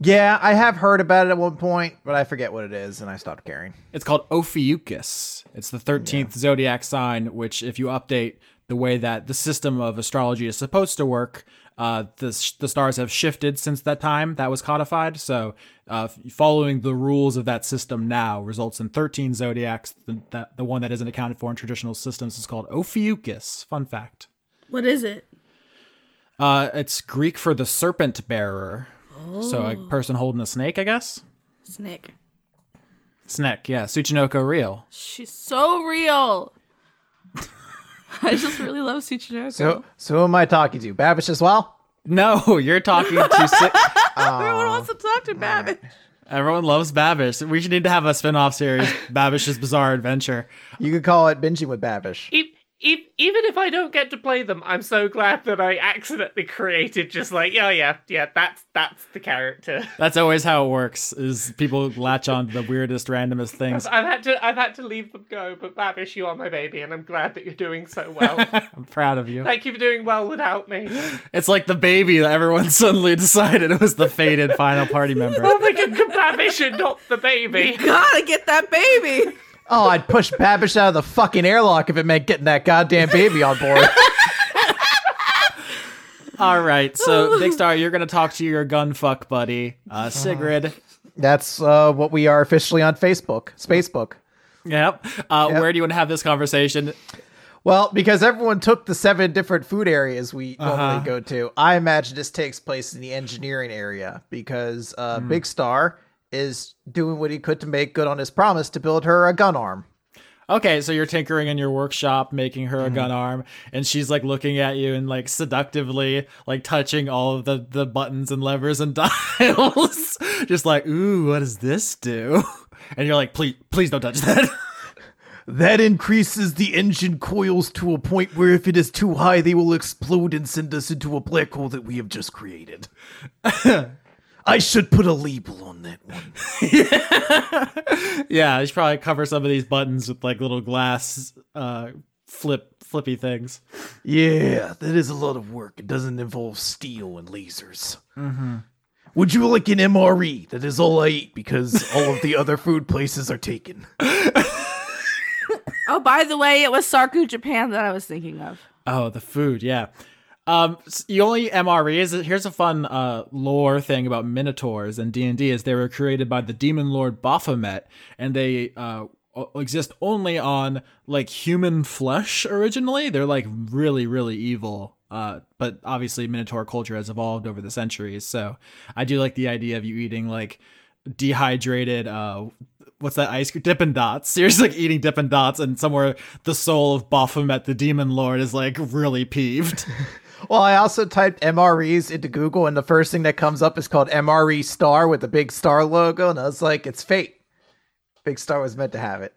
[SPEAKER 7] Yeah, I have heard about it at one point, but I forget what it is, and I stopped caring.
[SPEAKER 3] It's called Ophiuchus. It's the 13th zodiac sign, which, if you update the way that the system of astrology is supposed to work, uh, the, s- the stars have shifted since that time that was codified. So, uh, f- following the rules of that system now results in 13 zodiacs. The, that, the one that isn't accounted for in traditional systems is called Ophiuchus. Fun fact.
[SPEAKER 5] What is it?
[SPEAKER 3] Uh, it's Greek for the serpent bearer. So, a person holding a snake, I guess?
[SPEAKER 5] Snake.
[SPEAKER 3] Snake, yeah. Tsuchinoko real.
[SPEAKER 5] She's so real. I just really love Tsuchinoko.
[SPEAKER 7] So so who am I talking to? Babish as well?
[SPEAKER 3] No, you're talking to. Si-
[SPEAKER 5] Everyone wants to talk to Babbitt.
[SPEAKER 3] Everyone loves Babish. We should need to have a spin-off series, Babish's Bizarre Adventure.
[SPEAKER 7] You could call it binging with Babish.
[SPEAKER 2] E- e- even if I don't get to play them, I'm so glad that I accidentally created just like, yeah, yeah, yeah, that's that's the character.
[SPEAKER 3] That's always how it works. Is people latch on to the weirdest, randomest things.
[SPEAKER 2] I've had to I've had to leave them go, but Babish, you are my baby, and I'm glad that you're doing so well.
[SPEAKER 3] I'm proud of you.
[SPEAKER 2] Thank you for doing well without me.
[SPEAKER 3] It's like the baby that everyone suddenly decided it was the fated final party member.
[SPEAKER 2] I'm like Babish and not the baby.
[SPEAKER 5] Gotta get that baby.
[SPEAKER 7] Oh, I'd push Babish out of the fucking airlock if it meant getting that goddamn baby on board.
[SPEAKER 3] All right, so Big Star, you're gonna talk to your gunfuck buddy, uh, Sigrid.
[SPEAKER 7] That's uh, what we are officially on Facebook, Spacebook.
[SPEAKER 3] Yep. Uh, Where do you want to have this conversation?
[SPEAKER 7] Well, because everyone took the seven different food areas we normally go to, I imagine this takes place in the engineering area because uh, Big Star is doing what he could to make good on his promise to build her a gun arm.
[SPEAKER 3] Okay, so you're tinkering in your workshop, making her a gun arm, and she's like looking at you and like seductively like touching all of the the buttons and levers and dials, just like, ooh, what does this do? And you're like, please, please don't touch that.
[SPEAKER 6] That increases the engine coils to a point where if it is too high, they will explode and send us into a black hole that we have just created. I should put a label on that one.
[SPEAKER 3] yeah, you should probably cover some of these buttons with like little glass uh, flip flippy things.
[SPEAKER 6] Yeah, that is a lot of work. It doesn't involve steel and lasers. Mm-hmm. Would you like an MRE? That is all I eat because all of the other food places are taken.
[SPEAKER 5] Oh, by the way, it was Sarku Japan that I was thinking of.
[SPEAKER 3] Oh, the food, yeah. Um, s- the only MRE E is here's a fun uh lore thing about minotaurs and D and D is they were created by the demon lord Baphomet and they uh o- exist only on like human flesh originally. They're like really really evil. Uh, but obviously minotaur culture has evolved over the centuries, so I do like the idea of you eating like dehydrated uh what's that ice cream dippin' dots you're just like eating dippin' dots and somewhere the soul of baphomet the demon lord is like really peeved
[SPEAKER 7] Well, I also typed MREs into Google, and the first thing that comes up is called MRE Star with the big star logo, and I was like, it's fate. Big Star was meant to have it.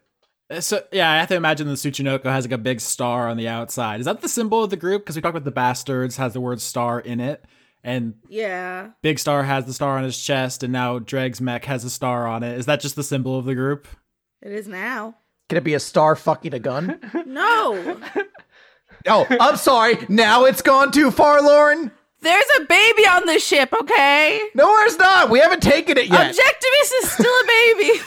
[SPEAKER 3] Uh, So yeah, I have to imagine the Tsuchinoko has like a big star on the outside. Is that the symbol of the group? Because we talked about the bastards has the word star in it, and
[SPEAKER 5] Yeah.
[SPEAKER 3] Big Star has the star on his chest, and now Dreg's mech has a star on it. Is that just the symbol of the group?
[SPEAKER 5] It is now.
[SPEAKER 7] Can it be a star fucking a gun?
[SPEAKER 5] No.
[SPEAKER 7] oh, I'm sorry. Now it's gone too far, Lauren.
[SPEAKER 5] There's a baby on the ship, okay?
[SPEAKER 7] No, it's not. We haven't taken it yet.
[SPEAKER 5] Objectivist is still a baby.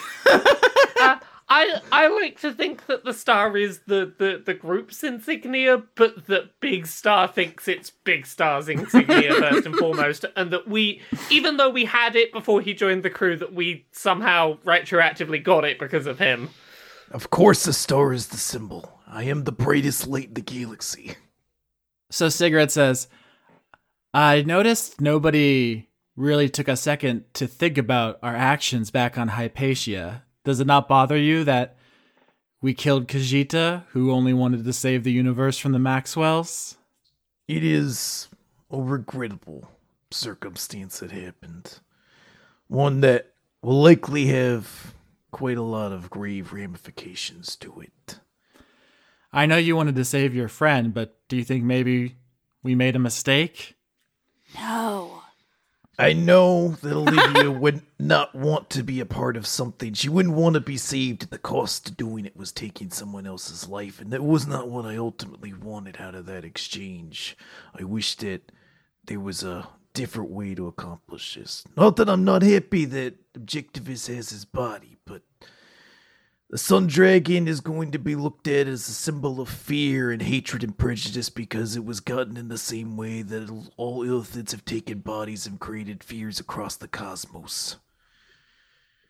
[SPEAKER 2] Uh, I I like to think that the star is the, the, the group's insignia, but that Big Star thinks it's Big Star's insignia first and foremost, and that we, even though we had it before he joined the crew, that we somehow retroactively got it because of him.
[SPEAKER 6] Of course, the star is the symbol. I am the brightest light in the galaxy.
[SPEAKER 3] So Cigarette says, I noticed nobody really took a second to think about our actions back on Hypatia. Does it not bother you that we killed Kajita, who only wanted to save the universe from the Maxwells?
[SPEAKER 6] It is a regrettable circumstance that happened. One that will likely have quite a lot of grave ramifications to it.
[SPEAKER 3] I know you wanted to save your friend, but do you think maybe we made a mistake?
[SPEAKER 5] No.
[SPEAKER 6] I know that Olivia would not want to be a part of something. She wouldn't want to be saved at the cost of doing it was taking someone else's life, and that was not what I ultimately wanted out of that exchange. I wish that there was a different way to accomplish this. Not that I'm not happy that Objectivist has his body, but the Sun Dragon is going to be looked at as a symbol of fear and hatred and prejudice because it was gotten in the same way that all Illithids have taken bodies and created fears across the cosmos.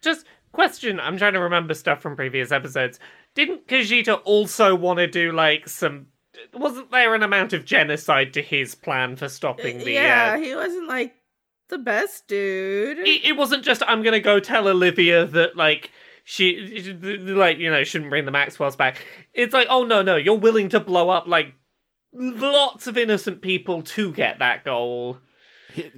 [SPEAKER 2] Just question, I'm trying to remember stuff from previous episodes. Didn't Kajita also want to do like some? Wasn't there an amount of genocide to his plan for stopping the?
[SPEAKER 5] yeah,
[SPEAKER 2] uh,
[SPEAKER 5] he wasn't like the best dude.
[SPEAKER 2] it, it wasn't just I'm gonna go tell Olivia that like she like you know shouldn't bring the Maxwells back. It's like oh no no you're willing to blow up like lots of innocent people to get that goal.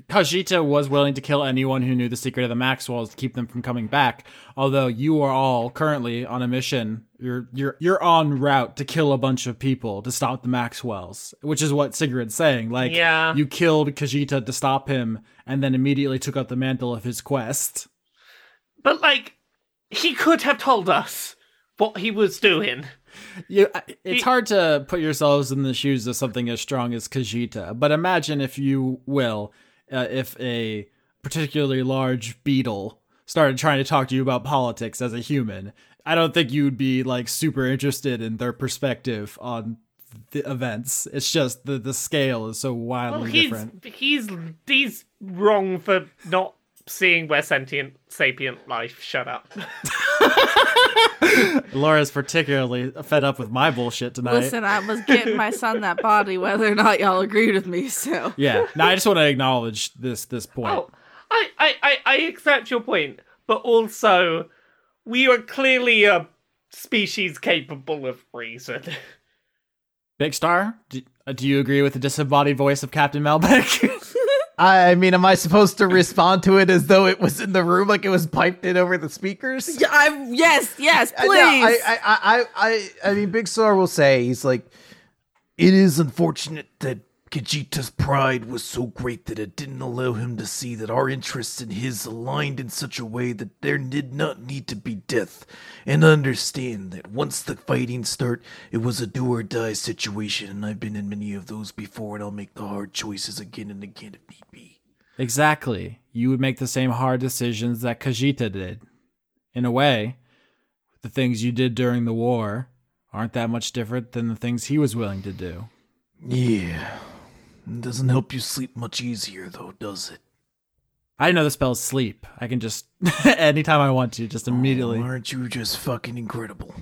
[SPEAKER 3] Kajita was willing to kill anyone who knew the secret of the Maxwells to keep them from coming back. Although you are all currently on a mission, you're you're you're on route to kill a bunch of people to stop the Maxwells, which is what Sigrid's saying. Like,
[SPEAKER 2] Yeah.
[SPEAKER 3] you killed Kajita to stop him, and then immediately took up the mantle of his quest.
[SPEAKER 2] But like, he could have told us what he was doing.
[SPEAKER 3] You, I- it's hard to put yourselves in the shoes of something as strong as Kajita, but imagine if you will, uh, if a particularly large beetle started trying to talk to you about politics as a human. I don't think you'd be like super interested in their perspective on the events. It's just the the scale is so wildly
[SPEAKER 2] Well, he's
[SPEAKER 3] different.
[SPEAKER 2] he's he's wrong for not seeing where sentient sapient life. Shut up.
[SPEAKER 3] Laura's particularly fed up with my bullshit tonight.
[SPEAKER 5] Listen, I was getting my son that body, whether or not y'all agreed with me. So
[SPEAKER 3] yeah, now I just want to acknowledge this this point.
[SPEAKER 2] Oh, I, I, I, I accept your point, but also, we are clearly a species capable of reason.
[SPEAKER 3] Big Star, do, uh, do you agree with the disembodied voice of Captain Malbec?
[SPEAKER 7] I, I mean, am I supposed to respond to it as though it was in the room, like it was piped in over the speakers?
[SPEAKER 5] Yeah, I, yes, yes,
[SPEAKER 7] I- Uh, no,
[SPEAKER 5] please.
[SPEAKER 7] I, I, I, I, I mean, Big Star will say he's like,
[SPEAKER 6] It is unfortunate that Kajita's pride was so great that it didn't allow him to see that our interests and his aligned in such a way that there did not need to be death, and understand that once the fighting start, it was a do or die situation, and I've been in many of those before, and I'll make the hard choices again and again if need be.
[SPEAKER 3] exactly. You would make the same hard decisions that Kajita did. In a way, the things you did during the war aren't that much different than the things he was willing to do.
[SPEAKER 6] Yeah, it doesn't help you sleep much easier though, does it?
[SPEAKER 3] I know the spell sleep. I can just anytime I want to, just immediately.
[SPEAKER 6] Aren't you just fucking incredible?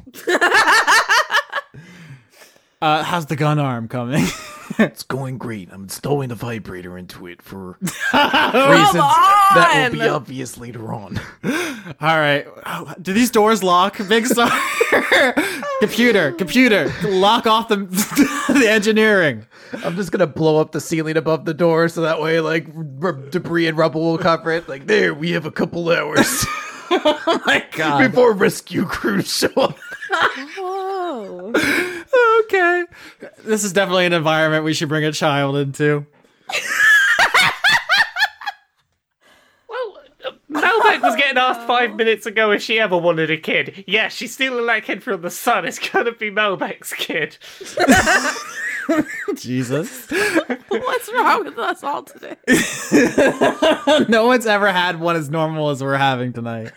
[SPEAKER 3] Uh, how's the gun arm coming?
[SPEAKER 6] It's going great. I'm installing a vibrator into it for reasons
[SPEAKER 5] Come
[SPEAKER 6] that will be
[SPEAKER 5] on!
[SPEAKER 6] obvious later on.
[SPEAKER 3] All right. Oh, Do these doors lock, Big Star? computer, computer, lock off the the engineering.
[SPEAKER 7] I'm just gonna blow up the ceiling above the door so that way, like, r- debris and rubble will cover it. Like,
[SPEAKER 6] There, we have a couple hours
[SPEAKER 3] Oh my god.
[SPEAKER 6] before rescue crews show up.
[SPEAKER 5] Whoa.
[SPEAKER 3] okay. This is definitely an environment we should bring a child into.
[SPEAKER 2] Well, uh, Malbec was getting asked five minutes ago if she ever wanted a kid. Yeah, she's stealing that kid from the sun. It's gonna be Malbec's kid.
[SPEAKER 3] Jesus.
[SPEAKER 5] What's wrong with us all today?
[SPEAKER 3] no one's ever had one as normal as we're having tonight.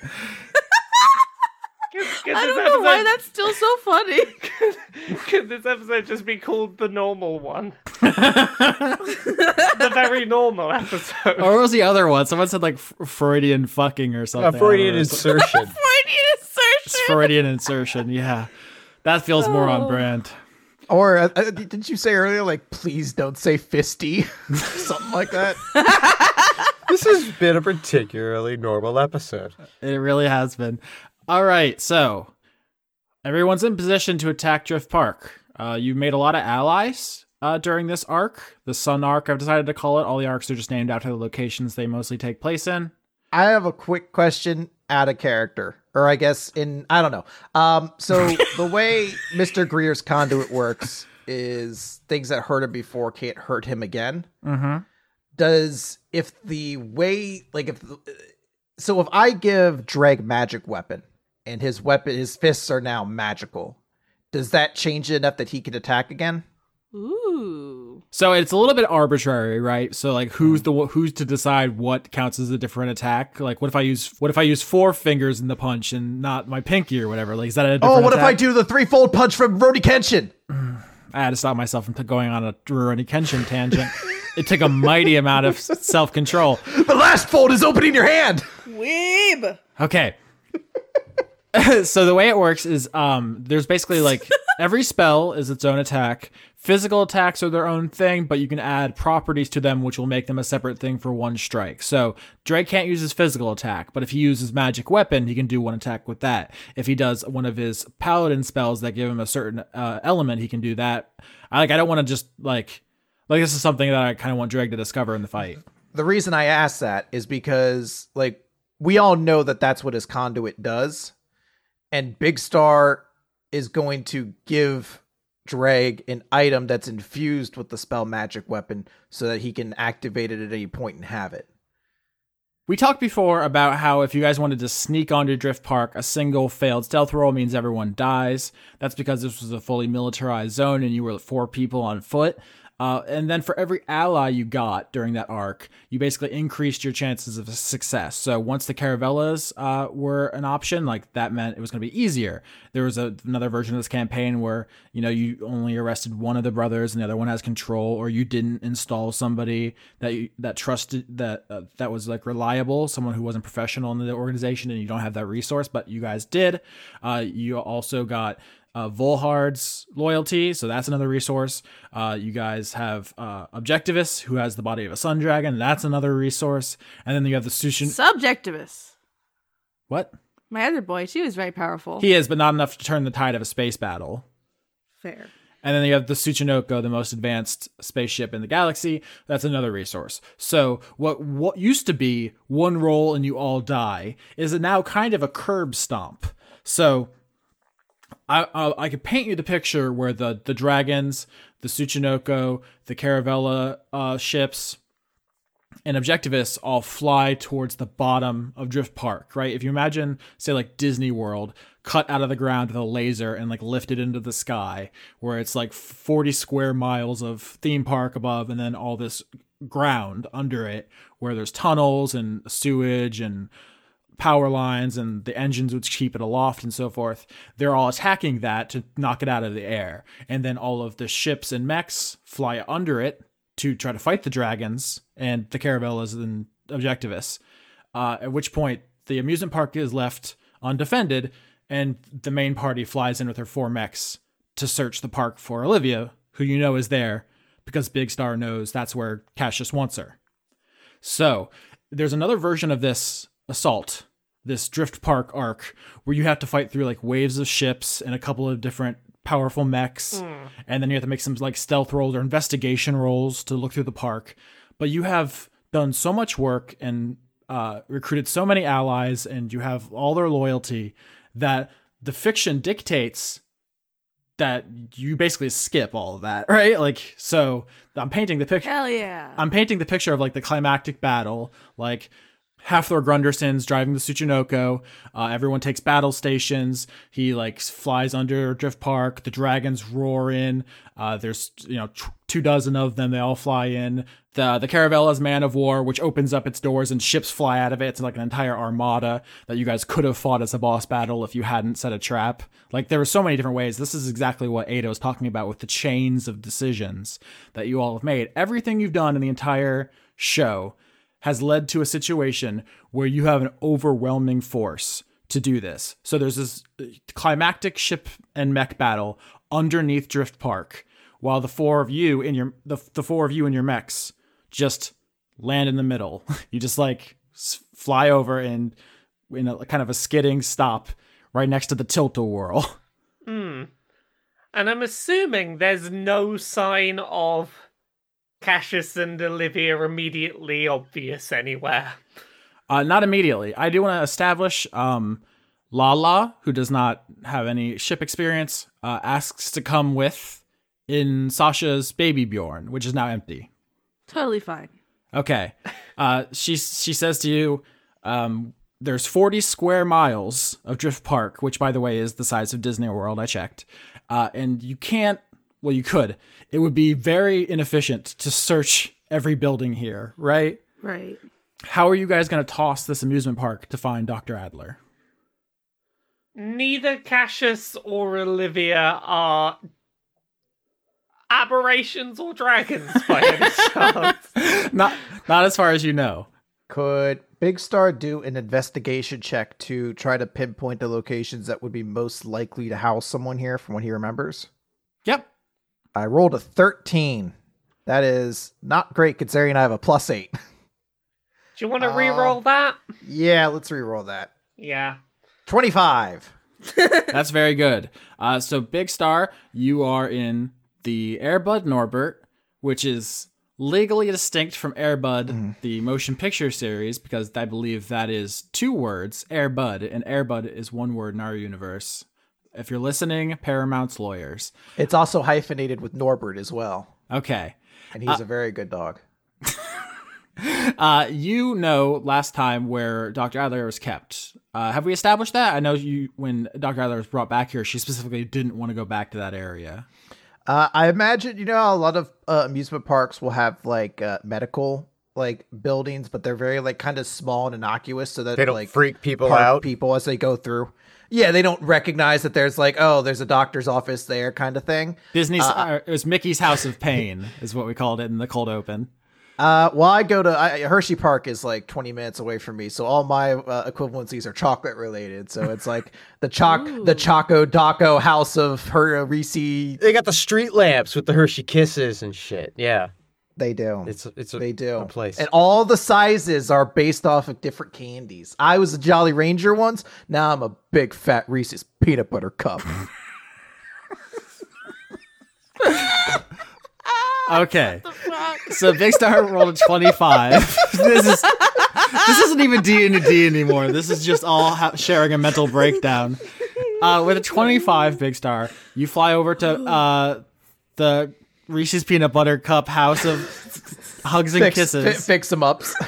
[SPEAKER 2] Could, could
[SPEAKER 5] I
[SPEAKER 2] this
[SPEAKER 5] don't know why
[SPEAKER 2] episode-
[SPEAKER 5] that's still so funny.
[SPEAKER 2] could this episode just be called the normal one? the very normal episode.
[SPEAKER 3] Or what was the other one? Someone said like F- Freudian fucking or something. I don't
[SPEAKER 4] Freudian
[SPEAKER 3] remember.
[SPEAKER 4] insertion.
[SPEAKER 5] Freudian
[SPEAKER 3] It's
[SPEAKER 5] insertion.
[SPEAKER 3] Freudian insertion. Yeah. That feels more on brand.
[SPEAKER 7] or uh, uh, did you say earlier, like, please don't say fisty, something like that?
[SPEAKER 4] this has been a particularly normal episode.
[SPEAKER 3] It really has been. All right, so everyone's in position to attack Drift Park. Uh, you made a lot of allies uh, during this arc, the Sun arc. I've decided to call it. All the arcs are just named after the locations they mostly take place in.
[SPEAKER 7] I have a quick question out of character, or I guess in I don't know. Um, so the way Mr. Greer's conduit works is things that hurt him before can't hurt him again.
[SPEAKER 3] Mm-hmm.
[SPEAKER 7] Does if the way like if the- so if I give Dreg magic weapon and his weapon his fists are now magical, does that change it enough that he can attack again?
[SPEAKER 5] Ooh.
[SPEAKER 3] So it's a little bit arbitrary, right? So like,
[SPEAKER 7] Hmm.
[SPEAKER 3] who's the who's to decide what counts as a different attack? Like, what if I use what if I use four fingers in the punch and not my pinky or whatever? Like, is that a different
[SPEAKER 7] Oh, what if
[SPEAKER 3] attack?
[SPEAKER 7] I do the threefold punch from Rody Kenshin?
[SPEAKER 3] I had to stop myself from t- going on a Rurouni Kenshin tangent. it took a mighty amount of self control.
[SPEAKER 7] The last fold is opening your hand.
[SPEAKER 5] Weeb.
[SPEAKER 3] Okay. so the way it works is um there's basically like every spell is its own attack. Physical attacks are their own thing, but you can add properties to them which will make them a separate thing for one strike. So Drake can't use his physical attack, but if he uses magic weapon, he can do one attack with that. If he does one of his paladin spells that give him a certain uh, element, he can do that. I like I don't want to just like like this is something that I kind of want Drake to discover in the fight.
[SPEAKER 7] the reason I asked that is because like we all know that that's what his conduit does, and Big Star is going to give Drag an item that's infused with the spell magic weapon so that he can activate it at any point and have it.
[SPEAKER 3] We talked before about how if you guys wanted to sneak onto Drift Park, a single failed stealth roll means everyone dies. That's because this was a fully militarized zone and you were four people on foot. Uh, and then for every ally you got during that arc, you basically increased your chances of success. So once the Caravellas uh, were an option, like that meant it was going to be easier. There was a, another version of this campaign where you know you only arrested one of the brothers and the other one has control, or you didn't install somebody that you, that trusted that uh, that was like reliable, someone who wasn't professional in the organization, and you don't have that resource, but you guys did. Uh, you also got uh, Volhard's loyalty, so that's another resource. Uh, you guys have uh, Objectivus, who has the body of a sun dragon, that's another resource. And then you have the Sushin.
[SPEAKER 5] Subjectivus.
[SPEAKER 3] what?
[SPEAKER 5] My other boy, she was very powerful.
[SPEAKER 3] He is, but not enough to turn the tide of a space battle.
[SPEAKER 5] Fair.
[SPEAKER 3] And then you have the Tsuchinoko, the most advanced spaceship in the galaxy. That's another resource. So what what used to be one roll and you all die is now kind of a curb stomp. So I I, I could paint you the picture where the the dragons, the Tsuchinoko, the Caravella uh, ships, and objectivists all fly towards the bottom of Drift Park, right? If you imagine, say, like Disney World, cut out of the ground with a laser and like lifted into the sky, where it's like 40 square miles of theme park above and then all this ground under it, where there's tunnels and sewage and power lines and the engines which keep it aloft and so forth they're all attacking that to knock it out of the air and then all of the ships and mechs fly under it to try to fight the dragons and the caravellas and objectivists uh, at which point the amusement park is left undefended and the main party flies in with her four mechs to search the park for olivia who you know is there because big star knows that's where cassius wants her so there's another version of this assault, this drift park arc, where you have to fight through like waves of ships and a couple of different powerful mechs, and then you have to make some like stealth rolls or investigation rolls to look through the park. But you have done so much work and uh, recruited so many allies, and you have all their loyalty that the fiction dictates that you basically skip all of that, right? Like, so I'm painting the picture.
[SPEAKER 5] Hell yeah.
[SPEAKER 3] I'm painting the picture of like the climactic battle, like Hafthor Grunderson's driving the Tsuchinoko. Uh, everyone takes battle stations. He like flies under Drift Park. The dragons roar in. Uh, there's you know tw- two dozen of them. They all fly in. The the Caravella's man of war, which opens up its doors and ships fly out of it. It's like an entire armada that you guys could have fought as a boss battle if you hadn't set a trap. Like there were so many different ways. This is exactly what Ada was talking about with the chains of decisions that you all have made. Everything you've done in the entire show has led to a situation where you have an overwhelming force to do this. So there's this uh, climactic ship and mech battle underneath Drift Park, while the four of you in your the, the four of you in your mechs just land in the middle. You just like s- fly over and in a kind of a skidding stop right next to the tilt a whirl.
[SPEAKER 2] And I'm assuming there's no sign of Cassius and Olivia immediately obvious anywhere.
[SPEAKER 3] Uh, not immediately. I do want to establish um, Lala, who does not have any ship experience, uh, asks to come with in Sasha's baby Bjorn, which is now empty.
[SPEAKER 5] Totally fine.
[SPEAKER 3] Okay. Uh, she she says to you, um, "There's 40 square miles of Drift Park, which, by the way, is the size of Disney World. I checked, uh, and you can't. Well, you could. It would be very inefficient to search every building here, right?
[SPEAKER 5] Right.
[SPEAKER 3] How are you guys going to toss this amusement park to find Doctor Adler?
[SPEAKER 2] Neither Cassius or Olivia are aberrations or dragons by any chance.
[SPEAKER 3] not not as far as you know.
[SPEAKER 7] Could Big Star do an investigation check to try to pinpoint the locations that would be most likely to house someone here from what he remembers?
[SPEAKER 3] Yep.
[SPEAKER 7] I rolled a 13. That is not great considering I have a plus eight.
[SPEAKER 2] Do you want to re-roll that?
[SPEAKER 7] yeah, let's reroll that.
[SPEAKER 2] Yeah.
[SPEAKER 7] 25.
[SPEAKER 3] That's very good. Uh, so Big Star, you are in the Airbud Norbert, which is legally distinct from Airbud, the motion picture series, because I believe that is two words, Airbud, and Airbud is one word in our universe. If you're listening, Paramount's lawyers.
[SPEAKER 7] It's also hyphenated with Norbert as well,
[SPEAKER 3] Okay.
[SPEAKER 7] and he's a very good dog.
[SPEAKER 3] Uh, you know last time where Dr. Adler was kept. Uh, have we established that? I know you when Dr. Adler was brought back here, she specifically didn't want to go back to that area.
[SPEAKER 7] Uh, I imagine you know how a lot of uh, amusement parks will have like uh, medical like buildings, but they're very like kind of small and innocuous, so that
[SPEAKER 4] They don't
[SPEAKER 7] like
[SPEAKER 4] freak people
[SPEAKER 7] park
[SPEAKER 4] out.
[SPEAKER 7] people as they go through. Yeah, they don't recognize that there's like oh, there's a doctor's office there kind of thing.
[SPEAKER 3] Disney's uh, it was Mickey's House of Pain is what we called it in the cold open.
[SPEAKER 7] Uh, well, I go to I, Hershey Park is like 20 minutes away from me, so all my uh, equivalencies are chocolate related. So it's like the choc the Choco Doco House of Her uh, Reese.
[SPEAKER 4] They got the street lamps with the Hershey Kisses and shit. Yeah,
[SPEAKER 7] They do.
[SPEAKER 4] it's it's a,
[SPEAKER 7] they do.
[SPEAKER 4] a place.
[SPEAKER 7] And all the sizes are based off of different candies. I was a Jolly Ranger once. Now I'm a big fat Reese's peanut butter cup.
[SPEAKER 3] Okay. So Big Star rolled a 25. this is this isn't even D and D anymore. This is just all ha- sharing a mental breakdown. Uh, with a 25, Big Star, you fly over to uh, the Reese's Peanut Butter Cup House of Hugs and
[SPEAKER 7] fix,
[SPEAKER 3] Kisses.
[SPEAKER 7] fi- fix them ups.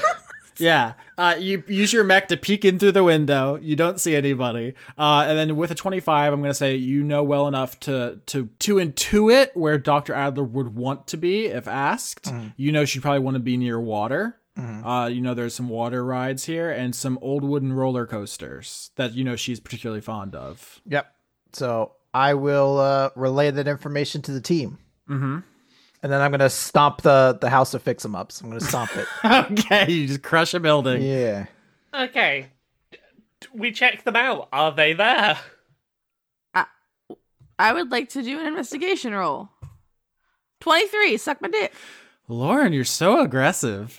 [SPEAKER 3] Yeah. Uh, you use your mech to peek in through the window. You don't see anybody. Uh, and then with a 25, I'm going to say you know well enough to, to, to intuit where Dr. Adler would want to be if asked. You know she'd probably want to be near water. Uh, you know there's some water rides here and some old wooden roller coasters that you know she's particularly fond of.
[SPEAKER 7] yep. So I will uh, relay that information to the team.
[SPEAKER 5] Mm-hmm.
[SPEAKER 3] Mhm.
[SPEAKER 7] And then I'm gonna stomp the the house of fix them ups. I'm gonna stomp it.
[SPEAKER 3] okay, you just crush a building.
[SPEAKER 7] yeah.
[SPEAKER 2] Okay. D- We check them out. Are they there?
[SPEAKER 5] I would like to do an investigation roll. 23, suck my dick.
[SPEAKER 3] Lauren, you're so aggressive.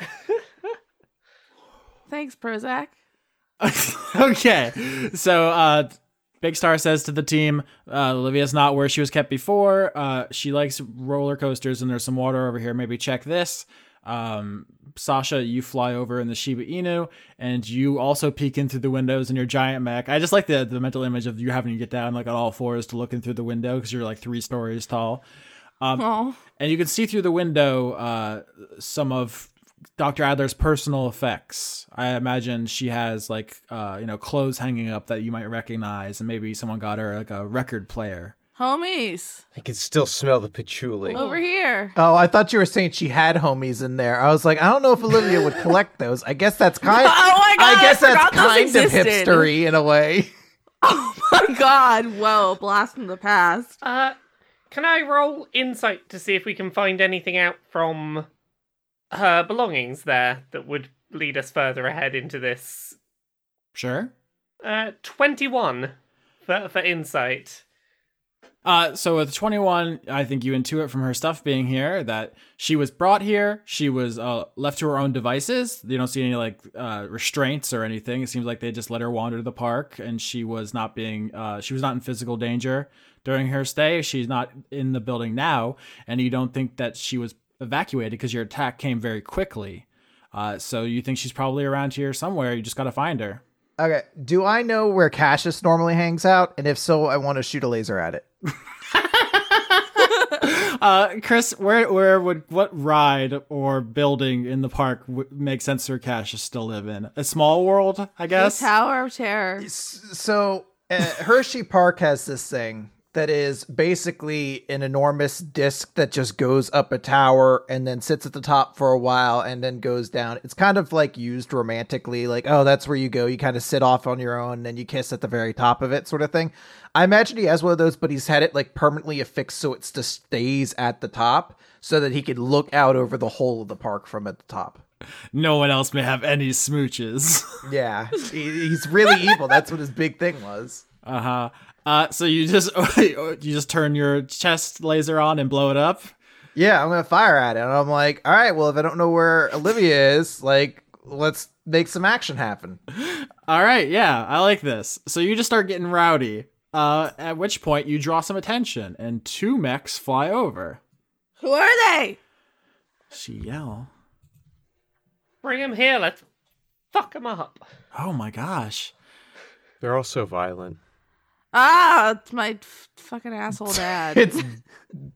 [SPEAKER 5] Thanks, Prozac.
[SPEAKER 3] okay. So uh Big Star says to the team, uh, Olivia's not where she was kept before. Uh, she likes roller coasters and there's some water over here. Maybe check this. Um, Sasha, you fly over in the Shiba Inu and you also peek in through the windows in your giant mech. I just like the, the mental image of you having to get down like on all fours to look in through the window because you're like three stories tall.
[SPEAKER 5] Oh,
[SPEAKER 3] And you can see through the window uh, some of Dr. Adler's personal effects. I imagine she has like uh, you know clothes hanging up that you might recognize, and maybe someone got her like a record player.
[SPEAKER 5] homies,
[SPEAKER 4] I can still smell the patchouli.
[SPEAKER 5] over here.
[SPEAKER 7] Oh, I thought you were saying she had homies in there. I was like, I don't know if Olivia would collect those. I guess that's kind.
[SPEAKER 5] Oh my God,
[SPEAKER 7] I guess
[SPEAKER 5] I
[SPEAKER 7] that's
[SPEAKER 5] forgot those
[SPEAKER 7] kind of
[SPEAKER 5] existed.
[SPEAKER 7] hipstery in a way.
[SPEAKER 5] Oh my god, whoa, blast from the past.
[SPEAKER 2] Uh, can I roll insight to see if we can find anything out from her belongings there that would lead us further ahead into this?
[SPEAKER 3] Sure.
[SPEAKER 2] Uh, 21 for, for insight.
[SPEAKER 3] Uh, so with 21, I think you intuit from her stuff being here that she was brought here. She was uh, left to her own devices. You don't see any like uh, restraints or anything. It seems like they just let her wander the park, and she was not being uh, she was not in physical danger during her stay. She's not in the building now, and you don't think that she was evacuated because your attack came very quickly. Uh, so you think she's probably around here somewhere. You just got to find her.
[SPEAKER 7] Okay. Do I know where Cassius normally hangs out? And if so, I want to shoot a laser at it.
[SPEAKER 3] Uh, Chris, where where would what ride or building in the park w- make sense for Cassius to live in? A small world, I guess.
[SPEAKER 5] The Tower of Terror.
[SPEAKER 7] So uh, Hershey Park has this thing that is basically an enormous disc that just goes up a tower and then sits at the top for a while and then goes down. It's kind of like used romantically, like oh, that's where you go. You kind of sit off on your own and then you kiss at the very top of it, sort of thing. I imagine he has one of those, but he's had it like permanently affixed so it just stays at the top, so that he could look out over the whole of the park from at the top.
[SPEAKER 3] no one else may have any smooches.
[SPEAKER 7] Yeah, he, he's really evil. That's what his big thing was.
[SPEAKER 3] uh huh. Uh, so you just you just turn your chest laser on and blow it up.
[SPEAKER 7] Yeah, I'm gonna fire at it. And I'm like, all right, well, if I don't know where Olivia is, like, let's make some action happen.
[SPEAKER 3] All right, yeah, I like this. So you just start getting rowdy. Uh, at which point you draw some attention, and two mechs fly over.
[SPEAKER 5] Who are they?
[SPEAKER 3] She yell.
[SPEAKER 2] Bring him here. Let's fuck him up.
[SPEAKER 3] Oh my gosh.
[SPEAKER 4] They're all so violent.
[SPEAKER 5] Ah, it's my f- fucking asshole dad.
[SPEAKER 7] It's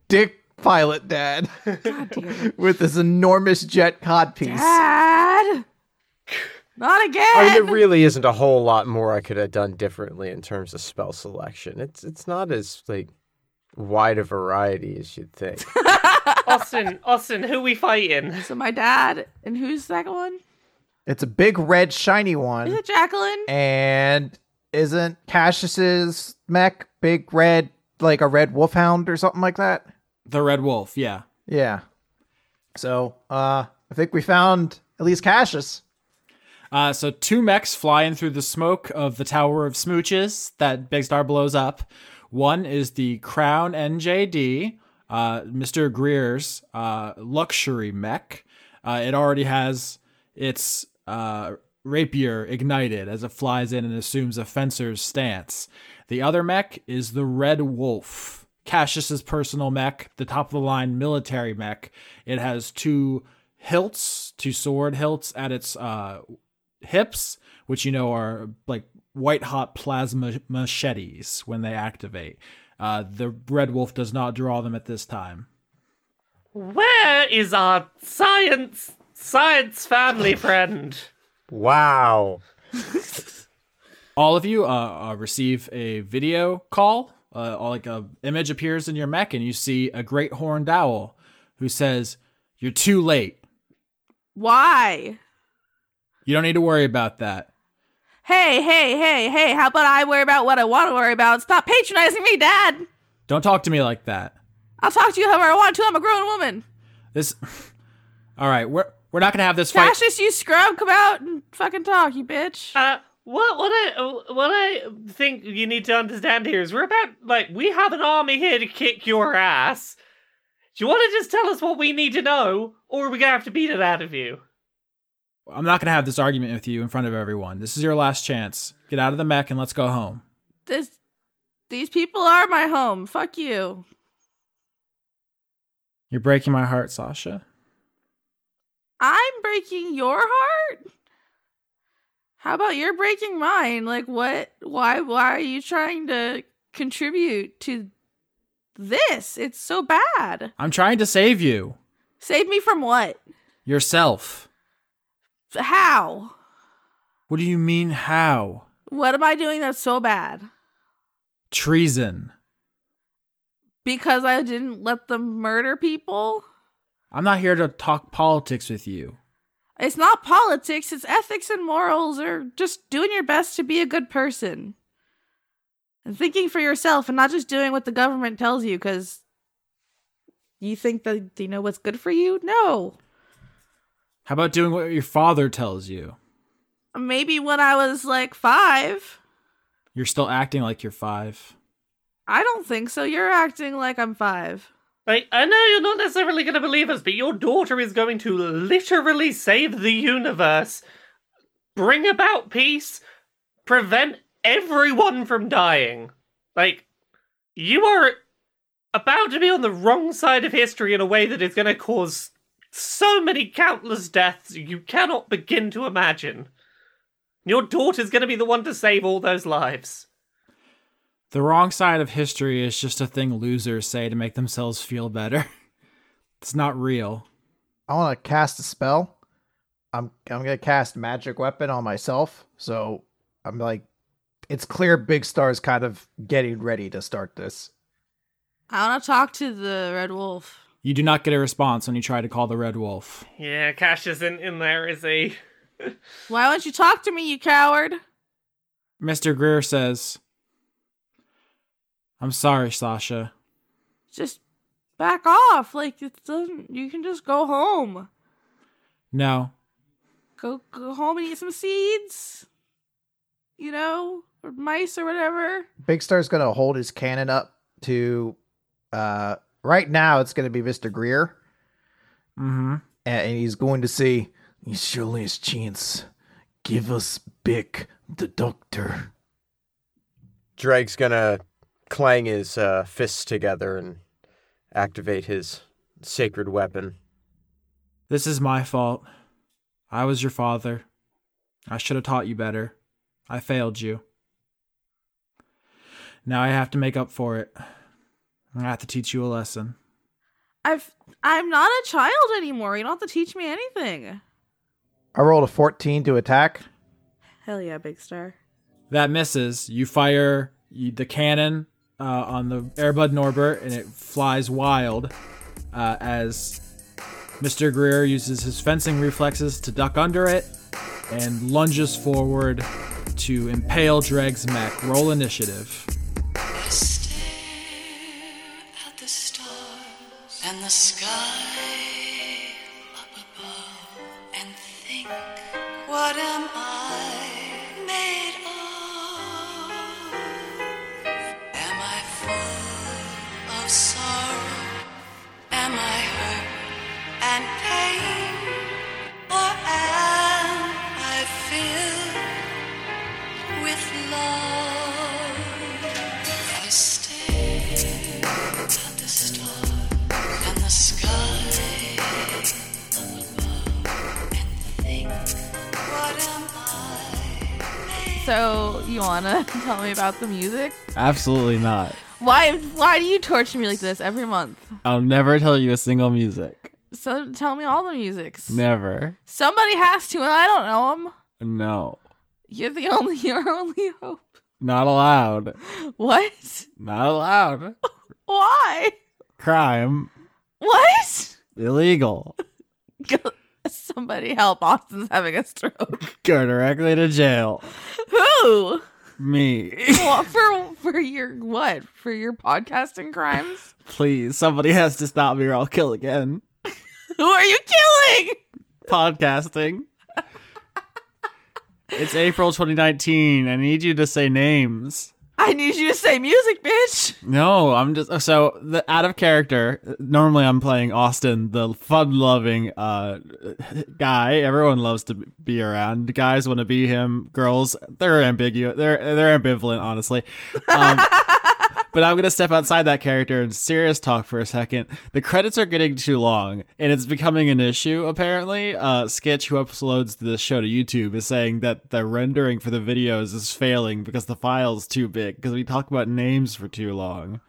[SPEAKER 7] Dick Pilot Dad with this enormous jet codpiece.
[SPEAKER 5] dad, not
[SPEAKER 4] I mean,
[SPEAKER 5] again.
[SPEAKER 4] there really isn't a whole lot more I could have done differently in terms of spell selection. It's it's not as like wide a variety as you'd think.
[SPEAKER 2] Austin, Austin, who we fighting?
[SPEAKER 5] so my dad, and who's the second one?
[SPEAKER 7] It's a big red shiny
[SPEAKER 5] Is
[SPEAKER 7] one,
[SPEAKER 5] it Jacqueline?
[SPEAKER 7] and isn't Cassius's mech big red like a red wolfhound or something like that?
[SPEAKER 3] The red wolf, yeah.
[SPEAKER 7] Yeah. So uh, I think we found at least Cassius.
[SPEAKER 3] Uh, so two mechs flying through the smoke of the Tower of Smooches that Big Star blows up. One is the Crown NJD, uh, Mr. Greer's uh, luxury mech. Uh, it already has its uh, rapier ignited as it flies in and assumes a fencer's stance. The other mech is the Red Wolf, Cassius's personal mech, the top of the line military mech. It has two hilts, two sword hilts at its uh, hips, which you know are like white hot plasma machetes when they activate. Uh, the red wolf does not draw them at this time.
[SPEAKER 2] Where is our science science family friend?
[SPEAKER 4] wow.
[SPEAKER 3] All of you uh, uh, receive a video call. Uh, all- like a image appears in your mech, and you see a great horned owl who says, "You're too late.
[SPEAKER 5] Why?
[SPEAKER 3] You don't need to worry about that."
[SPEAKER 5] Hey, hey, hey, hey! How about I worry about what I want to worry about? Stop patronizing me, Dad.
[SPEAKER 3] Don't talk to me like that.
[SPEAKER 5] I'll talk to you however I want to. I'm a grown woman.
[SPEAKER 3] This. all right, we're we're not gonna have this fight.
[SPEAKER 5] Cassius, you scrub, come out and fucking talk, you bitch.
[SPEAKER 2] Uh, what what I what I think you need to understand here is we're about like we have an army here to kick your ass. Do you want to just tell us what we need to know, or are we gonna have to beat it out of you?
[SPEAKER 3] I'm not gonna have this argument with you in front of everyone. This is your last chance. Get out of the mech and let's go home.
[SPEAKER 5] this, these people are my home. Fuck you.
[SPEAKER 3] You're breaking my heart, Sasha.
[SPEAKER 5] I'm breaking your heart. How about you're breaking mine? Like what? Why? Why are you trying to contribute to this? It's so bad.
[SPEAKER 3] I'm trying to save you.
[SPEAKER 5] Save me from what?
[SPEAKER 3] Yourself.
[SPEAKER 5] How?
[SPEAKER 3] What do you mean, how?
[SPEAKER 5] What am I doing that's so bad?
[SPEAKER 3] Treason.
[SPEAKER 5] Because I didn't let them murder people?
[SPEAKER 3] I'm not here to talk politics with you.
[SPEAKER 5] It's not politics, it's ethics and morals, or just doing your best to be a good person. And thinking for yourself and not just doing what the government tells you because you think that they know what's good for you? No.
[SPEAKER 3] How about doing what your father tells you?
[SPEAKER 5] Maybe when I was like five.
[SPEAKER 3] You're still acting like you're five.
[SPEAKER 5] I don't think so. You're acting like I'm five.
[SPEAKER 2] Like, I know you're not necessarily going to believe us, but your daughter is going to literally save the universe, bring about peace, prevent everyone from dying. Like, you are about to be on the wrong side of history in a way that is going to cause so many countless deaths you cannot begin to imagine. Your daughter's going to be the one to save all those lives.
[SPEAKER 3] The wrong side of history is just a thing losers say to make themselves feel better. it's not real.
[SPEAKER 7] I want to cast a spell. I'm I'm gonna cast magic weapon on myself. So I'm like, it's clear Big Star's kind of getting ready to start this.
[SPEAKER 5] I want to talk to the Red Wolf.
[SPEAKER 3] You do not get a response when you try to call the Red Wolf.
[SPEAKER 2] Yeah, Cash isn't in there, is he?
[SPEAKER 5] Why won't you talk to me, you coward?
[SPEAKER 3] Mr. Greer says, I'm sorry, Sasha.
[SPEAKER 5] Just back off. Like, it doesn't, you can just go home.
[SPEAKER 3] No,
[SPEAKER 5] go go home and eat some seeds. You know, or mice or whatever.
[SPEAKER 7] Big Star's gonna hold his cannon up to uh right now it's gonna be Mr. Greer.
[SPEAKER 3] Mm-hmm.
[SPEAKER 7] a- And he's going to see
[SPEAKER 6] It's your last chance. Give us Bick, the doctor.
[SPEAKER 4] Drake's gonna clang his uh, fists together and activate his sacred weapon.
[SPEAKER 3] This is my fault. I was your father. I should have taught you better. I failed you. Now I have to make up for it. I have to teach you a lesson.
[SPEAKER 5] I've I'm not a child anymore. You don't have to teach me anything.
[SPEAKER 7] I rolled a 14 to attack.
[SPEAKER 5] Hell yeah, Big Star.
[SPEAKER 3] That misses. You fire you, the cannon uh, on the Airbud Norbert, and it flies wild uh, as Mr. Greer uses his fencing reflexes to duck under it and lunges forward to impale Dreg's mech. Roll initiative.
[SPEAKER 8] Stare at the stars and the sky up above and think, what am I made of? Am I full of sorrow? Am I hurt and pain? Or am I filled with love? I stare at the stars and the sky above and think, what am I made
[SPEAKER 5] So you wanna tell me about the music?
[SPEAKER 3] Absolutely not.
[SPEAKER 5] Why why do you torture me like this every month?
[SPEAKER 3] I'll never tell you a single music.
[SPEAKER 5] So tell me all the musics.
[SPEAKER 3] Never.
[SPEAKER 5] Somebody has to, and I don't know them.
[SPEAKER 3] No.
[SPEAKER 5] You're the only your only hope.
[SPEAKER 3] Not allowed.
[SPEAKER 5] What?
[SPEAKER 3] Not allowed.
[SPEAKER 5] Why?
[SPEAKER 3] Crime.
[SPEAKER 5] What?
[SPEAKER 3] Illegal.
[SPEAKER 5] Somebody help! Austin's having a stroke.
[SPEAKER 3] Go directly to jail.
[SPEAKER 5] Who?
[SPEAKER 3] Me.
[SPEAKER 5] What for? For your what? For your podcasting crimes?
[SPEAKER 3] Please, somebody has to stop me or I'll kill again.
[SPEAKER 5] Who are you killing?
[SPEAKER 3] Podcasting. It's April 2019. I need you to say names.
[SPEAKER 5] I need you to say music, bitch.
[SPEAKER 3] No, I'm just so the out of character. Normally, I'm playing Austin, the fun-loving uh, guy. Everyone loves to be around. Guys want to be him. Girls, they're ambiguous. They're they're ambivalent, honestly. Um, but I'm gonna step outside that character and serious talk for a second. The credits are getting too long, and it's becoming an issue. Apparently, uh, Sketch, who uploads the show to YouTube, is saying that the rendering for the videos is failing because the file's too big because we talk about names for too long.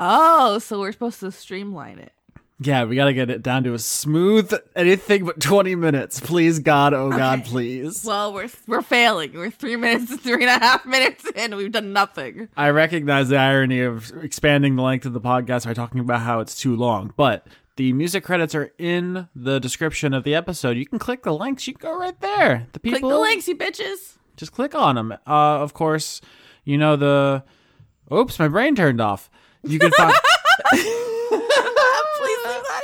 [SPEAKER 5] Oh, so we're supposed to streamline it.
[SPEAKER 3] Yeah, we gotta get it down to a smooth anything but 20 minutes. Please, God, oh God,
[SPEAKER 5] Okay.
[SPEAKER 3] please.
[SPEAKER 5] Well, we're we're failing. We're three minutes, three and a half minutes in. We've done nothing.
[SPEAKER 3] I recognize the irony of expanding the length of the podcast by talking about how it's too long, but the music credits are in the description of the episode. You can click the links. You can go right there. The people
[SPEAKER 5] Click the links, you bitches.
[SPEAKER 3] Just click on them. Uh, of course, you know the. Oops, my brain turned off. You can find.
[SPEAKER 5] Please leave that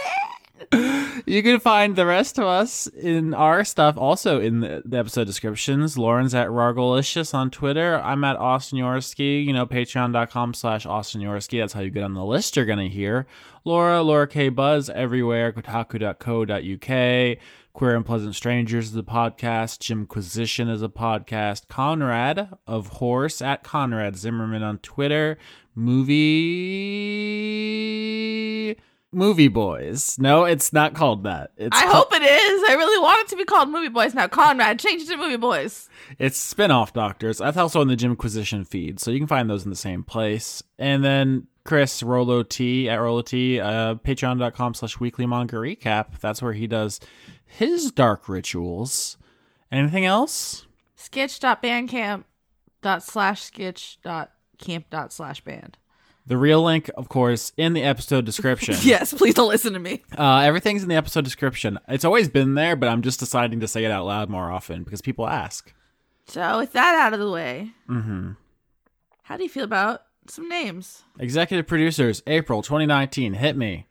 [SPEAKER 5] in.
[SPEAKER 3] You can find the rest of us in our stuff also in the, the episode descriptions. Lauren's at Rargolicious on Twitter. I'm at Austin Yorsky. You know, patreon.com slash Austin Yorsky. That's how you get on the list you're going to hear. Laura, Laura K. Buzz everywhere. Kotaku.co.uk. Queer and Pleasant Strangers is a podcast. Jimquisition is a podcast. Conrad of Horse at Conrad Zimmerman on Twitter. Movie movie boys. No, it's not called that. It's
[SPEAKER 5] I
[SPEAKER 3] ca-
[SPEAKER 5] hope it is. I really want it to be called Movie Boys now. Conrad, change it to Movie Boys.
[SPEAKER 3] It's spin-off doctors. That's also on the Jimquisition feed, so you can find those in the same place. And then Chris Rolo T at Rolo T, uh, patreon.com slash weekly manga recap. That's where he does his dark rituals. Anything else?
[SPEAKER 5] Sketch.bandcamp dot slash sketch dot camp dot slash band.
[SPEAKER 3] The real link, of course, in the episode description.
[SPEAKER 5] Yes, please don't listen to me.
[SPEAKER 3] Uh, everything's in the episode description. It's always been there, but I'm just deciding to say it out loud more often because people ask.
[SPEAKER 5] So with that out of the way,
[SPEAKER 3] Mm-hmm.
[SPEAKER 5] how do you feel about some names?
[SPEAKER 3] Executive producers, April 2019. Hit me.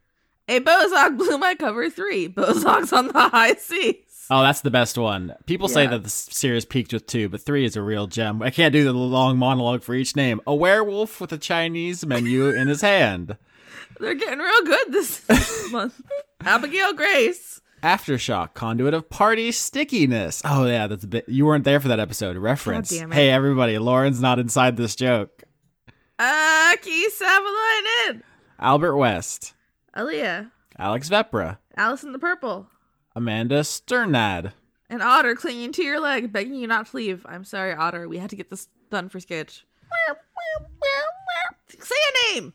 [SPEAKER 5] A Bozog blew my cover three. Bozog's on the high seas.
[SPEAKER 3] Oh, that's the best one. People say
[SPEAKER 5] Yeah.
[SPEAKER 3] that the s- series peaked with two, but three is a real gem. I can't do the long monologue for each name. A werewolf with a Chinese menu in his hand.
[SPEAKER 5] They're getting real good this month. Abigail Grace.
[SPEAKER 3] Aftershock, conduit of party stickiness. Oh yeah, that's a bit. You weren't there for that episode. Reference.
[SPEAKER 5] God damn it.
[SPEAKER 3] Hey everybody, Lauren's not inside this joke.
[SPEAKER 5] Aki Savalainen.
[SPEAKER 3] Albert West,
[SPEAKER 5] Aaliyah.
[SPEAKER 3] Alex Vepra,
[SPEAKER 5] Alice in the Purple.
[SPEAKER 3] Amanda Sternad.
[SPEAKER 5] An otter clinging to your leg, begging you not to leave. I'm sorry, otter. We had to get this done for sketch. Say a name.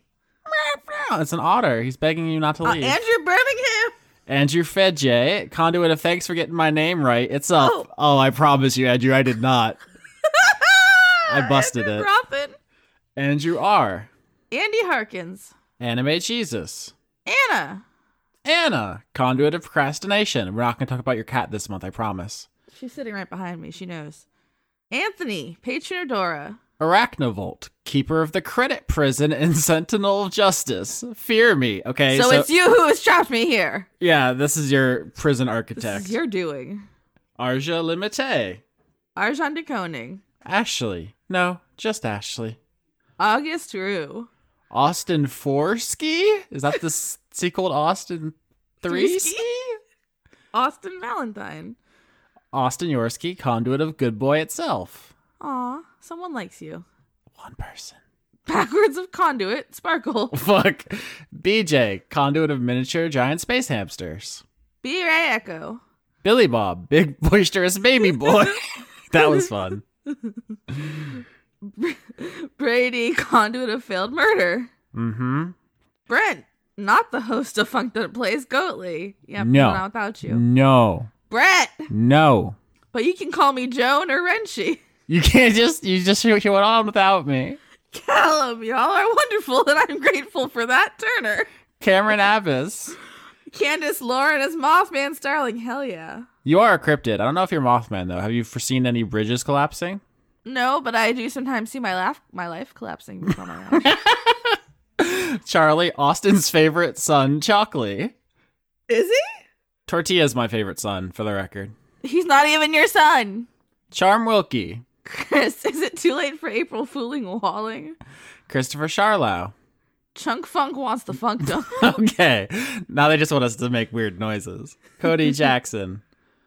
[SPEAKER 3] Oh, it's an otter. He's begging you not to
[SPEAKER 5] Uh,
[SPEAKER 3] leave.
[SPEAKER 5] Andrew Birmingham.
[SPEAKER 3] Andrew Fedje, conduit of thanks for getting my name right. It's up. Oh, I promise you, Andrew, I did not. I busted
[SPEAKER 5] Andrew
[SPEAKER 3] it.
[SPEAKER 5] Robin.
[SPEAKER 3] Andrew R.
[SPEAKER 5] Andy Harkins.
[SPEAKER 3] Anime Jesus.
[SPEAKER 5] Anna.
[SPEAKER 3] Anna, conduit of procrastination. We're not going to talk about your cat this month, I promise.
[SPEAKER 5] She's sitting right behind me. She knows. Anthony. Patron of Dora.
[SPEAKER 3] Arachnovolt, keeper of the credit prison and sentinel of justice. Fear me. Okay,
[SPEAKER 5] so, it's you who has trapped me here.
[SPEAKER 3] Yeah, this is your prison
[SPEAKER 5] This
[SPEAKER 3] architect.
[SPEAKER 5] is your doing.
[SPEAKER 3] Arja Limite.
[SPEAKER 5] Arjan de Koning.
[SPEAKER 3] Ashley. No, just Ashley.
[SPEAKER 5] August Rue.
[SPEAKER 3] Austin Forsky? Is that the s- sequel to Austin 3
[SPEAKER 5] Threesky? Austin Valentine.
[SPEAKER 3] Austin Yorsky, conduit of Good Boy itself.
[SPEAKER 5] Aw, someone likes you.
[SPEAKER 3] One person.
[SPEAKER 5] Backwards of Conduit. Sparkle.
[SPEAKER 3] Fuck. BJ, conduit of miniature giant space hamsters.
[SPEAKER 5] B. Ray Echo.
[SPEAKER 3] Billy Bob, big boisterous baby boy. that was fun.
[SPEAKER 5] Brady, conduit of failed murder.
[SPEAKER 3] Mm-hmm.
[SPEAKER 5] Brent, not the host of Funk That Plays Goatly. Yeah,
[SPEAKER 3] No.
[SPEAKER 5] not without you.
[SPEAKER 3] No.
[SPEAKER 5] Brett,
[SPEAKER 3] No.
[SPEAKER 5] but you can call me Joan or Renshi.
[SPEAKER 3] You can't just you just you went on without me.
[SPEAKER 5] Callum, y'all are wonderful, and I'm grateful for that, Turner.
[SPEAKER 3] Cameron Abbas.
[SPEAKER 5] Candace Lauren is Mothman Starling. Hell yeah.
[SPEAKER 3] You are a cryptid. I don't know if you're Mothman though. Have you foreseen any bridges collapsing?
[SPEAKER 5] No, but I do sometimes see my laugh, my life collapsing before my eyes.
[SPEAKER 3] Charlie, Austin's favorite son, Chocolate.
[SPEAKER 5] is
[SPEAKER 3] Tortilla's my favorite son, for the record.
[SPEAKER 5] he? He's not even your son.
[SPEAKER 3] Charm Wilkie.
[SPEAKER 5] Chris, is it too late for April fooling walling?
[SPEAKER 3] Christopher Charlow.
[SPEAKER 5] Chunk Funk wants the funk dunk.
[SPEAKER 3] Okay. Now they just want us to make weird noises. Cody Jackson.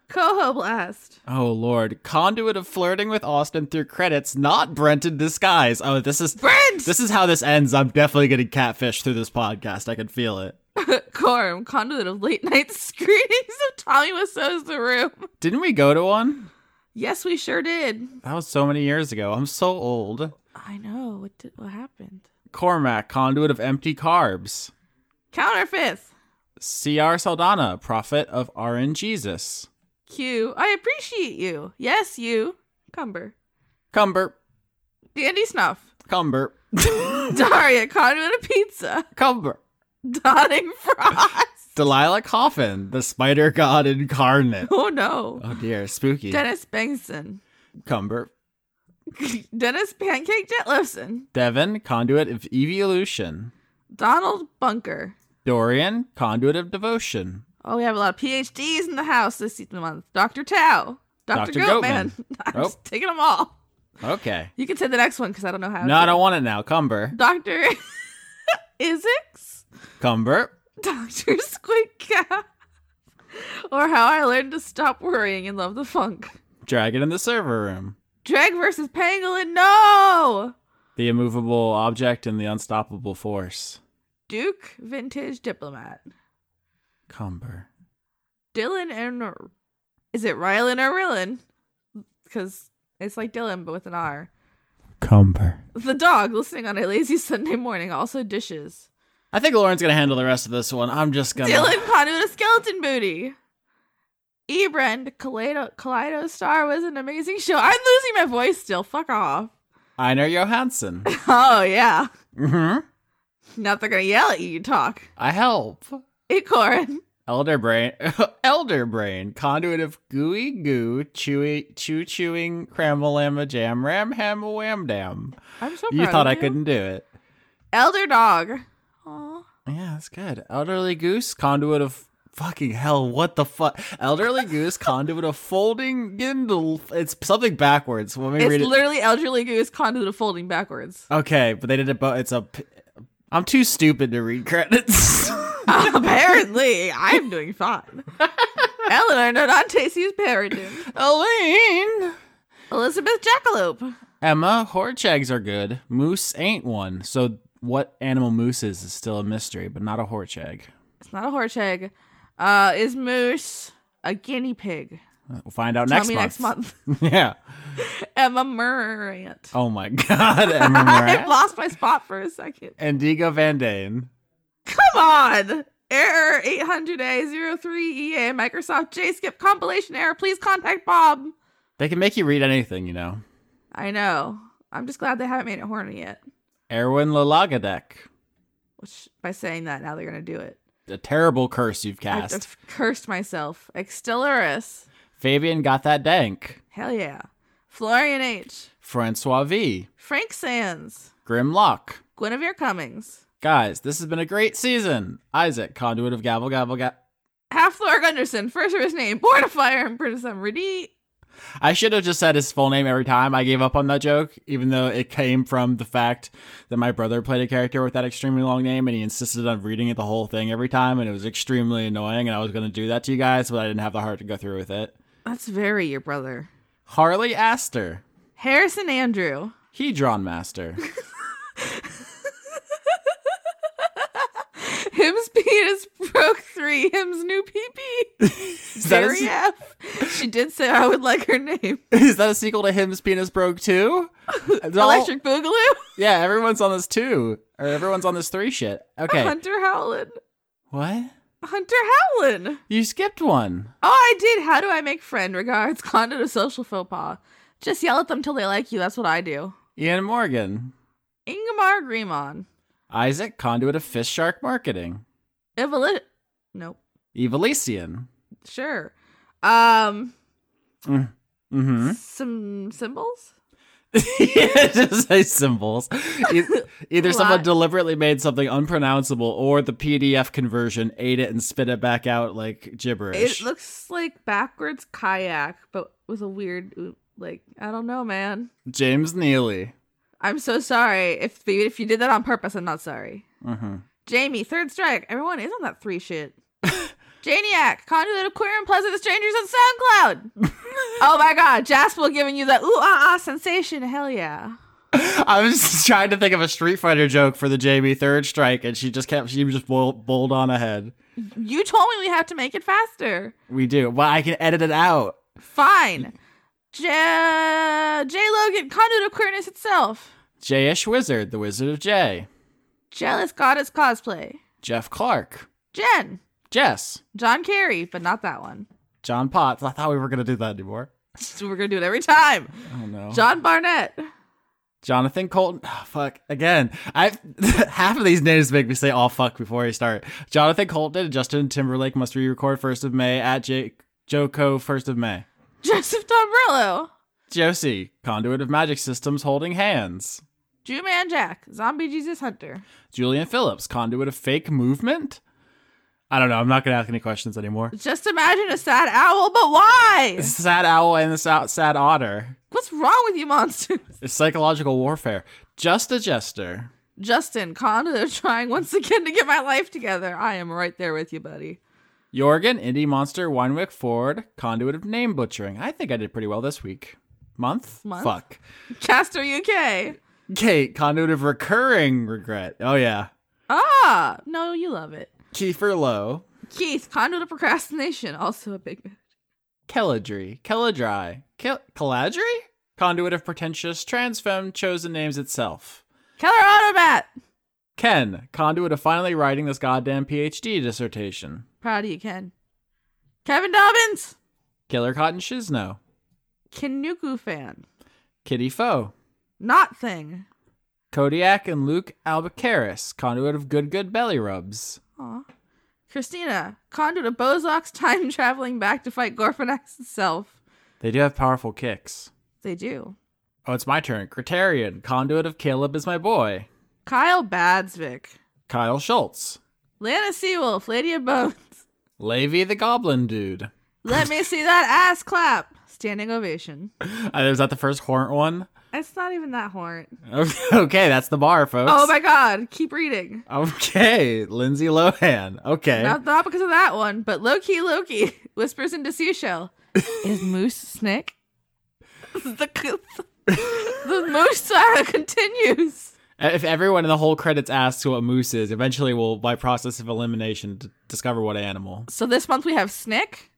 [SPEAKER 5] Coho Blast.
[SPEAKER 3] Oh Lord. Conduit of flirting with Austin through credits, not Brent in disguise. Oh, this is
[SPEAKER 5] Brent!
[SPEAKER 3] this is how this ends. I'm definitely getting catfish through this podcast. I can feel it.
[SPEAKER 5] Corm, conduit of late night screenings of Tommy Wiseau's The Room.
[SPEAKER 3] Didn't we go to one?
[SPEAKER 5] Yes, we sure did.
[SPEAKER 3] That was so many years ago. I'm so old.
[SPEAKER 5] I know. What did, what happened?
[SPEAKER 3] Cormac, conduit of empty carbs.
[SPEAKER 5] Counterfeit.
[SPEAKER 3] CR Saldana, prophet of RN Jesus.
[SPEAKER 5] Q. I appreciate you. Yes, you. Cumber.
[SPEAKER 3] Cumber,
[SPEAKER 5] Dandy Snuff.
[SPEAKER 3] Cumber,
[SPEAKER 5] Daria, conduit of pizza.
[SPEAKER 3] Cumber.
[SPEAKER 5] Dotting Frost.
[SPEAKER 3] Delilah Coffin, the spider god incarnate.
[SPEAKER 5] Oh no.
[SPEAKER 3] Oh dear, spooky.
[SPEAKER 5] Dennis Bengtson.
[SPEAKER 3] Cumber.
[SPEAKER 5] Dennis Pancake Jetlifson.
[SPEAKER 3] Devin, conduit of evolution.
[SPEAKER 5] Donald Bunker.
[SPEAKER 3] Dorian, conduit of devotion.
[SPEAKER 5] Oh, we have a lot of PhDs in the house this month. Dr. Tao. Dr.
[SPEAKER 3] Dr.
[SPEAKER 5] Goatman.
[SPEAKER 3] Goatman.
[SPEAKER 5] I'm
[SPEAKER 3] Oh.
[SPEAKER 5] just taking them all.
[SPEAKER 3] Okay.
[SPEAKER 5] You can say the next one because I don't know how.
[SPEAKER 3] No, I don't want it now. Cumber.
[SPEAKER 5] Doctor Isix,
[SPEAKER 3] Cumber.
[SPEAKER 5] Doctor Squid Cat, or how I learned to stop worrying and love the funk.
[SPEAKER 3] Dragon in the server room.
[SPEAKER 5] Drag versus Pangolin. No.
[SPEAKER 3] The immovable object and the unstoppable force.
[SPEAKER 5] Duke Vintage Diplomat.
[SPEAKER 3] Cumber.
[SPEAKER 5] Dylan and is it Rylan or Rylan? Because it's like Dylan but with an R.
[SPEAKER 3] Cumber.
[SPEAKER 5] The dog listening on a lazy Sunday morning also dishes.
[SPEAKER 3] I think Lauren's gonna handle the rest of this one. I'm just gonna
[SPEAKER 5] Dylan Conduit of Skeleton Booty. Ebrand, Kaleido, Kaleido Star was an amazing show. I'm losing my voice still. Fuck off.
[SPEAKER 3] Einar Johansson.
[SPEAKER 5] Oh, yeah.
[SPEAKER 3] mm-hmm.
[SPEAKER 5] Not they're going to yell at you, you talk.
[SPEAKER 3] I help.
[SPEAKER 5] Ikorin,
[SPEAKER 3] Elder brain, elder brain, conduit of gooey goo, chewy, chew chewing, cramalama jam, ram ham wham dam.
[SPEAKER 5] I'm so proud
[SPEAKER 3] You thought
[SPEAKER 5] of
[SPEAKER 3] I couldn't do it.
[SPEAKER 5] Elder Dog. Aw.
[SPEAKER 3] Yeah, that's good. Elderly goose, conduit of fucking hell. What the fuck? Elderly goose, conduit of folding gindle. It's something backwards. Let me read
[SPEAKER 5] It's
[SPEAKER 3] it.
[SPEAKER 5] literally Elderly Goose Conduit of Folding Backwards.
[SPEAKER 3] okay, but they did it. But it's a. p- I'm too stupid to read credits.
[SPEAKER 5] Apparently, I'm doing fine. Eleanor Nodantesi's Paradigm.
[SPEAKER 3] Elaine.
[SPEAKER 5] Elizabeth Jackalope.
[SPEAKER 3] Emma, horch eggs are good. Moose ain't one. So what animal moose is is still a mystery, but not a horch egg.
[SPEAKER 5] It's not a horse egg. Uh, is Moose. a guinea pig.
[SPEAKER 3] We'll find out
[SPEAKER 5] Tell
[SPEAKER 3] next
[SPEAKER 5] me
[SPEAKER 3] month.
[SPEAKER 5] next month.
[SPEAKER 3] yeah.
[SPEAKER 5] Emma Murrant.
[SPEAKER 3] Oh my God, Emma
[SPEAKER 5] I
[SPEAKER 3] Moran
[SPEAKER 5] lost my spot for a second.
[SPEAKER 3] and Diego Van Dane.
[SPEAKER 5] Come on. Error 800A03EA E Microsoft J skip compilation error. Please contact Bob.
[SPEAKER 3] They can make you read anything, you know.
[SPEAKER 5] I know. I'm just glad they haven't made it horny yet.
[SPEAKER 3] Erwin Lalagadec,
[SPEAKER 5] Which by saying that now they're gonna do it.
[SPEAKER 3] a terrible curse you've
[SPEAKER 5] I've
[SPEAKER 3] cast.
[SPEAKER 5] just cursed myself. Extilleris.
[SPEAKER 3] Fabian got that dank.
[SPEAKER 5] Hell yeah. Florian H.
[SPEAKER 3] Francois V.
[SPEAKER 5] Frank Sands.
[SPEAKER 3] Grim Locke.
[SPEAKER 5] Guinevere Cummings.
[SPEAKER 3] Guys, this has been a great season. Isaac, conduit of gavel, gavel, gavel.
[SPEAKER 5] Half Lord Gunderson, first of his name, born of fire and Brutus Reddy.
[SPEAKER 3] I should have just said his full name every time. I gave up on that joke, even though it came from the fact that my brother played a character with that extremely long name and he insisted on reading it the whole thing every time, and it was extremely annoying. And I was going to do that to you guys, but I didn't have the heart to go through with it.
[SPEAKER 5] That's very your brother.
[SPEAKER 3] Harley Astor,
[SPEAKER 5] Harrison Andrew.
[SPEAKER 3] Hedron Master,
[SPEAKER 5] Him's penis broke three. Him's new PP.
[SPEAKER 3] that a
[SPEAKER 5] Very
[SPEAKER 3] se-
[SPEAKER 5] F. She did say I would like her name.
[SPEAKER 3] Is that a sequel to Him's Penis Broke too?
[SPEAKER 5] Electric Boogaloo.
[SPEAKER 3] Yeah, everyone's on this two. Or everyone's on this three shit. Okay.
[SPEAKER 5] Hunter Howland.
[SPEAKER 3] What?
[SPEAKER 5] Hunter Howland.
[SPEAKER 3] You skipped one.
[SPEAKER 5] Oh, I did. How do I make friend? Regards, conduit of social faux pas. Just yell at them till they like you. That's what I do.
[SPEAKER 3] Ian Morgan.
[SPEAKER 5] Ingmar Grimon.
[SPEAKER 3] Isaac, conduit of Fish Shark Marketing.
[SPEAKER 5] Evoli- Nope.
[SPEAKER 3] Evilician.
[SPEAKER 5] Sure. Um,
[SPEAKER 3] Mm-hmm.
[SPEAKER 5] some symbols?
[SPEAKER 3] just say symbols. E- Either someone
[SPEAKER 5] Lot.
[SPEAKER 3] deliberately made something unpronounceable or the PDF conversion ate it and spit it back out like gibberish.
[SPEAKER 5] It looks like backwards kayak, but with a weird, like, I don't know, man.
[SPEAKER 3] James Neely.
[SPEAKER 5] I'm so sorry. If if you did that on purpose, I'm not sorry.
[SPEAKER 3] Mm-hmm.
[SPEAKER 5] Jamie, third strike. Everyone is on that three shit. Janiac, conduit of queer and pleasant strangers on SoundCloud. oh my god, Jasper giving you that ooh ah ah sensation. Hell yeah.
[SPEAKER 3] I was just trying to think of a Street Fighter joke for the JB Third Strike, and she just kept she just bowl, bowled on ahead.
[SPEAKER 5] You told me we have to make it faster.
[SPEAKER 3] We do. Well, I can edit it out.
[SPEAKER 5] Fine. J J Logan, conduit of queerness itself.
[SPEAKER 3] J-ish Wizard, the Wizard of J.
[SPEAKER 5] Jealous goddess cosplay.
[SPEAKER 3] Jeff Clark.
[SPEAKER 5] Jen,
[SPEAKER 3] Jess.
[SPEAKER 5] John Kerry, but not that one.
[SPEAKER 3] John Potts. I thought we were gonna do that anymore.
[SPEAKER 5] So we're gonna do it every time.
[SPEAKER 3] Oh no.
[SPEAKER 5] John Barnett.
[SPEAKER 3] Jonathan Colton. Oh, fuck. Again. I half of these names make me say all fuck before I start. Jonathan Colton and Justin Timberlake must re-record first of May at Jake Joko first of May.
[SPEAKER 5] Joseph Tombrello.
[SPEAKER 3] Josie, conduit of magic systems holding hands.
[SPEAKER 5] Jew Man Jack, Zombie Jesus Hunter.
[SPEAKER 3] Julian Phillips, conduit of fake movement? I don't know. I'm not going to ask any questions anymore.
[SPEAKER 5] Just imagine a sad owl, but why?
[SPEAKER 3] Sad owl and the sad, sad otter.
[SPEAKER 5] What's wrong with you monsters?
[SPEAKER 3] It's psychological warfare. Just a jester.
[SPEAKER 5] Justin, Conda, trying once again to get my life together. I am right there with you, buddy.
[SPEAKER 3] Jorgen, indie monster, Weinwick, Ford, conduit of name butchering. I think I did pretty well this week. Month?
[SPEAKER 5] Month?
[SPEAKER 3] Fuck.
[SPEAKER 5] Castor UK.
[SPEAKER 3] Kate, conduit of recurring regret. Oh, yeah.
[SPEAKER 5] Ah, no, you love it.
[SPEAKER 3] Kiefer Lowe,
[SPEAKER 5] Keith, conduit of procrastination, also a big
[SPEAKER 3] Kelladry, Kelladry, Kel- Caladry? Conduit of pretentious, trans femme, chosen names itself.
[SPEAKER 5] Keller Automat.
[SPEAKER 3] Ken, conduit of finally writing this goddamn PhD dissertation.
[SPEAKER 5] Proud of you, Ken. Kevin Dobbins.
[SPEAKER 3] Killer Cotton Shizno,
[SPEAKER 5] Kinuku fan.
[SPEAKER 3] Kitty Foe,
[SPEAKER 5] Not thing.
[SPEAKER 3] Kodiak and Luke Albacaris, conduit of good good belly rubs.
[SPEAKER 5] Aw. Christina, conduit of Bozox time traveling back to fight Gorfanax itself.
[SPEAKER 3] They do have powerful kicks.
[SPEAKER 5] They do.
[SPEAKER 3] Oh, it's my turn. Criterion, conduit of Caleb is my boy.
[SPEAKER 5] Kyle Badsvik.
[SPEAKER 3] Kyle Schultz,
[SPEAKER 5] Lana Seawolf, Lady of Bones.
[SPEAKER 3] Levy the Goblin Dude.
[SPEAKER 5] Let me see that ass clap. Standing ovation.
[SPEAKER 3] Uh, is that the first horn one?
[SPEAKER 5] It's not even that horn.
[SPEAKER 3] Okay, that's the bar, folks.
[SPEAKER 5] Oh my god, keep reading.
[SPEAKER 3] Okay, Lindsay Lohan. Okay.
[SPEAKER 5] Not, not because of that one, but Loki Loki whispers into Seashell. Is Moose Snick? the, the moose saga continues.
[SPEAKER 3] If everyone in the whole credits asks what moose is, eventually we'll, by process of elimination, d- discover what animal.
[SPEAKER 5] So this month we have Snick,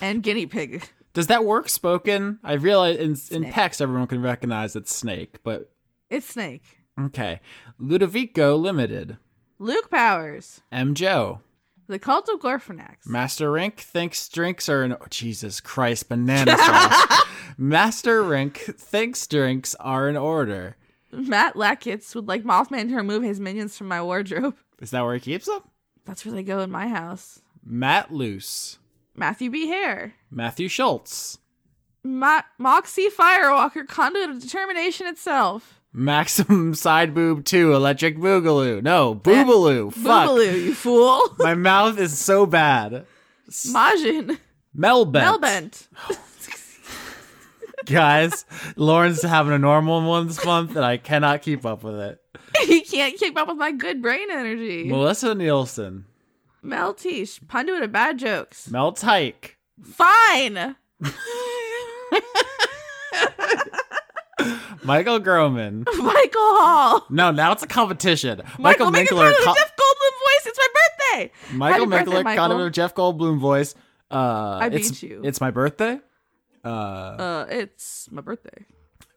[SPEAKER 5] and guinea pig.
[SPEAKER 3] Does that work spoken? I realize in, in
[SPEAKER 5] Snake.
[SPEAKER 3] text everyone can recognize it's snake, but
[SPEAKER 5] It's Snake.
[SPEAKER 3] okay. Ludovico Limited.
[SPEAKER 5] Luke Powers,
[SPEAKER 3] M. Joe.
[SPEAKER 5] The Cult of Gorfanax.
[SPEAKER 3] Master Rink thinks drinks are an oh, Jesus Christ banana sauce. Master Rink thinks drinks are in order.
[SPEAKER 5] Matt Lackitz would like Mothman to remove his minions from my wardrobe.
[SPEAKER 3] Is that where he keeps them?
[SPEAKER 5] That's where they go in my house.
[SPEAKER 3] Matt Loose.
[SPEAKER 5] Matthew B. Hare.
[SPEAKER 3] Matthew Schultz.
[SPEAKER 5] Ma- Moxie Firewalker, conduit of determination itself.
[SPEAKER 3] Maximum Side Boob 2 Electric Boogaloo. No, Boobaloo. Fuck.
[SPEAKER 5] Boogaloo, you fool.
[SPEAKER 3] My mouth is so bad.
[SPEAKER 5] Majin.
[SPEAKER 3] Melbent.
[SPEAKER 5] Melbent.
[SPEAKER 3] Guys, Lauren's having a normal one this month and I cannot keep up with it.
[SPEAKER 5] he can't keep up with my good brain energy.
[SPEAKER 3] Melissa Nielsen.
[SPEAKER 5] Mel Tish, conduit of bad jokes.
[SPEAKER 3] Mel Tyke.
[SPEAKER 5] Fine.
[SPEAKER 3] Michael Groman.
[SPEAKER 5] Michael Hall.
[SPEAKER 3] No, now it's a competition. Michael,
[SPEAKER 5] Michael, make a
[SPEAKER 3] Minkler.
[SPEAKER 5] part of the
[SPEAKER 3] co-
[SPEAKER 5] Jeff Goldblum voice. It's my birthday.
[SPEAKER 3] Michael
[SPEAKER 5] Happy birthday,
[SPEAKER 3] Minkler,
[SPEAKER 5] Michael.
[SPEAKER 3] got him a Jeff Goldblum voice. Uh,
[SPEAKER 5] I
[SPEAKER 3] it's,
[SPEAKER 5] beat you.
[SPEAKER 3] It's my birthday. Uh,
[SPEAKER 5] Uh, it's my birthday.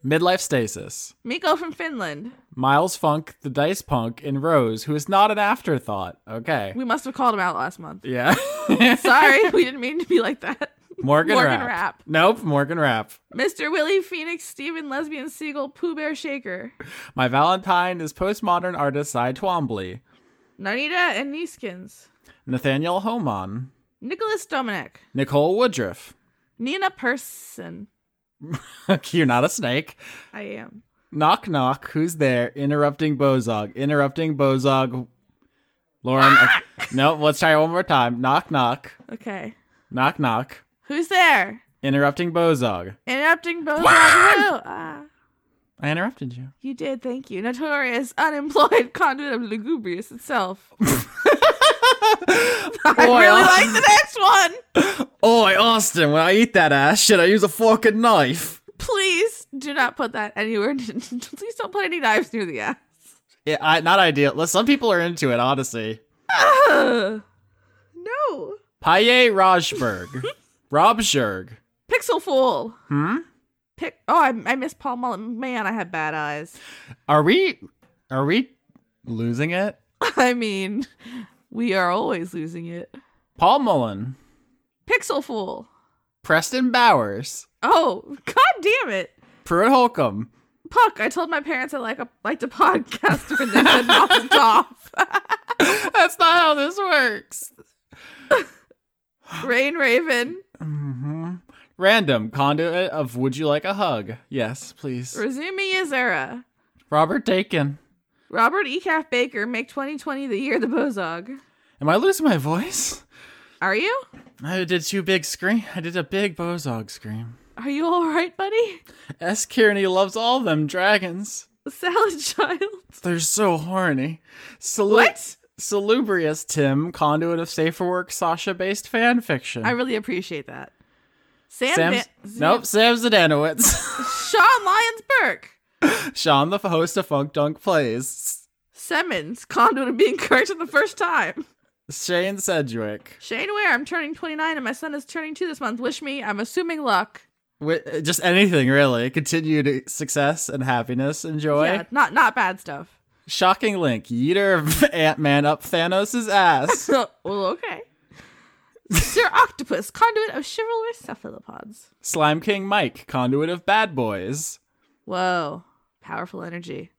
[SPEAKER 3] midlife stasis.
[SPEAKER 5] Miko from Finland.
[SPEAKER 3] Miles Funk, the Dice Punk, and Rose, who is not an afterthought. Okay.
[SPEAKER 5] We must have called him out last month.
[SPEAKER 3] Yeah.
[SPEAKER 5] Sorry, we didn't mean to be like that.
[SPEAKER 3] Morgan,
[SPEAKER 5] Morgan
[SPEAKER 3] Rapp.
[SPEAKER 5] Rapp.
[SPEAKER 3] Nope, Morgan Rapp.
[SPEAKER 5] Mr. Willie Phoenix, Steven Lesbian Siegel, Pooh Bear Shaker,
[SPEAKER 3] My Valentine is postmodern artist Cy Twombly.
[SPEAKER 5] Nanita and Neeskins,
[SPEAKER 3] Nathaniel Homan.
[SPEAKER 5] Nicholas Dominic,
[SPEAKER 3] Nicole Woodruff.
[SPEAKER 5] Nina Person.
[SPEAKER 3] You're not a snake.
[SPEAKER 5] I am.
[SPEAKER 3] Knock knock. Who's there? Interrupting Bozog. Interrupting Bozog. Lauren. I- no, let's try it one more time. Knock knock.
[SPEAKER 5] Okay.
[SPEAKER 3] Knock knock.
[SPEAKER 5] Who's there?
[SPEAKER 3] Interrupting Bozog.
[SPEAKER 5] Interrupting both of you. Ah,
[SPEAKER 3] I interrupted you.
[SPEAKER 5] you did, thank you. Notorious, unemployed conduit of lugubrious itself. I really like the next one.
[SPEAKER 3] Oi, Austin, when I eat that ass, should I use a fork and knife?
[SPEAKER 5] Please do not put that anywhere. Please don't put any knives near the ass.
[SPEAKER 3] Yeah, I, not ideal. Well, Some people are into it, honestly.
[SPEAKER 5] Ugh. No.
[SPEAKER 3] Paye Rajberg. Rob Sherg.
[SPEAKER 5] Pixel Fool.
[SPEAKER 3] Hmm?
[SPEAKER 5] Pic- oh, I, I miss Paul Mullen. Man, I have bad eyes.
[SPEAKER 3] Are we are we losing it?
[SPEAKER 5] I mean, we are always losing it.
[SPEAKER 3] Paul Mullen,
[SPEAKER 5] Pixel Fool.
[SPEAKER 3] Preston Bowers,
[SPEAKER 5] Oh, god damn it.
[SPEAKER 3] Pruitt Holcomb,
[SPEAKER 5] Puck, I told my parents I like a liked a podcaster and they said knock it off.
[SPEAKER 3] That's not how this works.
[SPEAKER 5] Rain Raven,
[SPEAKER 3] hmm Random conduit of Would You Like a Hug? Yes, please.
[SPEAKER 5] Razumi Yazera,
[SPEAKER 3] Robert Dakin.
[SPEAKER 5] Robert E. Calf Baker, make 2020 the year of the Bozog.
[SPEAKER 3] Am I losing my voice?
[SPEAKER 5] Are you?
[SPEAKER 3] I did two big scream. I did a big Bozog scream.
[SPEAKER 5] Are you alright, buddy?
[SPEAKER 3] S. Kearney loves all them dragons.
[SPEAKER 5] Salad Child.
[SPEAKER 3] They're so horny. Salu-
[SPEAKER 5] What?
[SPEAKER 3] Salubrious Tim, conduit of safer work, Sasha-based fan fiction.
[SPEAKER 5] I really appreciate that. Sam,
[SPEAKER 3] Sam,
[SPEAKER 5] Van-
[SPEAKER 3] nope, Sam Zadanowitz.
[SPEAKER 5] Sean Lyons Burke.
[SPEAKER 3] Sean, the host of Funk Dunk Plays.
[SPEAKER 5] Simmons, conduit of being correct for the first time.
[SPEAKER 3] Shane Sedgwick.
[SPEAKER 5] Shane Ware, I'm turning 29 and my son is turning 2 this month. Wish me, I'm assuming luck.
[SPEAKER 3] Wi- just anything, really. Continued success and happiness and joy.
[SPEAKER 5] Yeah, not not bad stuff.
[SPEAKER 3] Shocking Link. Yeeter of Ant Man up Thanos' ass.
[SPEAKER 5] well, okay. Sir Octopus, conduit of chivalrous cephalopods.
[SPEAKER 3] Slime King Mike, conduit of Bad Boys.
[SPEAKER 5] Whoa, powerful energy.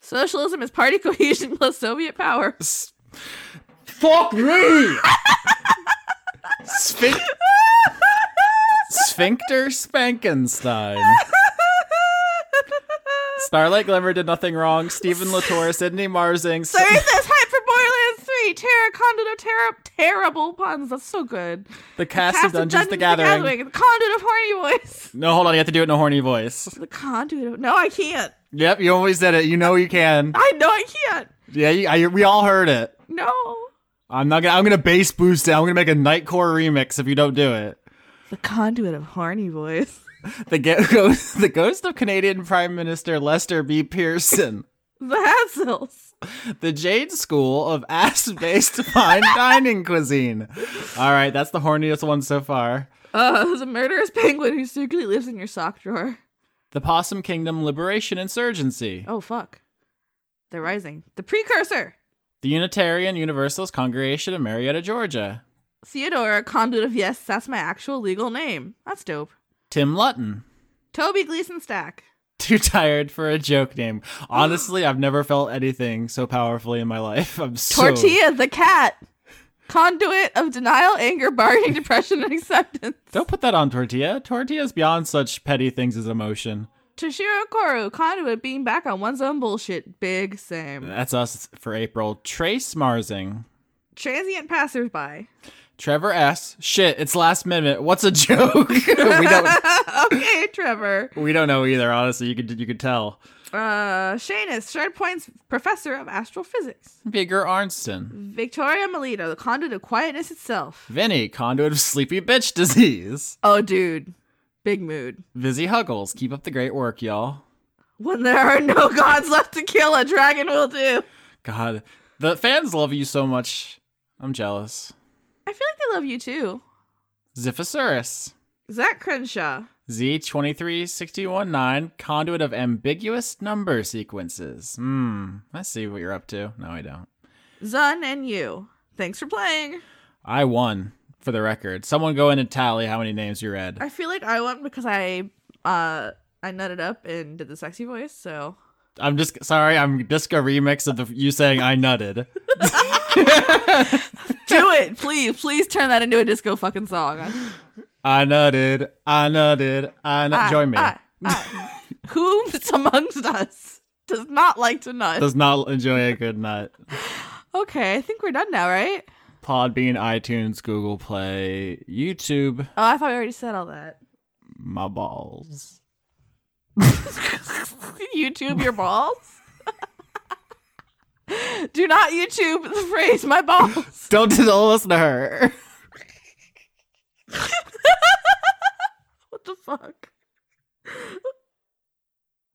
[SPEAKER 5] Socialism is party cohesion plus Soviet power.
[SPEAKER 3] S- Fuck me! Sphin- Sphincter Spankenstein. Starlight Glimmer did nothing wrong. Stephen Latour, Sydney Marzing.
[SPEAKER 5] There is this hype for Borderlands 3. Terra conduit of terra- terrible puns. That's so good.
[SPEAKER 3] The cast, of Dungeons, the Gathering.
[SPEAKER 5] The conduit of horny voice.
[SPEAKER 3] No, hold on. You have to do it in a horny voice.
[SPEAKER 5] The conduit of. No, I can't.
[SPEAKER 3] Yep, you always did it. You know you can.
[SPEAKER 5] I know I can't.
[SPEAKER 3] Yeah, you, I, we all heard it.
[SPEAKER 5] No.
[SPEAKER 3] I'm not gonna. I'm gonna bass boost it. I'm gonna make a nightcore remix if you don't do it.
[SPEAKER 5] The conduit of horny voice.
[SPEAKER 3] The ge- ghost, the ghost of Canadian Prime Minister Lester B. Pearson.
[SPEAKER 5] The Hatzels.
[SPEAKER 3] the Jade School of Ass Based Fine Dining Cuisine. All right, that's the horniest one so far.
[SPEAKER 5] Uh, there's a murderous penguin who secretly lives in your sock drawer.
[SPEAKER 3] The Possum Kingdom Liberation Insurgency.
[SPEAKER 5] Oh fuck. They're rising. The precursor.
[SPEAKER 3] The Unitarian Universalist Congregation of Marietta, Georgia.
[SPEAKER 5] Theodora, conduit of yes, that's my actual legal name. That's dope.
[SPEAKER 3] Tim Lutton.
[SPEAKER 5] Toby Gleason Stack.
[SPEAKER 3] Too tired for a joke name. Honestly, I've never felt anything so powerfully in my life. I'm so
[SPEAKER 5] Tortilla the cat. Conduit of denial, anger, bargaining, depression, and acceptance.
[SPEAKER 3] Don't put that on tortilla. Tortilla's beyond such petty things as emotion.
[SPEAKER 5] Toshiro Koru, conduit being back on one's own bullshit. Big same.
[SPEAKER 3] That's us for April. Trace Marsing.
[SPEAKER 5] Transient passersby.
[SPEAKER 3] Trevor S. Shit, it's last minute. What's a joke? we don't
[SPEAKER 5] okay, Trevor.
[SPEAKER 3] we don't know either, honestly. You could you could tell.
[SPEAKER 5] Uh, Shanus, Shred Point's professor of astral physics.
[SPEAKER 3] Bigger Arnston.
[SPEAKER 5] Victoria Melito, the conduit of quietness itself.
[SPEAKER 3] Vinny, conduit of sleepy bitch disease.
[SPEAKER 5] Oh, dude. Big mood.
[SPEAKER 3] Vizzy Huggles, keep up the great work, y'all.
[SPEAKER 5] When there are no gods left to kill, a dragon will do.
[SPEAKER 3] God, the fans love you so much. I'm jealous.
[SPEAKER 5] I feel like they love you too.
[SPEAKER 3] Ziphosaurus.
[SPEAKER 5] Zach Crenshaw.
[SPEAKER 3] Z23619, conduit of ambiguous number sequences. Hmm, I see what you're up to. No, I don't.
[SPEAKER 5] Zun and you. Thanks for playing.
[SPEAKER 3] I won, for the record. Someone go in and tally how many names you read.
[SPEAKER 5] I feel like I won because I uh I nutted up and did the sexy voice, so
[SPEAKER 3] I'm just sorry, I'm just a remix of the you saying I nutted.
[SPEAKER 5] do it, please, please turn that into a disco fucking song.
[SPEAKER 3] I nutted, I nutted, I nut.
[SPEAKER 5] I-
[SPEAKER 3] Join me.
[SPEAKER 5] I- I- Ah, Who amongst us does not like to nut?
[SPEAKER 3] Does not enjoy a good nut.
[SPEAKER 5] okay, I think we're done now, right?
[SPEAKER 3] Podbean, iTunes, Google Play, YouTube,
[SPEAKER 5] Oh, I thought we already said all that.
[SPEAKER 3] my balls.
[SPEAKER 5] YouTube your balls. do not YouTube the phrase "my balls."
[SPEAKER 3] Don't tell listen to her.
[SPEAKER 5] What the fuck?